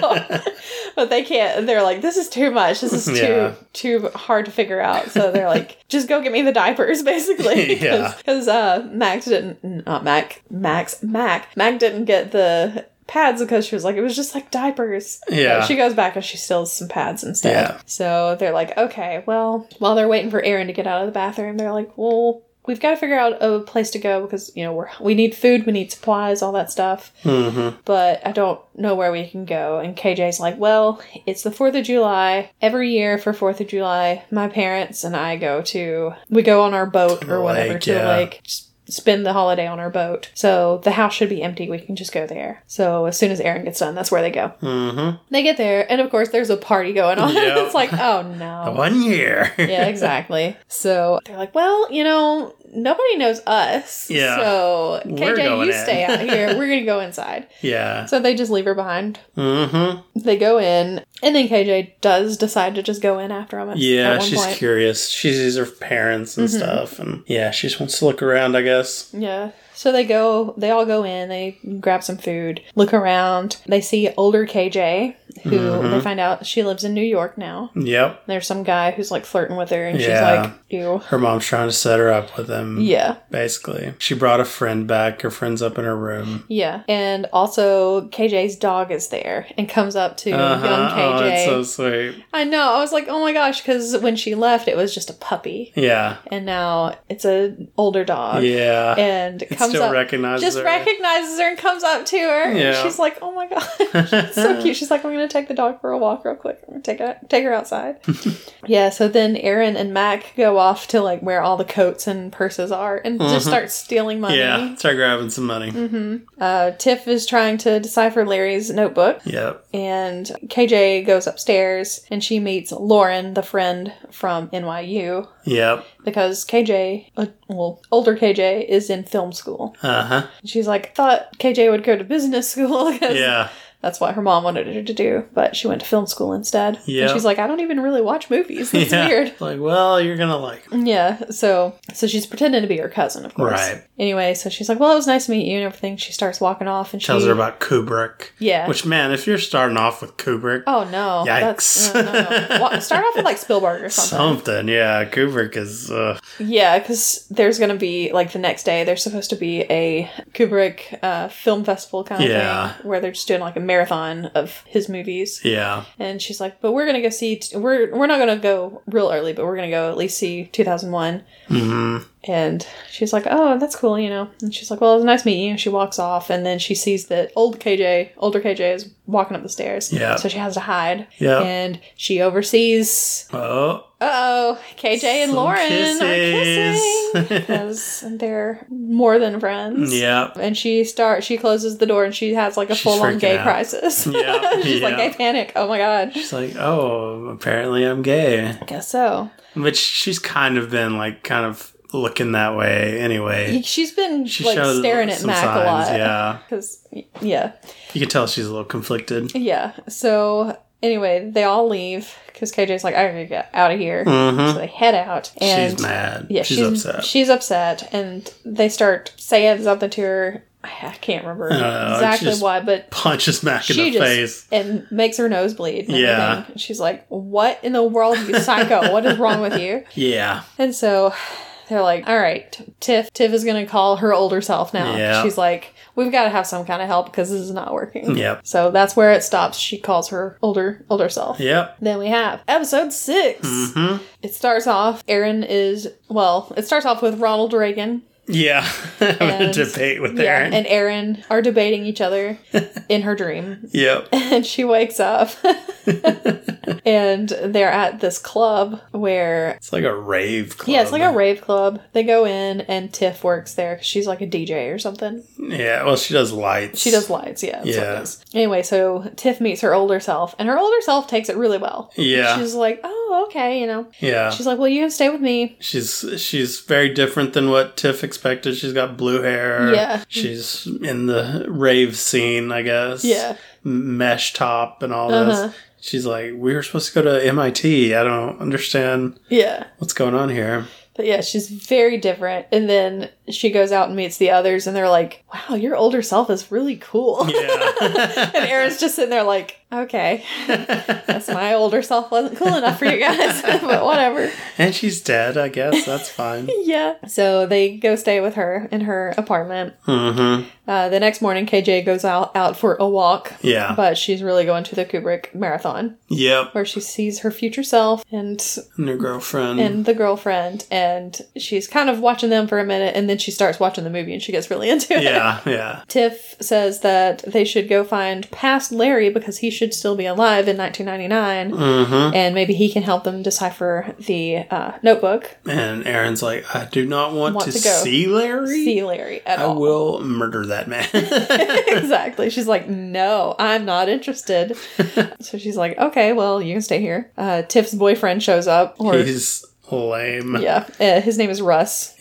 [SPEAKER 2] know. but they can't. They're like, this is too much. This is too
[SPEAKER 1] Yeah.
[SPEAKER 2] too hard to figure out. So they're like, just go get me the diapers, basically.
[SPEAKER 1] Yeah.
[SPEAKER 2] Because uh, Max didn't. Not Mac. Max. Mac. Mac didn't get the pads because she was like, it was just like diapers.
[SPEAKER 1] Yeah.
[SPEAKER 2] But she goes back and she steals some pads instead.
[SPEAKER 1] Yeah.
[SPEAKER 2] So they're like, okay, well, while they're waiting for Aaron to get out of the bathroom, they're like, well, we've got to figure out a place to go because, you know, we're, we need food, we need supplies, all that stuff,
[SPEAKER 1] hmm
[SPEAKER 2] but I don't know where we can go. And KJ's like, well, it's the 4th of July. Every year for 4th of July, my parents and I go to, we go on our boat
[SPEAKER 1] To
[SPEAKER 2] or
[SPEAKER 1] the
[SPEAKER 2] whatever
[SPEAKER 1] lake,
[SPEAKER 2] to the
[SPEAKER 1] yeah.
[SPEAKER 2] lake. s- Spend the holiday on our boat. So the house should be empty. We can just go there. So as soon as Aaron gets done, that's where they go.
[SPEAKER 1] hmm
[SPEAKER 2] They get there, and of course, there's a party going on.
[SPEAKER 1] Yep.
[SPEAKER 2] it's like, oh no.
[SPEAKER 1] One year.
[SPEAKER 2] yeah, exactly. So they're like, well, you know, nobody knows us.
[SPEAKER 1] Yeah.
[SPEAKER 2] So
[SPEAKER 1] We're
[SPEAKER 2] KJ,
[SPEAKER 1] going
[SPEAKER 2] you
[SPEAKER 1] in."
[SPEAKER 2] stay out here. We're gonna go inside.
[SPEAKER 1] yeah.
[SPEAKER 2] So they just leave her behind.
[SPEAKER 1] hmm
[SPEAKER 2] They go in, and then KJ does decide to just go in after him. At,
[SPEAKER 1] Yeah,
[SPEAKER 2] at one
[SPEAKER 1] she's
[SPEAKER 2] point. Mm-hmm.
[SPEAKER 1] curious. She sees her parents and stuff, and yeah, she just wants to look around, I guess.
[SPEAKER 2] Yeah. So they go, they all go in, they grab some food, look around. They see older KJ, who
[SPEAKER 1] Mm-hmm.
[SPEAKER 2] they find out she lives in New York now.
[SPEAKER 1] Yep.
[SPEAKER 2] There's some guy who's like flirting with her, and
[SPEAKER 1] Yeah.
[SPEAKER 2] she's like, ew.
[SPEAKER 1] Her mom's trying to set her up with him.
[SPEAKER 2] Yeah.
[SPEAKER 1] Basically, she brought a friend back. Her friend's up in her room.
[SPEAKER 2] Yeah. And also KJ's dog is there and comes up to young
[SPEAKER 1] Uh-huh. Oh,
[SPEAKER 2] KJ.
[SPEAKER 1] it's so sweet.
[SPEAKER 2] I know. I was like, "Oh my gosh," cuz when she left it was just a puppy
[SPEAKER 1] Yeah.
[SPEAKER 2] and now it's a older dog.
[SPEAKER 1] Yeah.
[SPEAKER 2] And
[SPEAKER 1] it
[SPEAKER 2] comes
[SPEAKER 1] still
[SPEAKER 2] up
[SPEAKER 1] recognizes
[SPEAKER 2] just
[SPEAKER 1] her.
[SPEAKER 2] recognizes her and comes up to her. And
[SPEAKER 1] Yeah.
[SPEAKER 2] she's like, "Oh my gosh." It's so cute. She's like, "I'm going to take the dog for a walk real quick. I'm going to take her take her outside." yeah, so then Aaron and Mac go off to like where all the coats and purses are and just start stealing money.
[SPEAKER 1] Uh-huh. yeah. Start grabbing some money.
[SPEAKER 2] Uh, Tiff is trying to decipher Larry's notebook,
[SPEAKER 1] Yep.
[SPEAKER 2] and KJ goes upstairs and she meets Lauren, the friend from NYU,
[SPEAKER 1] Yep.
[SPEAKER 2] because KJ, uh, well, older KJ, is in film school.
[SPEAKER 1] Uh huh.
[SPEAKER 2] She's like, thought KJ would go to business school because
[SPEAKER 1] Yeah.
[SPEAKER 2] that's what her mom wanted her to do, but she went to film school instead.
[SPEAKER 1] Yeah.
[SPEAKER 2] And she's like, I don't even really watch movies. That's
[SPEAKER 1] yeah.
[SPEAKER 2] weird.
[SPEAKER 1] Like, well, you're gonna like. him.
[SPEAKER 2] Yeah, so so she's pretending to be her cousin, of course.
[SPEAKER 1] Right.
[SPEAKER 2] Anyway, so she's like, "Well, it was nice to meet you and everything." She starts walking off, and she
[SPEAKER 1] Tells her about Kubrick.
[SPEAKER 2] Mm-hmm. Yeah.
[SPEAKER 1] Which man, if you're starting off with Kubrick,
[SPEAKER 2] Oh no!
[SPEAKER 1] Yikes.
[SPEAKER 2] That's, no, no, no. Wa- Start off with like Spielberg or something.
[SPEAKER 1] something. Yeah. Kubrick is. Uh,
[SPEAKER 2] Yeah, because there's gonna be like the next day. There's supposed to be a Kubrick uh, film festival kind of
[SPEAKER 1] Yeah.
[SPEAKER 2] thing where they're just doing like a marathon of his movies.
[SPEAKER 1] yeah.
[SPEAKER 2] And she's like, "But we're gonna go see. T- we're we're not gonna go real early, but we're gonna go at least see 2001."
[SPEAKER 1] hmm
[SPEAKER 2] And she's like, "Oh, that's cool, you know." And she's like, "Well, it was nice meeting you." And she walks off, and then she sees that old KJ, older KJ, is walking up the stairs.
[SPEAKER 1] Yeah.
[SPEAKER 2] So she has to hide.
[SPEAKER 1] Yeah.
[SPEAKER 2] And she oversees
[SPEAKER 1] Oh.
[SPEAKER 2] Oh, KJ and
[SPEAKER 1] Some
[SPEAKER 2] Lauren
[SPEAKER 1] kisses.
[SPEAKER 2] are kissing because they're more than friends.
[SPEAKER 1] Yeah.
[SPEAKER 2] And she start she closes the door and she has like a
[SPEAKER 1] She's
[SPEAKER 2] full on
[SPEAKER 1] freaking
[SPEAKER 2] gay
[SPEAKER 1] out.
[SPEAKER 2] crisis.
[SPEAKER 1] Yeah,
[SPEAKER 2] She's like,
[SPEAKER 1] yeah.
[SPEAKER 2] I panic. Oh my god.
[SPEAKER 1] She's like, oh, apparently I'm gay.
[SPEAKER 2] Guess so.
[SPEAKER 1] Which she's kind of been like kind of looking that way anyway.
[SPEAKER 2] She's been
[SPEAKER 1] She
[SPEAKER 2] like
[SPEAKER 1] showed
[SPEAKER 2] staring at
[SPEAKER 1] some
[SPEAKER 2] Mac a
[SPEAKER 1] signs,
[SPEAKER 2] lot.
[SPEAKER 1] yeah.
[SPEAKER 2] Because, yeah.
[SPEAKER 1] You can tell she's a little conflicted.
[SPEAKER 2] Yeah. So anyway, they all leave because KJ's like, I gotta get out of here.
[SPEAKER 1] Mhm.
[SPEAKER 2] So they head out. And
[SPEAKER 1] she's mad.
[SPEAKER 2] Yeah,
[SPEAKER 1] she's, upset.
[SPEAKER 2] She's upset, and they start saying something to her. I can't remember
[SPEAKER 1] know, it's
[SPEAKER 2] exactly
[SPEAKER 1] just
[SPEAKER 2] why, but
[SPEAKER 1] Punches Mac Uh, in
[SPEAKER 2] she
[SPEAKER 1] the
[SPEAKER 2] just
[SPEAKER 1] face.
[SPEAKER 2] and makes her nose bleed. and
[SPEAKER 1] Yeah.
[SPEAKER 2] everything. And she's like, "What in the world, you psycho? what is wrong with you?"
[SPEAKER 1] Yeah.
[SPEAKER 2] And so they're like, all right, Tiff, Tiff is going to call her older self now.
[SPEAKER 1] Yeah.
[SPEAKER 2] She's like, we've got to have some kind of help because this is not working.
[SPEAKER 1] Yep.
[SPEAKER 2] So that's where it stops. She calls her older older self.
[SPEAKER 1] Yep.
[SPEAKER 2] Then we have episode 6
[SPEAKER 1] Mhm.
[SPEAKER 2] It starts off. Aaron is well. It starts off with Ronald Reagan.
[SPEAKER 1] Yeah. Having a
[SPEAKER 2] And-
[SPEAKER 1] debate with
[SPEAKER 2] Yeah,
[SPEAKER 1] Aaron.
[SPEAKER 2] and Aaron are debating each other in her dream,
[SPEAKER 1] yep.
[SPEAKER 2] and she wakes up, and they're at this club where
[SPEAKER 1] It's like a rave club.
[SPEAKER 2] Yeah, it's like a rave club. They go in, and Tiff works there 'cause she's like a DJ or something.
[SPEAKER 1] Yeah, well, she does lights.
[SPEAKER 2] She does lights, yeah. That's What
[SPEAKER 1] Yeah.
[SPEAKER 2] it is. Anyway, so Tiff meets her older self, and her older self takes it really well.
[SPEAKER 1] Yeah.
[SPEAKER 2] She's like, oh, okay, you know.
[SPEAKER 1] Yeah.
[SPEAKER 2] She's like, well, you can stay with me.
[SPEAKER 1] She's she's very different than what Tiff expected. She's got blue hair.
[SPEAKER 2] Yeah.
[SPEAKER 1] She's in the rave scene, I guess.
[SPEAKER 2] Yeah.
[SPEAKER 1] M- Mesh top and all
[SPEAKER 2] Uh-huh.
[SPEAKER 1] this. She's like, we were supposed to go to MIT. I don't understand
[SPEAKER 2] Yeah.
[SPEAKER 1] what's going on here.
[SPEAKER 2] But yeah, she's very different. And then she goes out and meets the others, and they're like, wow, your older self is really cool.
[SPEAKER 1] Yeah.
[SPEAKER 2] and Aaron's just sitting there like, okay, that's my older self wasn't cool enough for you guys, but whatever.
[SPEAKER 1] and she's dead, I guess. That's fine.
[SPEAKER 2] Yeah. So they go stay with her in her apartment.
[SPEAKER 1] hmm
[SPEAKER 2] Uh, the next morning, KJ goes out, out for a walk,
[SPEAKER 1] Yeah.
[SPEAKER 2] but she's really going to the Kubrick marathon
[SPEAKER 1] yep.
[SPEAKER 2] where she sees her future self and
[SPEAKER 1] And her girlfriend.
[SPEAKER 2] and the girlfriend, and she's kind of watching them for a minute, and then she starts watching the movie and she gets really into it.
[SPEAKER 1] yeah, yeah.
[SPEAKER 2] Tiff says that they should go find past Larry because he should still be alive in 1999,
[SPEAKER 1] hmm
[SPEAKER 2] and maybe he can help them decipher the uh, notebook.
[SPEAKER 1] And Aaron's like, I do not want, to,
[SPEAKER 2] Want to go.
[SPEAKER 1] see Larry.
[SPEAKER 2] See Larry at
[SPEAKER 1] I
[SPEAKER 2] all.
[SPEAKER 1] will murder that man.
[SPEAKER 2] exactly. She's like, no, I'm not interested. so she's like, okay, well, you can stay here. Uh, Tiff's boyfriend shows up. Or,
[SPEAKER 1] He's lame. Yeah.
[SPEAKER 2] yeah, uh, his name is Russ.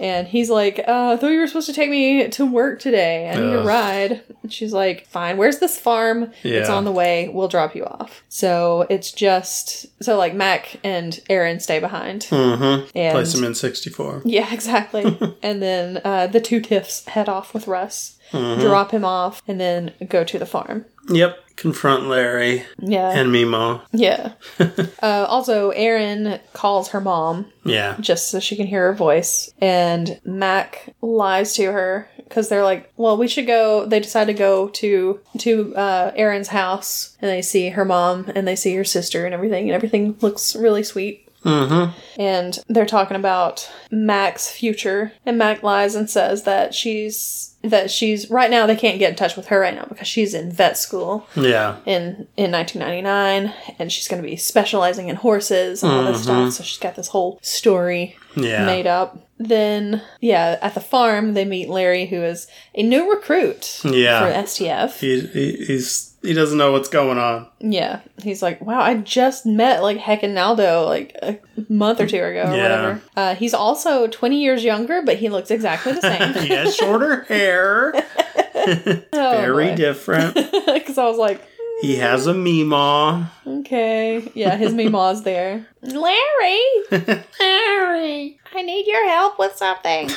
[SPEAKER 2] And he's like, uh, I thought you were supposed to take me to work today. I need a
[SPEAKER 1] Ugh.
[SPEAKER 2] ride. And she's like, fine, where's this farm? It's
[SPEAKER 1] Yeah.
[SPEAKER 2] on the way. We'll drop you off. So it's just, so like Mac and Aaron stay behind.
[SPEAKER 1] Mm-hmm.
[SPEAKER 2] And
[SPEAKER 1] Play some in 64.
[SPEAKER 2] Yeah, exactly. and then uh, the two Tiffs head off with Russ,
[SPEAKER 1] Mhm.
[SPEAKER 2] drop him off, and then go to the farm.
[SPEAKER 1] Yep. Confront Larry
[SPEAKER 2] Yeah.
[SPEAKER 1] and Mimo.
[SPEAKER 2] yeah. uh, also, Erin calls her mom
[SPEAKER 1] Yeah.
[SPEAKER 2] just so she can hear her voice, and Mac lies to her because they're like, "Well, we should go." They decide to go to to uh, Erin's house, and they see her mom, and they see her sister, and everything, and everything looks really sweet.
[SPEAKER 1] Mm-hmm.
[SPEAKER 2] And they're talking about Mac's future, and Mac lies and says that she's that she's right now they can't get in touch with her right now because she's in vet school
[SPEAKER 1] Yeah.
[SPEAKER 2] in in 1999 and she's going to be specializing in horses and all this stuff so she's got this whole story
[SPEAKER 1] Yeah.
[SPEAKER 2] made up then yeah at the farm they meet larry who is a new recruit
[SPEAKER 1] Yeah.
[SPEAKER 2] for stf
[SPEAKER 1] He, he, he's, he doesn't know what's going on.
[SPEAKER 2] yeah he's like wow i just met like heckin naldo like a month or two ago or
[SPEAKER 1] Yeah.
[SPEAKER 2] whatever uh, he's also 20 years younger but he looks exactly the same
[SPEAKER 1] He has shorter hair.
[SPEAKER 2] Oh,
[SPEAKER 1] Very different.
[SPEAKER 2] because i was like
[SPEAKER 1] He has a Mimo.
[SPEAKER 2] Okay. Yeah, his Mima's there. Larry! Larry! I need your help with something.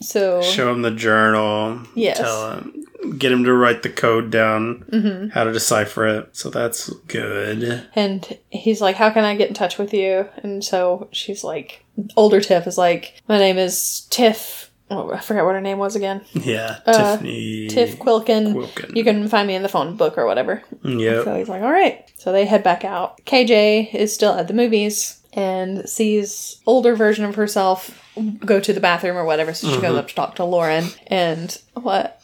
[SPEAKER 2] So,
[SPEAKER 1] Show him the journal.
[SPEAKER 2] Yes.
[SPEAKER 1] Tell him. Get him to write the code down,
[SPEAKER 2] Mhm.
[SPEAKER 1] how to decipher it. So that's good.
[SPEAKER 2] and he's like, How can I get in touch with you? And so she's like, Older Tiff is like, My name is Tiff. Oh, I forgot what her name was again.
[SPEAKER 1] Yeah.
[SPEAKER 2] Uh,
[SPEAKER 1] Tiffany.
[SPEAKER 2] Tiff Quilkin.
[SPEAKER 1] Quilkin.
[SPEAKER 2] You can find me in the phone book or whatever.
[SPEAKER 1] Yep.
[SPEAKER 2] So he's like, all right. So they head back out. KJ is still at the movies and sees older version of herself go to the bathroom or whatever. So she goes up to talk to Lauren and what?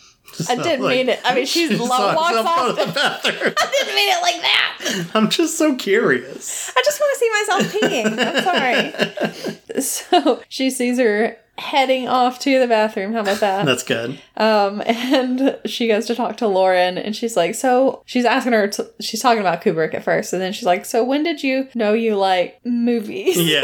[SPEAKER 2] I didn't mean it. I mean, she's
[SPEAKER 1] She
[SPEAKER 2] lo-
[SPEAKER 1] saw
[SPEAKER 2] walks
[SPEAKER 1] herself go
[SPEAKER 2] off.
[SPEAKER 1] to the bathroom.
[SPEAKER 2] I didn't mean it like that.
[SPEAKER 1] I'm just so curious.
[SPEAKER 2] I just want to see myself peeing. I'm sorry. so she sees her heading off to the bathroom. How about that?
[SPEAKER 1] That's good.
[SPEAKER 2] Um, and she goes to talk to Lauren, and she's like, "So she's asking her. T- she's talking about Kubrick at first, and then she's like, "So when did you know you like movies?"
[SPEAKER 1] Yeah.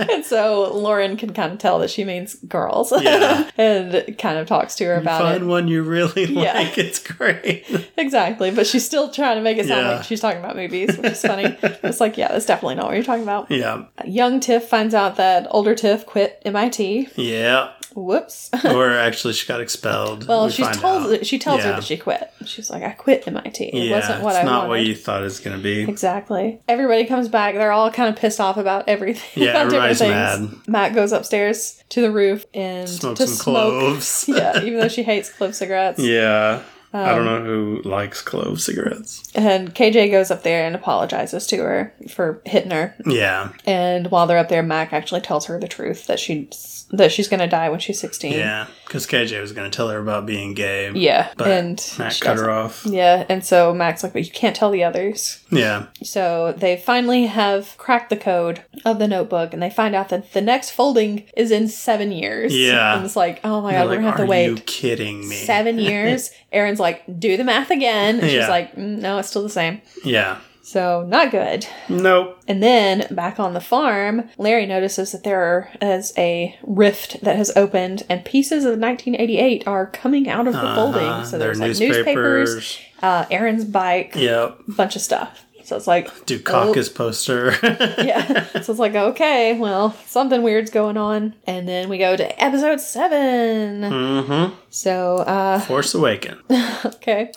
[SPEAKER 2] and so Lauren can kind of tell that she means girls.
[SPEAKER 1] Yeah.
[SPEAKER 2] and kind of talks to her about
[SPEAKER 1] Find
[SPEAKER 2] it.
[SPEAKER 1] one you really
[SPEAKER 2] Yeah.
[SPEAKER 1] like. It's great.
[SPEAKER 2] Exactly. But she's still trying to make it sound
[SPEAKER 1] Yeah.
[SPEAKER 2] like she's talking about movies, which is funny. it's like, yeah, that's definitely not what you're talking about.
[SPEAKER 1] Yeah.
[SPEAKER 2] Young Tiff finds out that older Tiff quit MIT.
[SPEAKER 1] Yeah.
[SPEAKER 2] Whoops.
[SPEAKER 1] Or actually, she got expelled.
[SPEAKER 2] Well,
[SPEAKER 1] We
[SPEAKER 2] she's
[SPEAKER 1] find
[SPEAKER 2] told
[SPEAKER 1] out.
[SPEAKER 2] she tells her
[SPEAKER 1] Yeah.
[SPEAKER 2] that she quit. She's like, I quit MIT. It
[SPEAKER 1] yeah,
[SPEAKER 2] wasn't what
[SPEAKER 1] it's
[SPEAKER 2] I
[SPEAKER 1] not
[SPEAKER 2] wanted.
[SPEAKER 1] what you thought it's going to be.
[SPEAKER 2] Exactly. Everybody comes back. They're all kind of pissed off about everything.
[SPEAKER 1] Yeah,
[SPEAKER 2] about different
[SPEAKER 1] everybody's
[SPEAKER 2] things. Matt goes upstairs to the roof and
[SPEAKER 1] Smoke
[SPEAKER 2] to
[SPEAKER 1] some
[SPEAKER 2] smoke.
[SPEAKER 1] cloves.
[SPEAKER 2] yeah, even though she hates clove cigarettes.
[SPEAKER 1] Yeah. I don't
[SPEAKER 2] Um,
[SPEAKER 1] know who likes clove cigarettes.
[SPEAKER 2] And KJ goes up there and apologizes to her for hitting her.
[SPEAKER 1] Yeah.
[SPEAKER 2] And while they're up there, Mac actually tells her the truth that she that she's gonna die when she's sixteen.
[SPEAKER 1] Yeah. Because KJ was going to tell her about being gay.
[SPEAKER 2] Yeah.
[SPEAKER 1] But
[SPEAKER 2] and
[SPEAKER 1] Matt
[SPEAKER 2] she
[SPEAKER 1] cut
[SPEAKER 2] doesn't.
[SPEAKER 1] her off.
[SPEAKER 2] Yeah, and so Mac's like, but you can't tell the others.
[SPEAKER 1] Yeah.
[SPEAKER 2] So they finally have cracked the code of the notebook and they find out that the next folding is in seven years.
[SPEAKER 1] Yeah.
[SPEAKER 2] And it's like, oh my
[SPEAKER 1] You're
[SPEAKER 2] god, we're
[SPEAKER 1] like,
[SPEAKER 2] gonna have to
[SPEAKER 1] Are
[SPEAKER 2] wait.
[SPEAKER 1] you kidding me?
[SPEAKER 2] Seven years. Aaron's like, do the math again. And she's
[SPEAKER 1] Yeah.
[SPEAKER 2] like, "Mm, no, it's still the same.
[SPEAKER 1] Yeah.
[SPEAKER 2] So, not good.
[SPEAKER 1] Nope.
[SPEAKER 2] And then back on the farm, Larry notices that there is a rift that has opened, and pieces of 1988 are coming out of the
[SPEAKER 1] Uh-huh.
[SPEAKER 2] folding. So
[SPEAKER 1] They're
[SPEAKER 2] there's like newspapers, uh, Aaron's bike,
[SPEAKER 1] Yep.
[SPEAKER 2] bunch of stuff. So it's like,
[SPEAKER 1] Dukakis poster.
[SPEAKER 2] yeah. So it's like, okay, well, something weird's going on. And then we go to episode 7
[SPEAKER 1] mm-hmm.
[SPEAKER 2] So, uh,
[SPEAKER 1] Force Awaken.
[SPEAKER 2] okay.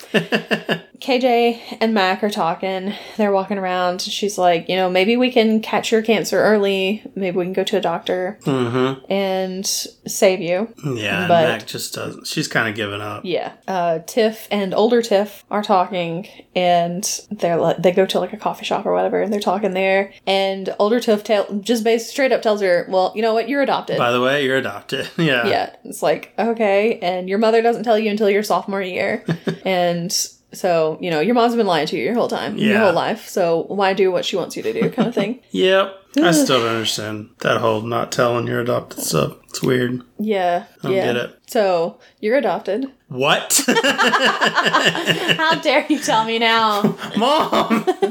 [SPEAKER 2] KJ and Mac are talking. They're walking around. She's like, you know, maybe we can catch your cancer early. Maybe we can go to a doctor
[SPEAKER 1] Mm-hmm.
[SPEAKER 2] and save you.
[SPEAKER 1] Yeah. and
[SPEAKER 2] But-
[SPEAKER 1] Mac just doesn't. She's kind of given up.
[SPEAKER 2] Yeah. Uh, Tiff and older Tiff are talking, and they're like, they go to like a coffee shop or whatever, and they're talking there. And older Tiff tell just bas straight up tells her, well, you know what, you're adopted.
[SPEAKER 1] By the way, you're adopted. Yeah.
[SPEAKER 2] yeah. It's like, okay. And your mother doesn't tell you until your sophomore year. and so, you know, your mom's been lying to you your whole time, your
[SPEAKER 1] Yeah.
[SPEAKER 2] whole life. So why do what she wants you to do kind of thing?
[SPEAKER 1] Yep. I still don't understand that whole not telling you're adopted stuff. It's weird.
[SPEAKER 2] Yeah.
[SPEAKER 1] don't
[SPEAKER 2] yeah.
[SPEAKER 1] get it.
[SPEAKER 2] So you're adopted.
[SPEAKER 1] What?
[SPEAKER 2] How dare you tell me now?
[SPEAKER 1] Mom!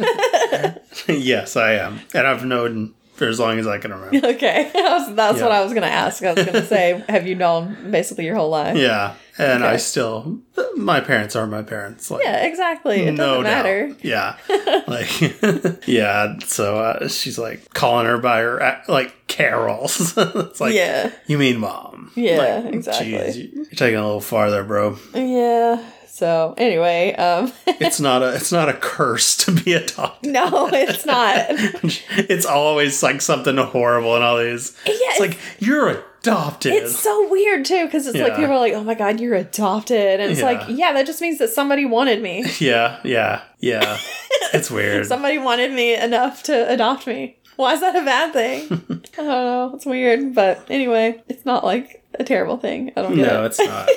[SPEAKER 1] yes, I am. And I've known for as long as I can remember.
[SPEAKER 2] okay. That's, that's
[SPEAKER 1] Yeah.
[SPEAKER 2] what I was going to ask. I was going to say, have you known basically your whole life?
[SPEAKER 1] Yeah. And
[SPEAKER 2] Okay.
[SPEAKER 1] I still, my parents are my parents. Like,
[SPEAKER 2] Yeah, exactly. It doesn't matter.
[SPEAKER 1] doubt. Yeah. Like, yeah. So uh, she's like calling her by her, a- like, Carol's. it's like,
[SPEAKER 2] Yeah.
[SPEAKER 1] you mean mom.
[SPEAKER 2] Yeah,
[SPEAKER 1] Like,
[SPEAKER 2] exactly.
[SPEAKER 1] Jeez, you're taking a little farther, bro.
[SPEAKER 2] Yeah. So anyway, um,
[SPEAKER 1] It's not a, it's not a curse to be adopted.
[SPEAKER 2] no, it's not.
[SPEAKER 1] it's always like something horrible in all these.
[SPEAKER 2] Yeah,
[SPEAKER 1] it's like you're adopted.
[SPEAKER 2] It's so weird too, because it's like
[SPEAKER 1] Yeah.
[SPEAKER 2] people are like, "Oh my god, you're adopted," and it's
[SPEAKER 1] Yeah.
[SPEAKER 2] like, "Yeah, that just means that somebody wanted me.
[SPEAKER 1] yeah, yeah, yeah. it's weird.
[SPEAKER 2] somebody wanted me enough to adopt me. Why is that a bad thing? I don't know. It's weird, but anyway, it's not like a terrible thing. I don't get
[SPEAKER 1] no,
[SPEAKER 2] it.
[SPEAKER 1] it's not.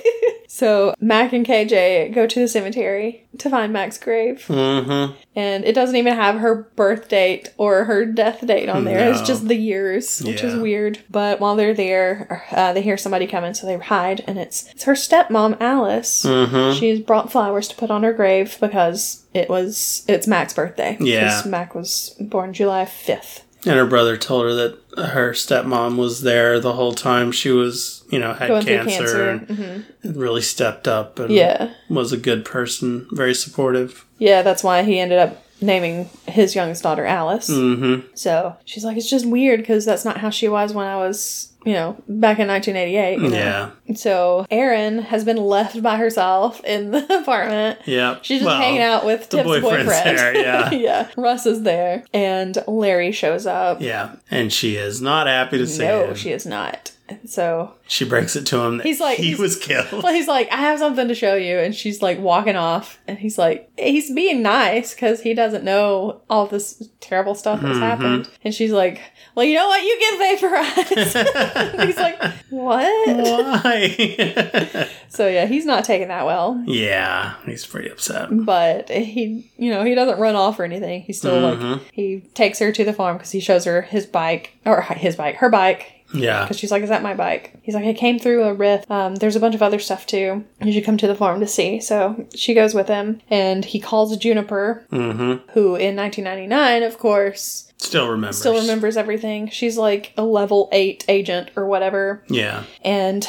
[SPEAKER 2] So Mac and KJ go to the cemetery to find Mac's grave,
[SPEAKER 1] mm-hmm.
[SPEAKER 2] and it doesn't even have her birth date or her death date on there. It's
[SPEAKER 1] No.
[SPEAKER 2] just the years, which is
[SPEAKER 1] Yeah.
[SPEAKER 2] weird. But while they're there, uh, they hear somebody coming, so they hide, and it's it's her stepmom Alice.
[SPEAKER 1] Mm-hmm.
[SPEAKER 2] She's brought flowers to put on her grave because it was it's Mac's birthday.
[SPEAKER 1] Yeah.
[SPEAKER 2] 'Cause Mac was born July fifth.
[SPEAKER 1] And her brother told her that her stepmom was there the whole time she was, you know, had
[SPEAKER 2] Going through
[SPEAKER 1] cancer,
[SPEAKER 2] cancer. Mm-hmm.
[SPEAKER 1] and really stepped up and
[SPEAKER 2] Yeah,
[SPEAKER 1] was a good person, very supportive.
[SPEAKER 2] yeah. That's why he ended up naming his youngest daughter Alice.
[SPEAKER 1] Mm-hmm.
[SPEAKER 2] So she's like, it's just weird because that's not how she was when I was, you know, back in 1988. you know?
[SPEAKER 1] Yeah,
[SPEAKER 2] So Erin has been left by herself in the apartment.
[SPEAKER 1] yeah.
[SPEAKER 2] She's just
[SPEAKER 1] Well,
[SPEAKER 2] hanging out with
[SPEAKER 1] the
[SPEAKER 2] Tip's
[SPEAKER 1] boyfriend's
[SPEAKER 2] boyfriend.
[SPEAKER 1] there, yeah.
[SPEAKER 2] yeah. Russ is there, and Larry shows up.
[SPEAKER 1] Yeah, and she is not happy to see
[SPEAKER 2] No,
[SPEAKER 1] him.
[SPEAKER 2] she is not. And so
[SPEAKER 1] She breaks it to him that
[SPEAKER 2] He's like-
[SPEAKER 1] he
[SPEAKER 2] he's-
[SPEAKER 1] was killed.
[SPEAKER 2] well, he's like, I have something to show you. And she's like walking off. And he's like, he's being nice because he doesn't know all this terrible stuff that's
[SPEAKER 1] Mm-hmm.
[SPEAKER 2] happened. And she's like, Well, you know what? You get vaporized. And he's like, What?
[SPEAKER 1] Why?
[SPEAKER 2] So, yeah, he's not taking that well.
[SPEAKER 1] yeah, he's pretty upset.
[SPEAKER 2] But he, you know, he doesn't run off or anything. He still, like, he takes her to the farm because he shows her his bike, or his bike, her bike.
[SPEAKER 1] Yeah.
[SPEAKER 2] Because she's like, Is that my bike? He's like, I came through a rift. Um, there's a bunch of other stuff too. You should come to the farm to see. So she goes with him and he calls Juniper,
[SPEAKER 1] Mm-hmm.
[SPEAKER 2] who in 1999, of course,
[SPEAKER 1] Still remembers.
[SPEAKER 2] still remembers everything. She's like a level eight agent or whatever.
[SPEAKER 1] Yeah.
[SPEAKER 2] And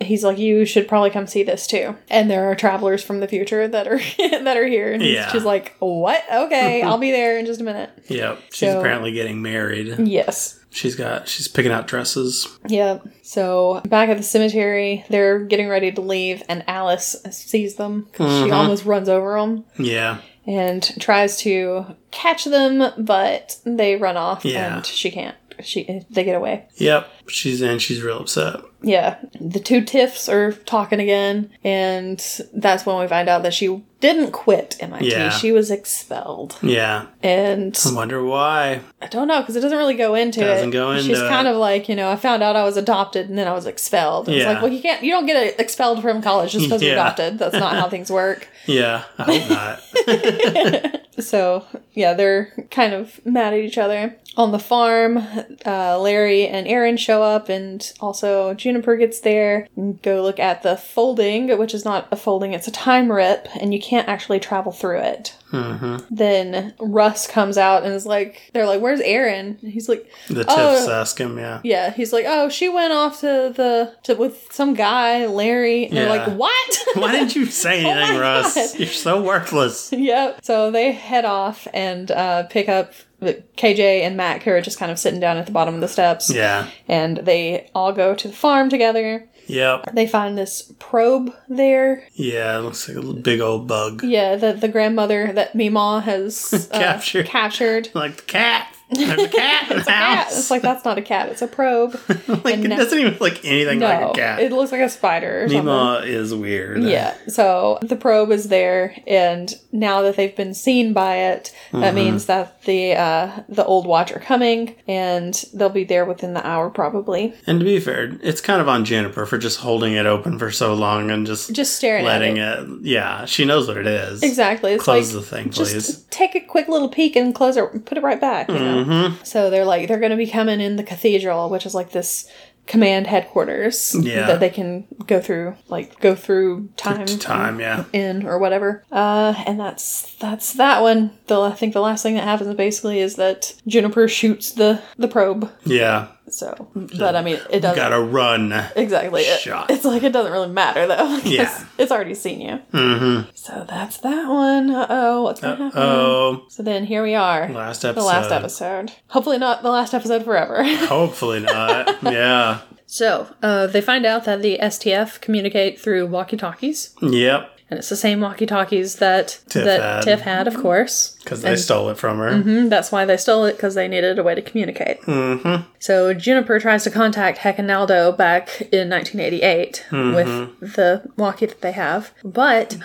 [SPEAKER 2] he's like, You should probably come see this too. And there are travelers from the future that are that are here. And he's-
[SPEAKER 1] Yeah.
[SPEAKER 2] she's like, What? Okay, I'll be there in just a minute.
[SPEAKER 1] Yep. She's
[SPEAKER 2] So-
[SPEAKER 1] apparently getting married.
[SPEAKER 2] Yes.
[SPEAKER 1] She's got. She's picking out dresses.
[SPEAKER 2] Yeah. So back at the cemetery, they're getting ready to leave, and Alice sees them. 'cause She
[SPEAKER 1] Mhm.
[SPEAKER 2] almost runs over them
[SPEAKER 1] Yeah.
[SPEAKER 2] and tries to catch them, but they run off,
[SPEAKER 1] Yeah.
[SPEAKER 2] and she can't. She they get away.
[SPEAKER 1] Yep. She's and she's real upset.
[SPEAKER 2] Yeah. The two tiffs are talking again, and that's when we find out that she didn't quit MIT.
[SPEAKER 1] Yeah.
[SPEAKER 2] She was expelled,
[SPEAKER 1] Yeah.
[SPEAKER 2] and
[SPEAKER 1] I wonder why.
[SPEAKER 2] I don't know because it doesn't really go into
[SPEAKER 1] Doesn't
[SPEAKER 2] it.
[SPEAKER 1] go into
[SPEAKER 2] She's
[SPEAKER 1] it.
[SPEAKER 2] kind of like you know, I found out I was adopted and then I was expelled. It's
[SPEAKER 1] Yeah.
[SPEAKER 2] like, well, you can't, you don't get expelled from college just because
[SPEAKER 1] Yeah.
[SPEAKER 2] you're adopted. That's not how things work.
[SPEAKER 1] Yeah. I hope not.
[SPEAKER 2] So yeah, they're kind of mad at each other on the farm. Uh, Larry and Aaron show up, and also Juniper gets there. And go look at the folding, which is not a folding; it's a time rip, and you can't actually travel through it.
[SPEAKER 1] mm-hmm.
[SPEAKER 2] Then Russ comes out and is like, "They're like, where's Aaron?" And he's like,
[SPEAKER 1] The tips
[SPEAKER 2] Oh.
[SPEAKER 1] ask him. Yeah.
[SPEAKER 2] Yeah, he's like, oh, she went off to the to with some guy, Larry. And
[SPEAKER 1] Yeah.
[SPEAKER 2] they're like, what?
[SPEAKER 1] Why didn't you say
[SPEAKER 2] Oh
[SPEAKER 1] anything,
[SPEAKER 2] my
[SPEAKER 1] Russ?
[SPEAKER 2] God.
[SPEAKER 1] You're so worthless.
[SPEAKER 2] yep. So they head off and uh, pick up KJ and Mac, who are just kind of sitting down at the bottom of the steps.
[SPEAKER 1] Yeah.
[SPEAKER 2] And they all go to the farm together.
[SPEAKER 1] Yep.
[SPEAKER 2] They find this probe there.
[SPEAKER 1] Yeah. It looks like a little big old bug.
[SPEAKER 2] Yeah, that the grandmother that Mima has uh,
[SPEAKER 1] Captured.
[SPEAKER 2] captured.
[SPEAKER 1] Like the cat. There's a cat in the
[SPEAKER 2] Cat.
[SPEAKER 1] house.
[SPEAKER 2] It's like that's not a cat; it's a probe.
[SPEAKER 1] Like,
[SPEAKER 2] and
[SPEAKER 1] it
[SPEAKER 2] now-
[SPEAKER 1] doesn't even look anything
[SPEAKER 2] no,
[SPEAKER 1] like a cat.
[SPEAKER 2] it looks like a spider. Or something.
[SPEAKER 1] Mima is weird.
[SPEAKER 2] Yeah. So the probe is there, and now that they've been seen by it,
[SPEAKER 1] Mm-hmm.
[SPEAKER 2] that means that the uh, the old watch are coming, and they'll be there within the hour probably.
[SPEAKER 1] And to be fair, it's kind of on Juniper for just holding it open for so long and just,
[SPEAKER 2] Just staring
[SPEAKER 1] letting
[SPEAKER 2] at it.
[SPEAKER 1] it. Yeah, she knows what it is.
[SPEAKER 2] Exactly. It's
[SPEAKER 1] Close
[SPEAKER 2] like
[SPEAKER 1] the thing,
[SPEAKER 2] just
[SPEAKER 1] please.
[SPEAKER 2] take a quick little peek and close it, put it right back. You know?
[SPEAKER 1] Mm-hmm.
[SPEAKER 2] So they're like they're going to be coming in the cathedral, which is like this command headquarters
[SPEAKER 1] Yeah.
[SPEAKER 2] that they can go through, like go through time.
[SPEAKER 1] Time, yeah.
[SPEAKER 2] in or whatever. Uh, and that's that's that one. The I think the last thing that happens basically is that Juniper shoots the the probe.
[SPEAKER 1] Yeah.
[SPEAKER 2] So, but I mean, it doesn't
[SPEAKER 1] Gotta run.
[SPEAKER 2] exactly. It-
[SPEAKER 1] Shot.
[SPEAKER 2] it's like it doesn't really matter though. 'cause
[SPEAKER 1] Yeah.
[SPEAKER 2] it's already seen you.
[SPEAKER 1] Mm-hmm.
[SPEAKER 2] So that's that one. Uh oh, what's gonna happen?
[SPEAKER 1] Oh,
[SPEAKER 2] So then here we are.
[SPEAKER 1] last episode.
[SPEAKER 2] mm-hmm. the last episode. Hopefully not the last episode forever.
[SPEAKER 1] Hopefully not. yeah.
[SPEAKER 2] so uh, they find out that the STF communicate through walkie-talkies,
[SPEAKER 1] Yep.
[SPEAKER 2] and it's the same walkie-talkies that
[SPEAKER 1] Tiff
[SPEAKER 2] that
[SPEAKER 1] had.
[SPEAKER 2] Tiff had, of course.
[SPEAKER 1] Because they
[SPEAKER 2] And-
[SPEAKER 1] stole it from her.
[SPEAKER 2] Mm, That's why they stole it, because they needed a way to communicate.
[SPEAKER 1] Mm-hmm.
[SPEAKER 2] So Juniper tries to contact Hecanaldo back in 1988
[SPEAKER 1] Mm-hmm.
[SPEAKER 2] with the walkie that they have. But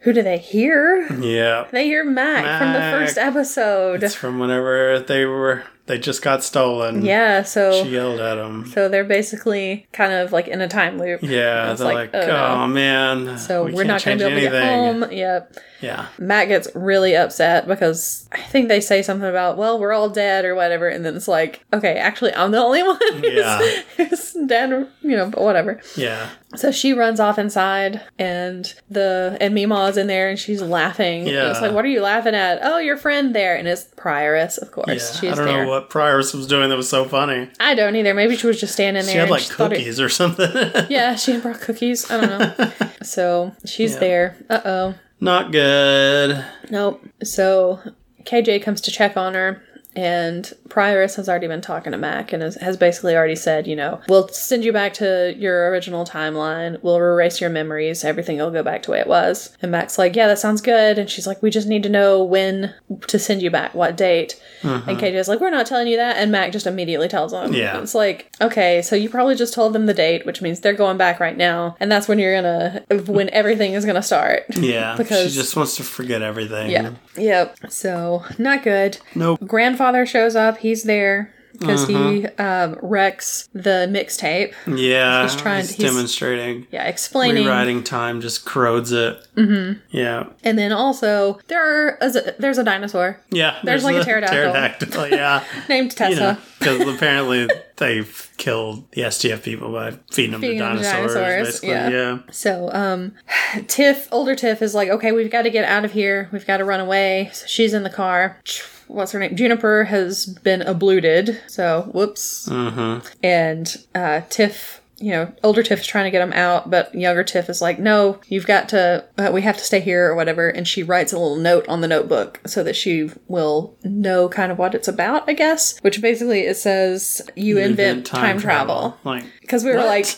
[SPEAKER 2] who do they hear?
[SPEAKER 1] Yeah.
[SPEAKER 2] They hear Mac, from the
[SPEAKER 1] Mac.
[SPEAKER 2] first episode.
[SPEAKER 1] It's from whenever they were. They just got stolen.
[SPEAKER 2] yeah, so
[SPEAKER 1] She yelled at them.
[SPEAKER 2] so they're basically kind of like in a time loop.
[SPEAKER 1] Yeah,
[SPEAKER 2] It's
[SPEAKER 1] they're
[SPEAKER 2] like,
[SPEAKER 1] like,
[SPEAKER 2] oh,
[SPEAKER 1] oh,
[SPEAKER 2] no."
[SPEAKER 1] man.
[SPEAKER 2] So
[SPEAKER 1] we
[SPEAKER 2] we are
[SPEAKER 1] can't
[SPEAKER 2] not going to be
[SPEAKER 1] change
[SPEAKER 2] able to get
[SPEAKER 1] anything."
[SPEAKER 2] home. Yep.
[SPEAKER 1] Yeah.
[SPEAKER 2] Matt gets really upset because I think they say something about, well, we're all dead or whatever. And then it's like, okay, actually, I'm the only one who's,
[SPEAKER 1] Yeah.
[SPEAKER 2] who's dead, or, you know, but whatever.
[SPEAKER 1] Yeah.
[SPEAKER 2] So she runs off inside and the, and Mima's in there and she's laughing. And it's
[SPEAKER 1] Yeah.
[SPEAKER 2] like, what are you laughing at? Oh, your friend there. And it's Prioress, of course.
[SPEAKER 1] Yeah.
[SPEAKER 2] She's
[SPEAKER 1] I don't
[SPEAKER 2] there.
[SPEAKER 1] know what Prioress was doing that was so funny.
[SPEAKER 2] I don't either. Maybe she was just standing there.
[SPEAKER 1] She had
[SPEAKER 2] and
[SPEAKER 1] like
[SPEAKER 2] just thought it-
[SPEAKER 1] cookies or something.
[SPEAKER 2] yeah, she had brought cookies. I don't know. so she's
[SPEAKER 1] Yeah.
[SPEAKER 2] there. Uh oh.
[SPEAKER 1] Not good.
[SPEAKER 2] Nope. So KJ comes to check on her, and Prioress has already been talking to Mac and has, has basically already said, you know, we'll send you back to your original timeline. We'll erase your memories. Everything will go back to the way it was. And Mac's like, yeah, that sounds good. And she's like, we just need to know when to send you back, what date. And KJ's like, we're not telling you that. And Mac just immediately tells him.
[SPEAKER 1] Yeah.
[SPEAKER 2] It's like, okay, so you probably just told them the date, which means they're going back right now. And that's when you're going to, when everything is going to start.
[SPEAKER 1] Yeah.
[SPEAKER 2] Because-
[SPEAKER 1] she just wants to forget everything.
[SPEAKER 2] Yeah. Yep. So, not good.
[SPEAKER 1] Nope.
[SPEAKER 2] Grandfather shows up. He's there. because he
[SPEAKER 1] Mm-hmm.
[SPEAKER 2] um, wrecks the mixtape.
[SPEAKER 1] Yeah,
[SPEAKER 2] He's trying-
[SPEAKER 1] he's
[SPEAKER 2] he's-
[SPEAKER 1] demonstrating.
[SPEAKER 2] Yeah, explaining.
[SPEAKER 1] Rewriting time just corrodes it. Mm-hmm. Yeah,
[SPEAKER 2] And then also there are a, there's a dinosaur
[SPEAKER 1] yeah.
[SPEAKER 2] There's like a
[SPEAKER 1] the
[SPEAKER 2] pterodactyl.
[SPEAKER 1] Pterodactyl, yeah.
[SPEAKER 2] named Tesla.
[SPEAKER 1] you know, because apparently they've killed the STF people by feeding them
[SPEAKER 2] Feeding
[SPEAKER 1] to
[SPEAKER 2] them to
[SPEAKER 1] dinosaurs.
[SPEAKER 2] dinosaurs,
[SPEAKER 1] basically,
[SPEAKER 2] yeah.
[SPEAKER 1] yeah.
[SPEAKER 2] So, um, Tiff, older Tiff is like, okay, we've got to get out of here. We've got to run away. So she's in the car. What's her name? Juniper has been abluted. So, whoops. And uh, Tiff, you know, older Tiff is trying to get him out, but younger Tiff is like, no, you've got to, uh, we have to stay here or whatever. And she writes a little note on the notebook so that she will know kind of what it's about, I guess. Which basically it says, you, invent, time, travel.
[SPEAKER 1] Like,
[SPEAKER 2] Because we were like,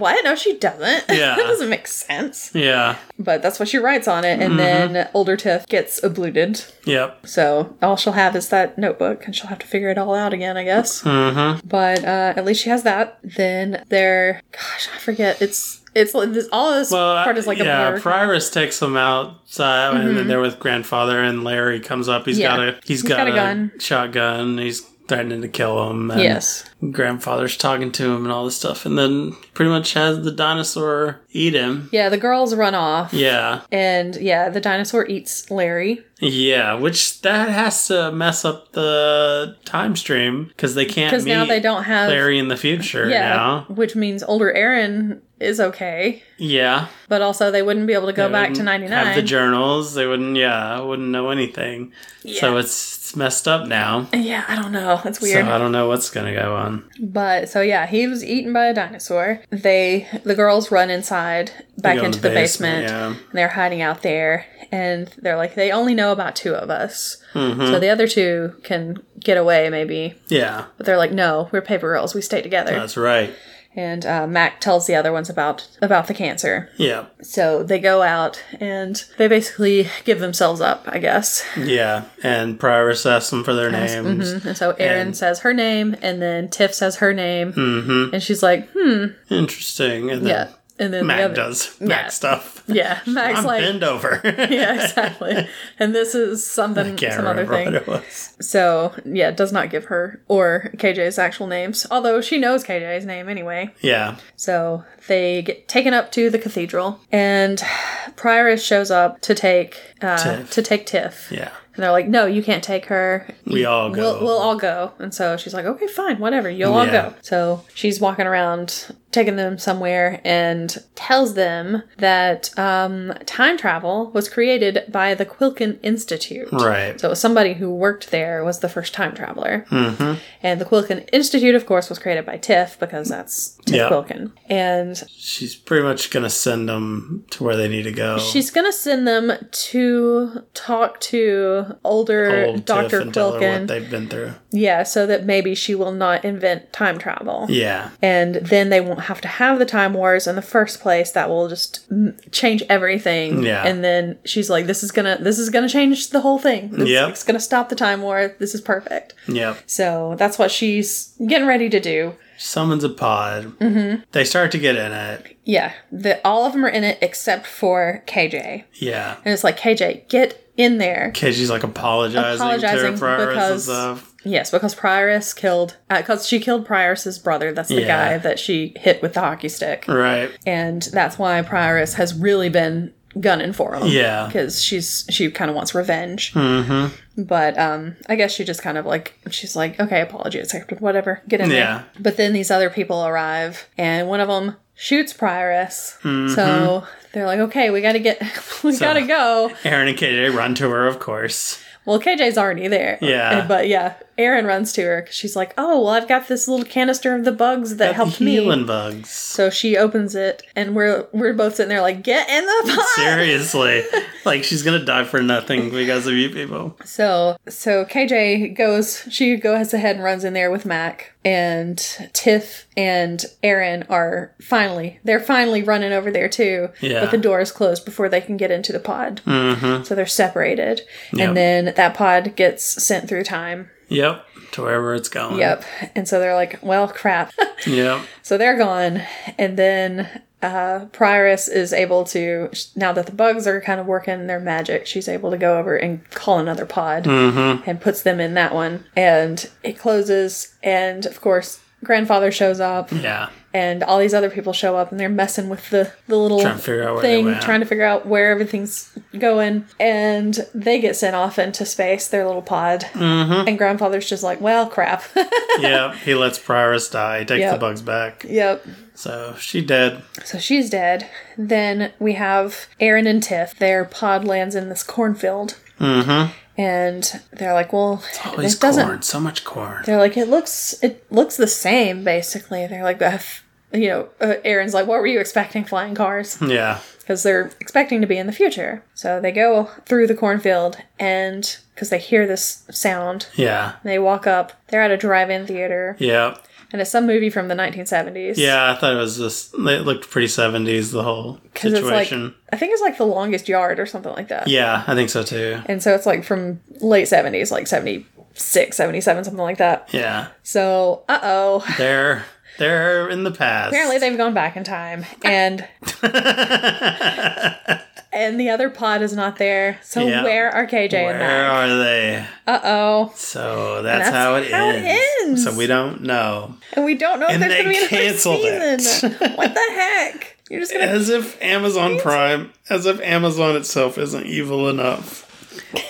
[SPEAKER 2] what? No, she doesn't.
[SPEAKER 1] Yeah.
[SPEAKER 2] that doesn't make sense.
[SPEAKER 1] yeah,
[SPEAKER 2] But that's what she writes on it. And
[SPEAKER 1] Mm-hmm.
[SPEAKER 2] then older Tiff gets abluted.
[SPEAKER 1] yep.
[SPEAKER 2] So all she'll have is that notebook and she'll have to figure it all out again, I guess.
[SPEAKER 1] Mm-hmm.
[SPEAKER 2] But uh, at least she has that. Then there, gosh, I forget. It's, it's like this, all of this
[SPEAKER 1] Well,
[SPEAKER 2] part is like
[SPEAKER 1] uh, yeah,
[SPEAKER 2] a blur.
[SPEAKER 1] Priorus takes them outside, and then they're with grandfather, and Larry comes up. He's
[SPEAKER 2] Yeah.
[SPEAKER 1] got a he's got, a, gun. shotgun. He's threatening to kill him. and
[SPEAKER 2] yes.
[SPEAKER 1] grandfather's talking to him and all this stuff, and then pretty much has the dinosaur eat him.
[SPEAKER 2] Yeah, the girls run off.
[SPEAKER 1] Yeah,
[SPEAKER 2] And yeah, the dinosaur eats Larry.
[SPEAKER 1] yeah. Which that has to mess up the time stream because they can't
[SPEAKER 2] Because
[SPEAKER 1] meet
[SPEAKER 2] now they don't have.
[SPEAKER 1] Larry in the future.
[SPEAKER 2] yeah.
[SPEAKER 1] now.
[SPEAKER 2] Which means older Aaron is okay.
[SPEAKER 1] yeah.
[SPEAKER 2] But also, they wouldn't be able to go
[SPEAKER 1] They
[SPEAKER 2] back to
[SPEAKER 1] wouldn't
[SPEAKER 2] 99.
[SPEAKER 1] Have the journals. They wouldn't. Yeah, wouldn't know anything. So
[SPEAKER 2] Yeah.
[SPEAKER 1] it's, it's messed up now.
[SPEAKER 2] yeah, I don't know. That's weird.
[SPEAKER 1] So I don't know what's gonna go on.
[SPEAKER 2] but so yeah, he was eaten by a dinosaur. They the girls run inside back
[SPEAKER 1] go in
[SPEAKER 2] into
[SPEAKER 1] the
[SPEAKER 2] the basement.
[SPEAKER 1] basement, yeah.
[SPEAKER 2] and they're hiding out there and they're like they only know about two of us.
[SPEAKER 1] Mm-hmm.
[SPEAKER 2] So the other two can get away maybe.
[SPEAKER 1] Yeah,
[SPEAKER 2] But they're like no, we're paper girls. We stay together.
[SPEAKER 1] that's right.
[SPEAKER 2] and uh, Mac tells the other ones about about the cancer.
[SPEAKER 1] Yeah,
[SPEAKER 2] So they go out and they basically give themselves up, I guess.
[SPEAKER 1] yeah. And Priorus asks them for their names.
[SPEAKER 2] And so Erin
[SPEAKER 1] And- Mm-hmm.
[SPEAKER 2] says her name, and then Tiff says her name, and she's like, hmm,
[SPEAKER 1] Interesting. And then
[SPEAKER 2] yeah. And then
[SPEAKER 1] Mac
[SPEAKER 2] the other,
[SPEAKER 1] does
[SPEAKER 2] Yeah.
[SPEAKER 1] Mac stuff.
[SPEAKER 2] Yeah, Mac's
[SPEAKER 1] I'm
[SPEAKER 2] like,
[SPEAKER 1] bend over.
[SPEAKER 2] yeah, exactly. And this is something,
[SPEAKER 1] Can't
[SPEAKER 2] some other
[SPEAKER 1] remember what
[SPEAKER 2] thing.
[SPEAKER 1] it was.
[SPEAKER 2] So yeah, does not give her or KJ's actual names, although she knows KJ's name anyway.
[SPEAKER 1] Yeah,
[SPEAKER 2] So they get taken up to the cathedral, and Prioress shows up to take uh,
[SPEAKER 1] Tiff.
[SPEAKER 2] to take Tiff.
[SPEAKER 1] yeah.
[SPEAKER 2] And they're like, no, you can't take her.
[SPEAKER 1] We all go.
[SPEAKER 2] We'll, we'll all go. And so she's like, okay, fine, whatever. You'll all
[SPEAKER 1] Yeah.
[SPEAKER 2] go. So she's walking around, taking them somewhere, and tells them that um, time travel was created by the Quilkin Institute.
[SPEAKER 1] Right.
[SPEAKER 2] So it was somebody who worked there was the first time traveler. Mm-hmm. And the Quilkin Institute, of course, was created by Tiff because that's Tiff
[SPEAKER 1] Yeah.
[SPEAKER 2] Quilkin. And
[SPEAKER 1] She's pretty much gonna send them to where they need to go.
[SPEAKER 2] She's gonna send them to talk to older
[SPEAKER 1] Old Tiff
[SPEAKER 2] Doctor
[SPEAKER 1] and tell her what
[SPEAKER 2] Quilkin,
[SPEAKER 1] they've been through.
[SPEAKER 2] yeah, so that maybe she will not invent time travel,
[SPEAKER 1] Yeah.
[SPEAKER 2] and then they won't have to have the time wars in the first place. That will just m- change everything.
[SPEAKER 1] Yeah.
[SPEAKER 2] and then she's like, "This is gonna, this is gonna change the whole thing. This,
[SPEAKER 1] Yep.
[SPEAKER 2] it's gonna stop the time war. This is perfect."
[SPEAKER 1] Yep.
[SPEAKER 2] So that's what she's getting ready to do.
[SPEAKER 1] Summons a pod. Mm-hmm. They start to get in it.
[SPEAKER 2] Yeah, the, all of them are in it except for KJ,
[SPEAKER 1] Yeah.
[SPEAKER 2] and it's like, KJ, get in there.
[SPEAKER 1] Casey's like apologizing,
[SPEAKER 2] Apologizing
[SPEAKER 1] to her
[SPEAKER 2] because-
[SPEAKER 1] because and stuff.
[SPEAKER 2] Yes, because Prioress killed, because she killed Prioress's brother. That's the
[SPEAKER 1] Yeah.
[SPEAKER 2] guy that she hit with the hockey stick.
[SPEAKER 1] Right.
[SPEAKER 2] And that's why Prioress has really been gunning for him.
[SPEAKER 1] Yeah.
[SPEAKER 2] Because she's, she kind of wants revenge. Mm-hmm. But um, I guess she just kind of like, she's like, okay, apology accepted, whatever, get in
[SPEAKER 1] Yeah.
[SPEAKER 2] there. But then these other people arrive, and one of them shoots Prioress.
[SPEAKER 1] Mm-hmm.
[SPEAKER 2] So they're like, okay, we gotta get, we gotta go.
[SPEAKER 1] Aaron and KJ run to her, of course.
[SPEAKER 2] Well, KJ's already there.
[SPEAKER 1] Yeah.
[SPEAKER 2] Uh, But yeah, Erin runs to her. 'cause She's like, oh, well, I've got this little canister of the bugs that helped
[SPEAKER 1] Healing
[SPEAKER 2] me.
[SPEAKER 1] bugs.
[SPEAKER 2] So she opens it, and we're we're both sitting there like, get in the pot.
[SPEAKER 1] Seriously. like she's gonna die for nothing because of you people.
[SPEAKER 2] So so KJ goes. She goes ahead and runs in there with Mac and Tiff and Erin are finally they're finally running over there too.
[SPEAKER 1] Yeah.
[SPEAKER 2] But the door is closed before they can get into the pod. Mm-hmm. So they're separated,
[SPEAKER 1] Yep.
[SPEAKER 2] and then that pod gets sent through time.
[SPEAKER 1] Yep. to wherever it's going.
[SPEAKER 2] Yep. And so they're like, well, crap.
[SPEAKER 1] Yep.
[SPEAKER 2] so they're gone. And then uh, Prioress is able to, sh- now that the bugs are kind of working their magic, she's able to go over and call another pod
[SPEAKER 1] Mm-hmm.
[SPEAKER 2] and puts them in that one. And it closes. And of course, grandfather shows up
[SPEAKER 1] Yeah.
[SPEAKER 2] and all these other people show up and they're messing with the, the little
[SPEAKER 1] Trying to figure out where they
[SPEAKER 2] thing,
[SPEAKER 1] went.
[SPEAKER 2] trying to figure out where everything's going. And they get sent off into space, their little pod. Mm-hmm. And grandfather's just like, well, crap.
[SPEAKER 1] Yep. He lets Prioress die, takes the
[SPEAKER 2] Yep.
[SPEAKER 1] bugs back.
[SPEAKER 2] yep.
[SPEAKER 1] So she dead.
[SPEAKER 2] So she's dead. Then we have Aaron and Tiff. Their pod lands in this cornfield. Mm-hmm. And they're like, well,
[SPEAKER 1] Always
[SPEAKER 2] this doesn't
[SPEAKER 1] corn. So much corn.
[SPEAKER 2] They're like, it looks, it looks the same, basically. They're like, "Ugh." you know, uh, Aaron's like, what were you expecting, flying cars?
[SPEAKER 1] Yeah.
[SPEAKER 2] Because they're expecting to be in the future. So they go through the cornfield, and because they hear this sound,
[SPEAKER 1] Yeah.
[SPEAKER 2] they walk up. They're at a drive-in theater,
[SPEAKER 1] Yep.
[SPEAKER 2] and it's some movie from the 1970s.
[SPEAKER 1] Yeah, I thought it was this. It looked pretty seventies. The whole
[SPEAKER 2] because it's like,
[SPEAKER 1] situation.
[SPEAKER 2] I think it's like the longest yard or something like that.
[SPEAKER 1] yeah, I think so too.
[SPEAKER 2] And so it's like from late 70s, like 76, 77, something like that.
[SPEAKER 1] Yeah,
[SPEAKER 2] So, uh oh.
[SPEAKER 1] they're they're in the past.
[SPEAKER 2] Apparently, they've gone back in time, and and the other pod is not there. So
[SPEAKER 1] Yeah.
[SPEAKER 2] where are KJ
[SPEAKER 1] Where
[SPEAKER 2] and Mac?
[SPEAKER 1] are they?
[SPEAKER 2] Uh oh,
[SPEAKER 1] So that's,
[SPEAKER 2] that's
[SPEAKER 1] how, it,
[SPEAKER 2] how it
[SPEAKER 1] ends.
[SPEAKER 2] ends.
[SPEAKER 1] So we don't know.
[SPEAKER 2] and we don't know if
[SPEAKER 1] And
[SPEAKER 2] there's
[SPEAKER 1] they
[SPEAKER 2] going to be another
[SPEAKER 1] canceled it.
[SPEAKER 2] season. what the heck? You're just gonna
[SPEAKER 1] As if Amazon Prime, as if Amazon itself isn't evil enough.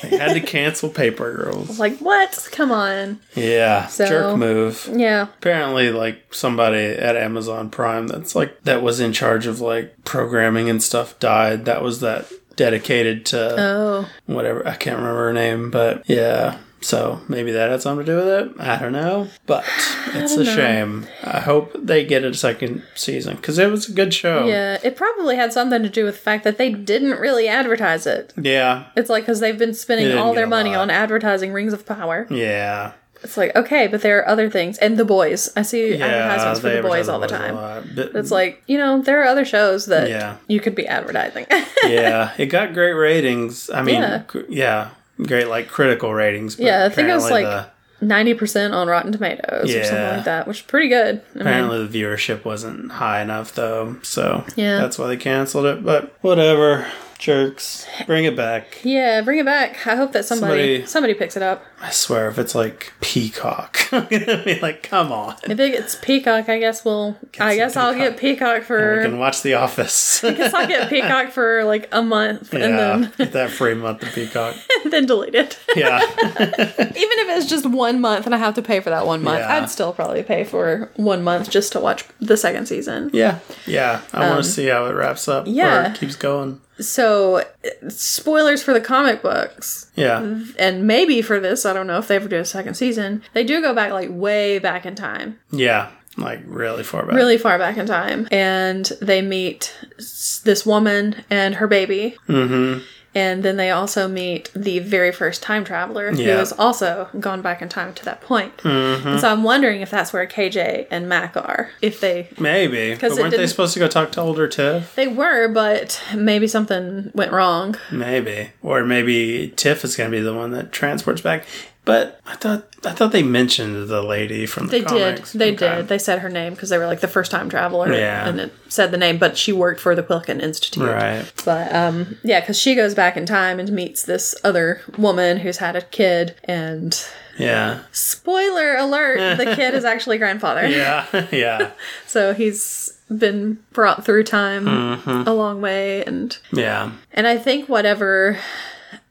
[SPEAKER 1] They had to cancel Paper Girls.
[SPEAKER 2] like what? Come on,
[SPEAKER 1] Yeah, jerk move.
[SPEAKER 2] yeah.
[SPEAKER 1] apparently like somebody at amazon prime that's like that was in charge of like programming and stuff died that was that dedicated to
[SPEAKER 2] Oh,
[SPEAKER 1] whatever i can't remember her name but yeah so maybe that had something to do with it i don't know but it's a shame i hope they get a second season because it was a good show
[SPEAKER 2] yeah. It probably had something to do with the fact that they didn't really advertise it.
[SPEAKER 1] yeah
[SPEAKER 2] It's like because they've been
[SPEAKER 1] They
[SPEAKER 2] spending
[SPEAKER 1] didn't
[SPEAKER 2] all
[SPEAKER 1] get
[SPEAKER 2] their
[SPEAKER 1] a
[SPEAKER 2] money
[SPEAKER 1] lot.
[SPEAKER 2] on advertising Rings of Power.
[SPEAKER 1] yeah
[SPEAKER 2] It's like okay, but there are other things, and the boys. I see
[SPEAKER 1] yeah
[SPEAKER 2] advertisements for
[SPEAKER 1] they
[SPEAKER 2] the
[SPEAKER 1] advertise
[SPEAKER 2] boys all the time.
[SPEAKER 1] a lot, but-
[SPEAKER 2] It's like, you know, there are other shows that
[SPEAKER 1] Yeah.
[SPEAKER 2] you could be advertising.
[SPEAKER 1] yeah it got great ratings i mean
[SPEAKER 2] Yeah.
[SPEAKER 1] cr- yeah great like critical ratings but
[SPEAKER 2] Yeah, I think it was,
[SPEAKER 1] apparently
[SPEAKER 2] like,
[SPEAKER 1] the-
[SPEAKER 2] 90% on Rotten Tomatoes or something
[SPEAKER 1] Yeah.
[SPEAKER 2] like that, which is pretty good. I mean,
[SPEAKER 1] Apparently the viewership wasn't high enough though, so
[SPEAKER 2] Yeah.
[SPEAKER 1] that's why they canceled it. But whatever, jerks, bring it back.
[SPEAKER 2] yeah, bring it back. I hope that somebody
[SPEAKER 1] Somebody-
[SPEAKER 2] somebody, picks it up.
[SPEAKER 1] I swear, if it's like Peacock, I'm gonna be like, come on,
[SPEAKER 2] If it gets Peacock, I guess we'll I
[SPEAKER 1] some
[SPEAKER 2] guess I'll
[SPEAKER 1] Peacock.
[SPEAKER 2] get Peacock
[SPEAKER 1] we
[SPEAKER 2] for
[SPEAKER 1] can watch The Office.
[SPEAKER 2] I guess I'll get Peacock for like a month and
[SPEAKER 1] yeah,
[SPEAKER 2] then
[SPEAKER 1] get that free month of Peacock.
[SPEAKER 2] and then delete it.
[SPEAKER 1] Yeah,
[SPEAKER 2] Even if it's just one month and I have to pay for that one month,
[SPEAKER 1] Yeah.
[SPEAKER 2] I'd still probably pay for one month just to watch the second season.
[SPEAKER 1] yeah, yeah. I want to see how it wraps up.
[SPEAKER 2] Um, yeah.
[SPEAKER 1] or keeps going.
[SPEAKER 2] So, spoilers for the comic books.
[SPEAKER 1] Yeah,
[SPEAKER 2] and maybe for this, I don't know if they ever do a second season. They do go back like way back in time,
[SPEAKER 1] yeah, like really far back.
[SPEAKER 2] really far back in time, and they meet s- this woman and her baby. Mm-hmm. And then they also meet the very first time traveler who
[SPEAKER 1] Yeah. Mm-hmm.
[SPEAKER 2] has also gone back in time to that point. And so I'm wondering if that's where KJ and Mac are. If they
[SPEAKER 1] Maybe, but
[SPEAKER 2] 'Cause it
[SPEAKER 1] weren't they
[SPEAKER 2] didn't-
[SPEAKER 1] supposed to go talk to older Tiff?
[SPEAKER 2] they were, but maybe something went wrong.
[SPEAKER 1] Maybe, or maybe Tiff is going to be the one that transports back. But I thought I thought they mentioned the lady from the
[SPEAKER 2] They
[SPEAKER 1] comics.
[SPEAKER 2] did. They
[SPEAKER 1] Okay.
[SPEAKER 2] did. They said her name because they were like the first time traveler.
[SPEAKER 1] Yeah.
[SPEAKER 2] And it said the name, but she worked for the Quilkin Institute.
[SPEAKER 1] Right.
[SPEAKER 2] But um, yeah, because she goes back in time and meets this other woman who's had a kid. And
[SPEAKER 1] Yeah.
[SPEAKER 2] spoiler alert, the kid is actually grandfather.
[SPEAKER 1] Yeah. yeah.
[SPEAKER 2] So he's been brought through time
[SPEAKER 1] Mm-hmm.
[SPEAKER 2] a long way. And
[SPEAKER 1] Yeah.
[SPEAKER 2] and I think whatever.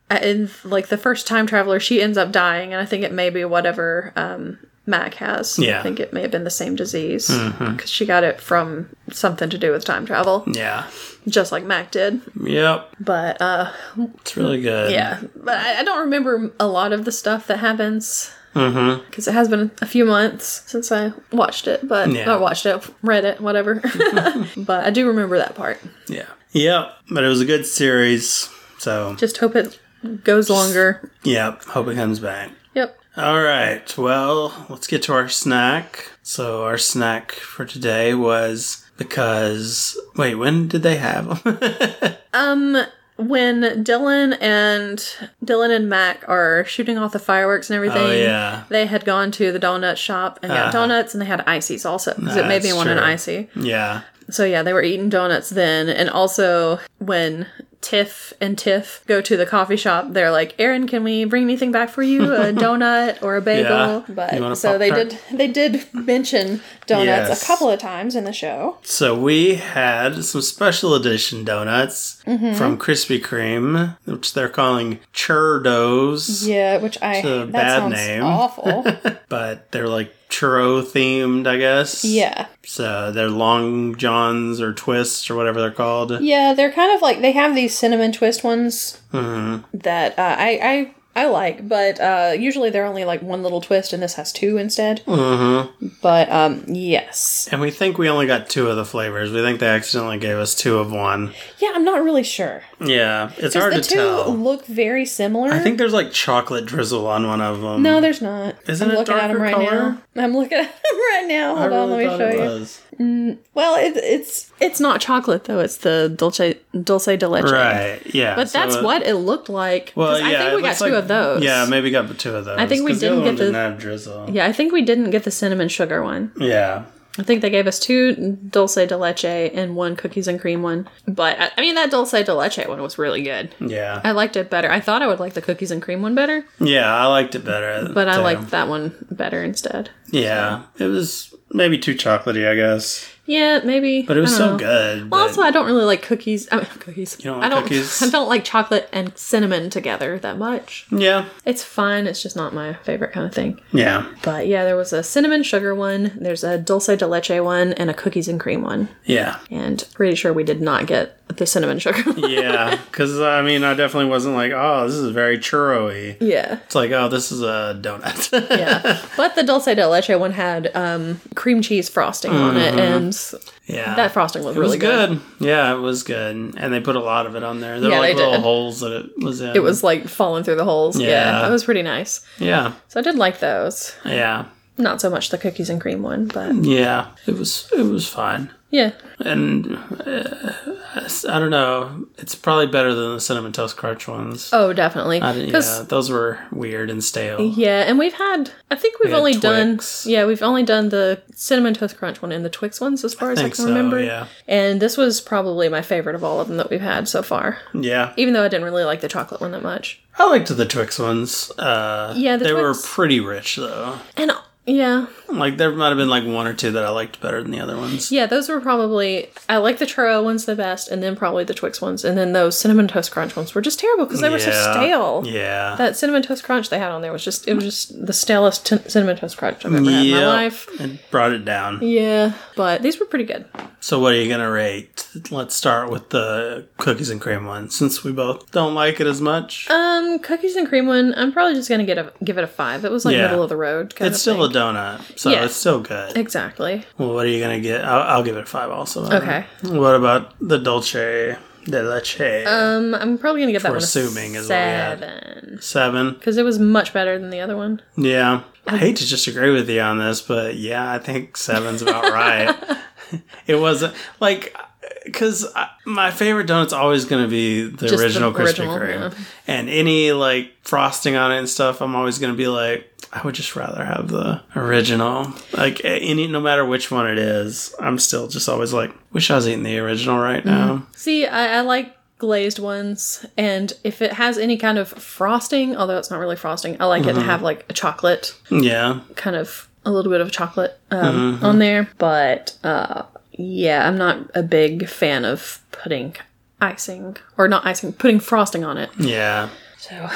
[SPEAKER 2] uh, In like the first time traveler, she ends up dying, and I think it may be whatever um, Mac has.
[SPEAKER 1] Yeah. Mm-hmm.
[SPEAKER 2] I think it may have been the same disease because she got it from something to do with time travel,
[SPEAKER 1] Yeah.
[SPEAKER 2] just like Mac did.
[SPEAKER 1] Yep.
[SPEAKER 2] But uh,
[SPEAKER 1] It's really good.
[SPEAKER 2] Yeah, but I, I don't remember a lot of the stuff that happens
[SPEAKER 1] Mm-hmm.
[SPEAKER 2] because it has been a few months since I watched it, but
[SPEAKER 1] Yeah.
[SPEAKER 2] I watched it, read it, whatever. but I do remember that part.
[SPEAKER 1] Yeah. Yep. But it was a good series. So
[SPEAKER 2] Just hope it goes longer.
[SPEAKER 1] yep. Hope it comes back.
[SPEAKER 2] Yep.
[SPEAKER 1] All right. Well, let's get to our snack. So our snack for today was because wait, when did they have them?
[SPEAKER 2] Um, when Dylan and Dylan and Mac are shooting off the fireworks and everything,
[SPEAKER 1] Oh, yeah.
[SPEAKER 2] they had gone to the donut shop and got
[SPEAKER 1] Uh-huh.
[SPEAKER 2] donuts, and they had ices also because it made me
[SPEAKER 1] That's
[SPEAKER 2] want an
[SPEAKER 1] true.
[SPEAKER 2] icy.
[SPEAKER 1] Yeah.
[SPEAKER 2] So yeah, they were eating donuts then, and also when Tiff and Tiff go to the coffee shop, they're like, "Aaron, can we bring anything back for you? A donut or a bagel?"
[SPEAKER 1] Yeah. You want a
[SPEAKER 2] But so they
[SPEAKER 1] Pop-Tart?
[SPEAKER 2] did they did mention donuts
[SPEAKER 1] Yes.
[SPEAKER 2] a couple of times in the show.
[SPEAKER 1] So we had some special edition donuts
[SPEAKER 2] Mm-hmm.
[SPEAKER 1] from Krispy Kreme, which they're calling churros,
[SPEAKER 2] Yeah, which I
[SPEAKER 1] a
[SPEAKER 2] that
[SPEAKER 1] bad
[SPEAKER 2] sounds
[SPEAKER 1] name.
[SPEAKER 2] awful.
[SPEAKER 1] but they're like churro themed, I guess.
[SPEAKER 2] yeah.
[SPEAKER 1] So they're long johns or twists or whatever they're called.
[SPEAKER 2] Yeah, they're kind of like they have these cinnamon twist ones
[SPEAKER 1] Mm-hmm.
[SPEAKER 2] that uh, I I I like, but uh, usually they're only like one little twist, and this has two instead.
[SPEAKER 1] Mm-hmm.
[SPEAKER 2] But um, yes,
[SPEAKER 1] And we think we only got two of the flavors. We think they accidentally gave us two of one.
[SPEAKER 2] yeah, I'm not really sure.
[SPEAKER 1] Yeah, it's hard
[SPEAKER 2] The
[SPEAKER 1] to
[SPEAKER 2] two
[SPEAKER 1] tell.
[SPEAKER 2] look very similar.
[SPEAKER 1] I think there's like chocolate drizzle on one of them.
[SPEAKER 2] no, there's not.
[SPEAKER 1] Isn't
[SPEAKER 2] I'm
[SPEAKER 1] it
[SPEAKER 2] looking at them
[SPEAKER 1] darker
[SPEAKER 2] right
[SPEAKER 1] color?
[SPEAKER 2] now. I'm looking at them right now. Hold on, let me show you.
[SPEAKER 1] was.
[SPEAKER 2] Well, it, it's it's not chocolate though. It's the dulce dulce de leche.
[SPEAKER 1] Right, yeah.
[SPEAKER 2] But that's what it looked like. 'cause I think we got two of those.
[SPEAKER 1] Yeah, maybe got two of those.
[SPEAKER 2] think we
[SPEAKER 1] 'cause
[SPEAKER 2] didn't
[SPEAKER 1] the other
[SPEAKER 2] get
[SPEAKER 1] one
[SPEAKER 2] the-
[SPEAKER 1] didn't have drizzle.
[SPEAKER 2] Yeah, I think we didn't get the cinnamon sugar one.
[SPEAKER 1] Yeah.
[SPEAKER 2] I think they gave us two dulce de leche and one cookies and cream one. But I- I mean, that dulce de leche one was really good.
[SPEAKER 1] Yeah.
[SPEAKER 2] I liked it better. I thought I would like the cookies and cream one better,
[SPEAKER 1] Yeah, I liked it better.
[SPEAKER 2] but I
[SPEAKER 1] too.
[SPEAKER 2] liked that one better instead.
[SPEAKER 1] Yeah. It was maybe too chocolatey, I guess.
[SPEAKER 2] Yeah, maybe.
[SPEAKER 1] But it was so good.
[SPEAKER 2] Well,
[SPEAKER 1] but-
[SPEAKER 2] also, I don't really like cookies. I mean, cookies.
[SPEAKER 1] don't
[SPEAKER 2] I
[SPEAKER 1] like
[SPEAKER 2] don't.
[SPEAKER 1] cookies?
[SPEAKER 2] I don't like chocolate and cinnamon together that much.
[SPEAKER 1] yeah.
[SPEAKER 2] It's fine. It's just not my favorite kind of thing.
[SPEAKER 1] Yeah.
[SPEAKER 2] But yeah, there was a cinnamon sugar one. There's a dulce de leche one and a cookies and cream one.
[SPEAKER 1] Yeah.
[SPEAKER 2] And pretty sure we did not get the cinnamon sugar. one.
[SPEAKER 1] Yeah. Because, I mean, I definitely wasn't like, oh, this is very churro
[SPEAKER 2] yeah.
[SPEAKER 1] It's like, oh, this is a donut.
[SPEAKER 2] Yeah. but the dulce de leche one had um, cream cheese frosting on it, and s-
[SPEAKER 1] yeah.
[SPEAKER 2] that frosting looked
[SPEAKER 1] Mm-hmm. It was
[SPEAKER 2] really good.
[SPEAKER 1] good. Yeah, it was good. And they put a lot of it on there. There
[SPEAKER 2] Yeah,
[SPEAKER 1] were like
[SPEAKER 2] they
[SPEAKER 1] little
[SPEAKER 2] did.
[SPEAKER 1] holes that it was in.
[SPEAKER 2] It was like falling through the holes. Yeah.
[SPEAKER 1] Yeah.
[SPEAKER 2] That was pretty nice.
[SPEAKER 1] Yeah.
[SPEAKER 2] So I did like those.
[SPEAKER 1] Yeah.
[SPEAKER 2] Not so much the cookies and cream one, but
[SPEAKER 1] Yeah. It was it was fine.
[SPEAKER 2] yeah.
[SPEAKER 1] And uh, I don't know. It's probably better than the cinnamon toast crunch ones.
[SPEAKER 2] Oh, definitely.
[SPEAKER 1] I didn't-
[SPEAKER 2] 'Cause-
[SPEAKER 1] yeah, those were weird and stale.
[SPEAKER 2] yeah, and we've had. I think we've
[SPEAKER 1] had
[SPEAKER 2] only done.
[SPEAKER 1] Twix.
[SPEAKER 2] Yeah, we've only done the cinnamon toast crunch one and the Twix ones, as far as I,
[SPEAKER 1] think
[SPEAKER 2] can
[SPEAKER 1] so,
[SPEAKER 2] remember.
[SPEAKER 1] yeah.
[SPEAKER 2] And this was probably my favorite of all of them that we've had so far.
[SPEAKER 1] Yeah,
[SPEAKER 2] Even though I didn't really like the chocolate one that much.
[SPEAKER 1] I liked the Twix ones. Uh,
[SPEAKER 2] Yeah, the
[SPEAKER 1] they were
[SPEAKER 2] Twix-
[SPEAKER 1] pretty rich though.
[SPEAKER 2] And yeah,
[SPEAKER 1] Like there might have been like one or two that I liked better than the other ones.
[SPEAKER 2] yeah, those were probably. I like the churro ones the best, and then probably the Twix ones, and then those cinnamon toast crunch ones were just terrible because they were so
[SPEAKER 1] Yeah.
[SPEAKER 2] stale.
[SPEAKER 1] Yeah,
[SPEAKER 2] That cinnamon toast crunch they had on there was just it was just the stalest t- cinnamon toast crunch I've ever had in my
[SPEAKER 1] Yep.
[SPEAKER 2] life.
[SPEAKER 1] It brought it down.
[SPEAKER 2] Yeah, but these were pretty good.
[SPEAKER 1] So what are you gonna rate? Let's start with the cookies and cream one, since we both don't like it as much.
[SPEAKER 2] Um, cookies and cream one. I'm probably just gonna get a give it a five. It was like
[SPEAKER 1] Yeah.
[SPEAKER 2] middle of the road. Kind
[SPEAKER 1] it's
[SPEAKER 2] of
[SPEAKER 1] still
[SPEAKER 2] thing.
[SPEAKER 1] a Mm-hmm. donut, so
[SPEAKER 2] Yeah.
[SPEAKER 1] it's still good.
[SPEAKER 2] exactly.
[SPEAKER 1] Well, what are you gonna get? I'll, I'll give it a five also.
[SPEAKER 2] Okay.
[SPEAKER 1] What about the dulce de leche?
[SPEAKER 2] Um, I'm probably gonna give that one a
[SPEAKER 1] assuming is what we had.
[SPEAKER 2] seven
[SPEAKER 1] Seven.
[SPEAKER 2] because it was much better than the other one.
[SPEAKER 1] Yeah.
[SPEAKER 2] uh,
[SPEAKER 1] I hate to disagree with you on this, but yeah, I think seven's about right. it wasn't like because my favorite donut's always going to be the
[SPEAKER 2] the
[SPEAKER 1] original Krispy
[SPEAKER 2] original,
[SPEAKER 1] Kreme,
[SPEAKER 2] yeah.
[SPEAKER 1] and any like frosting on it and stuff, I'm always going to be like. I would just rather have the original. Like a- any no matter which one it is, I'm still just always like, wish I was eating the original right
[SPEAKER 2] Mm-hmm.
[SPEAKER 1] now.
[SPEAKER 2] See, I, I like glazed ones, and if it has any kind of frosting, although it's not really frosting, I like
[SPEAKER 1] Mm-hmm.
[SPEAKER 2] it to have like a chocolate
[SPEAKER 1] Yeah.
[SPEAKER 2] kind of a little bit of chocolate um,
[SPEAKER 1] Mm-hmm.
[SPEAKER 2] on there. But uh, yeah, I'm not a big fan of putting icing or not icing, putting frosting on it.
[SPEAKER 1] Yeah.
[SPEAKER 2] So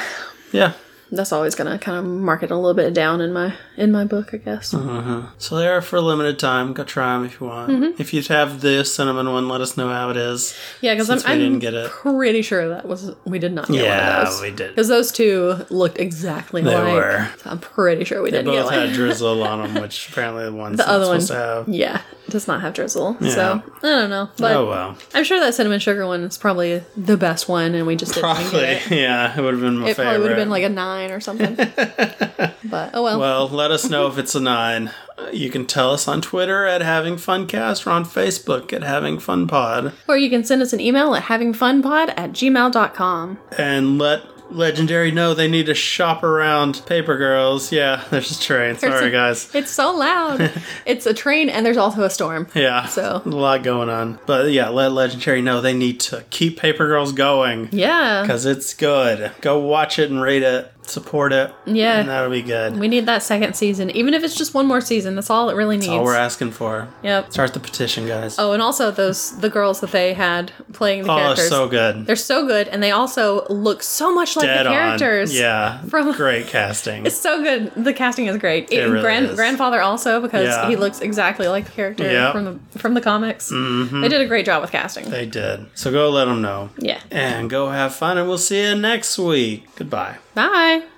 [SPEAKER 1] Yeah.
[SPEAKER 2] that's always gonna kind of mark it a little bit down in my in my book, I guess.
[SPEAKER 1] Uh-huh. So they are for a limited time. Go try them if you want.
[SPEAKER 2] Mm-hmm.
[SPEAKER 1] If you have the cinnamon one, let us know how it is.
[SPEAKER 2] Yeah, because I'm,
[SPEAKER 1] we
[SPEAKER 2] I'm
[SPEAKER 1] didn't get it.
[SPEAKER 2] pretty sure that was we did not get one
[SPEAKER 1] Yeah,
[SPEAKER 2] of those.
[SPEAKER 1] we did.
[SPEAKER 2] Because those two looked exactly
[SPEAKER 1] They
[SPEAKER 2] alike.
[SPEAKER 1] were.
[SPEAKER 2] So I'm pretty sure we didn't get
[SPEAKER 1] Both
[SPEAKER 2] one.
[SPEAKER 1] had drizzle on them, which apparently the one's
[SPEAKER 2] The
[SPEAKER 1] not
[SPEAKER 2] other one,
[SPEAKER 1] supposed to have.
[SPEAKER 2] yeah, does not have drizzle.
[SPEAKER 1] Yeah.
[SPEAKER 2] So I don't know, but
[SPEAKER 1] oh well.
[SPEAKER 2] I'm sure that cinnamon sugar one is probably the best one, and we just didn't
[SPEAKER 1] Probably,
[SPEAKER 2] get it.
[SPEAKER 1] yeah, it would have been my
[SPEAKER 2] It
[SPEAKER 1] favorite.
[SPEAKER 2] probably would have been like a nine or something. but oh well.
[SPEAKER 1] Well, let us know if it's a nine. Uh, You can tell us on Twitter at Having Funcast or on Facebook at Having Fun Pod.
[SPEAKER 2] Or you can send us an email at havingfunpod at gmail.com.
[SPEAKER 1] And let Legendary know they need to shop around Paper Girls. Yeah, there's a train. Sorry, guys.
[SPEAKER 2] It's so loud. it's a train and there's also a storm.
[SPEAKER 1] Yeah,
[SPEAKER 2] So-
[SPEAKER 1] a lot going on. But yeah, let Legendary know they need to keep Paper Girls going
[SPEAKER 2] Yeah.
[SPEAKER 1] because it's good. Go watch it and rate it, support it.
[SPEAKER 2] Yeah.
[SPEAKER 1] and that'll be good.
[SPEAKER 2] We need that second season. Even if it's just one more season, that's all it really needs.
[SPEAKER 1] That's all we're asking for.
[SPEAKER 2] Yep.
[SPEAKER 1] Start the petition, guys.
[SPEAKER 2] Oh, and also those the girls that they had playing the
[SPEAKER 1] Oh,
[SPEAKER 2] characters.
[SPEAKER 1] so good.
[SPEAKER 2] They're so good and they also look so much like
[SPEAKER 1] Dead
[SPEAKER 2] the characters.
[SPEAKER 1] on. Yeah,
[SPEAKER 2] from-
[SPEAKER 1] great casting.
[SPEAKER 2] It's so good. The casting is great.
[SPEAKER 1] It
[SPEAKER 2] And
[SPEAKER 1] really
[SPEAKER 2] grand,
[SPEAKER 1] is.
[SPEAKER 2] Grandfather also because
[SPEAKER 1] Yeah.
[SPEAKER 2] he looks exactly like the character
[SPEAKER 1] Yeah. Mm-hmm.
[SPEAKER 2] from the from the comics. They did a great job with casting.
[SPEAKER 1] They did. So go let them know.
[SPEAKER 2] yeah.
[SPEAKER 1] And go have fun, and we'll see you next week. Goodbye.
[SPEAKER 2] Bye.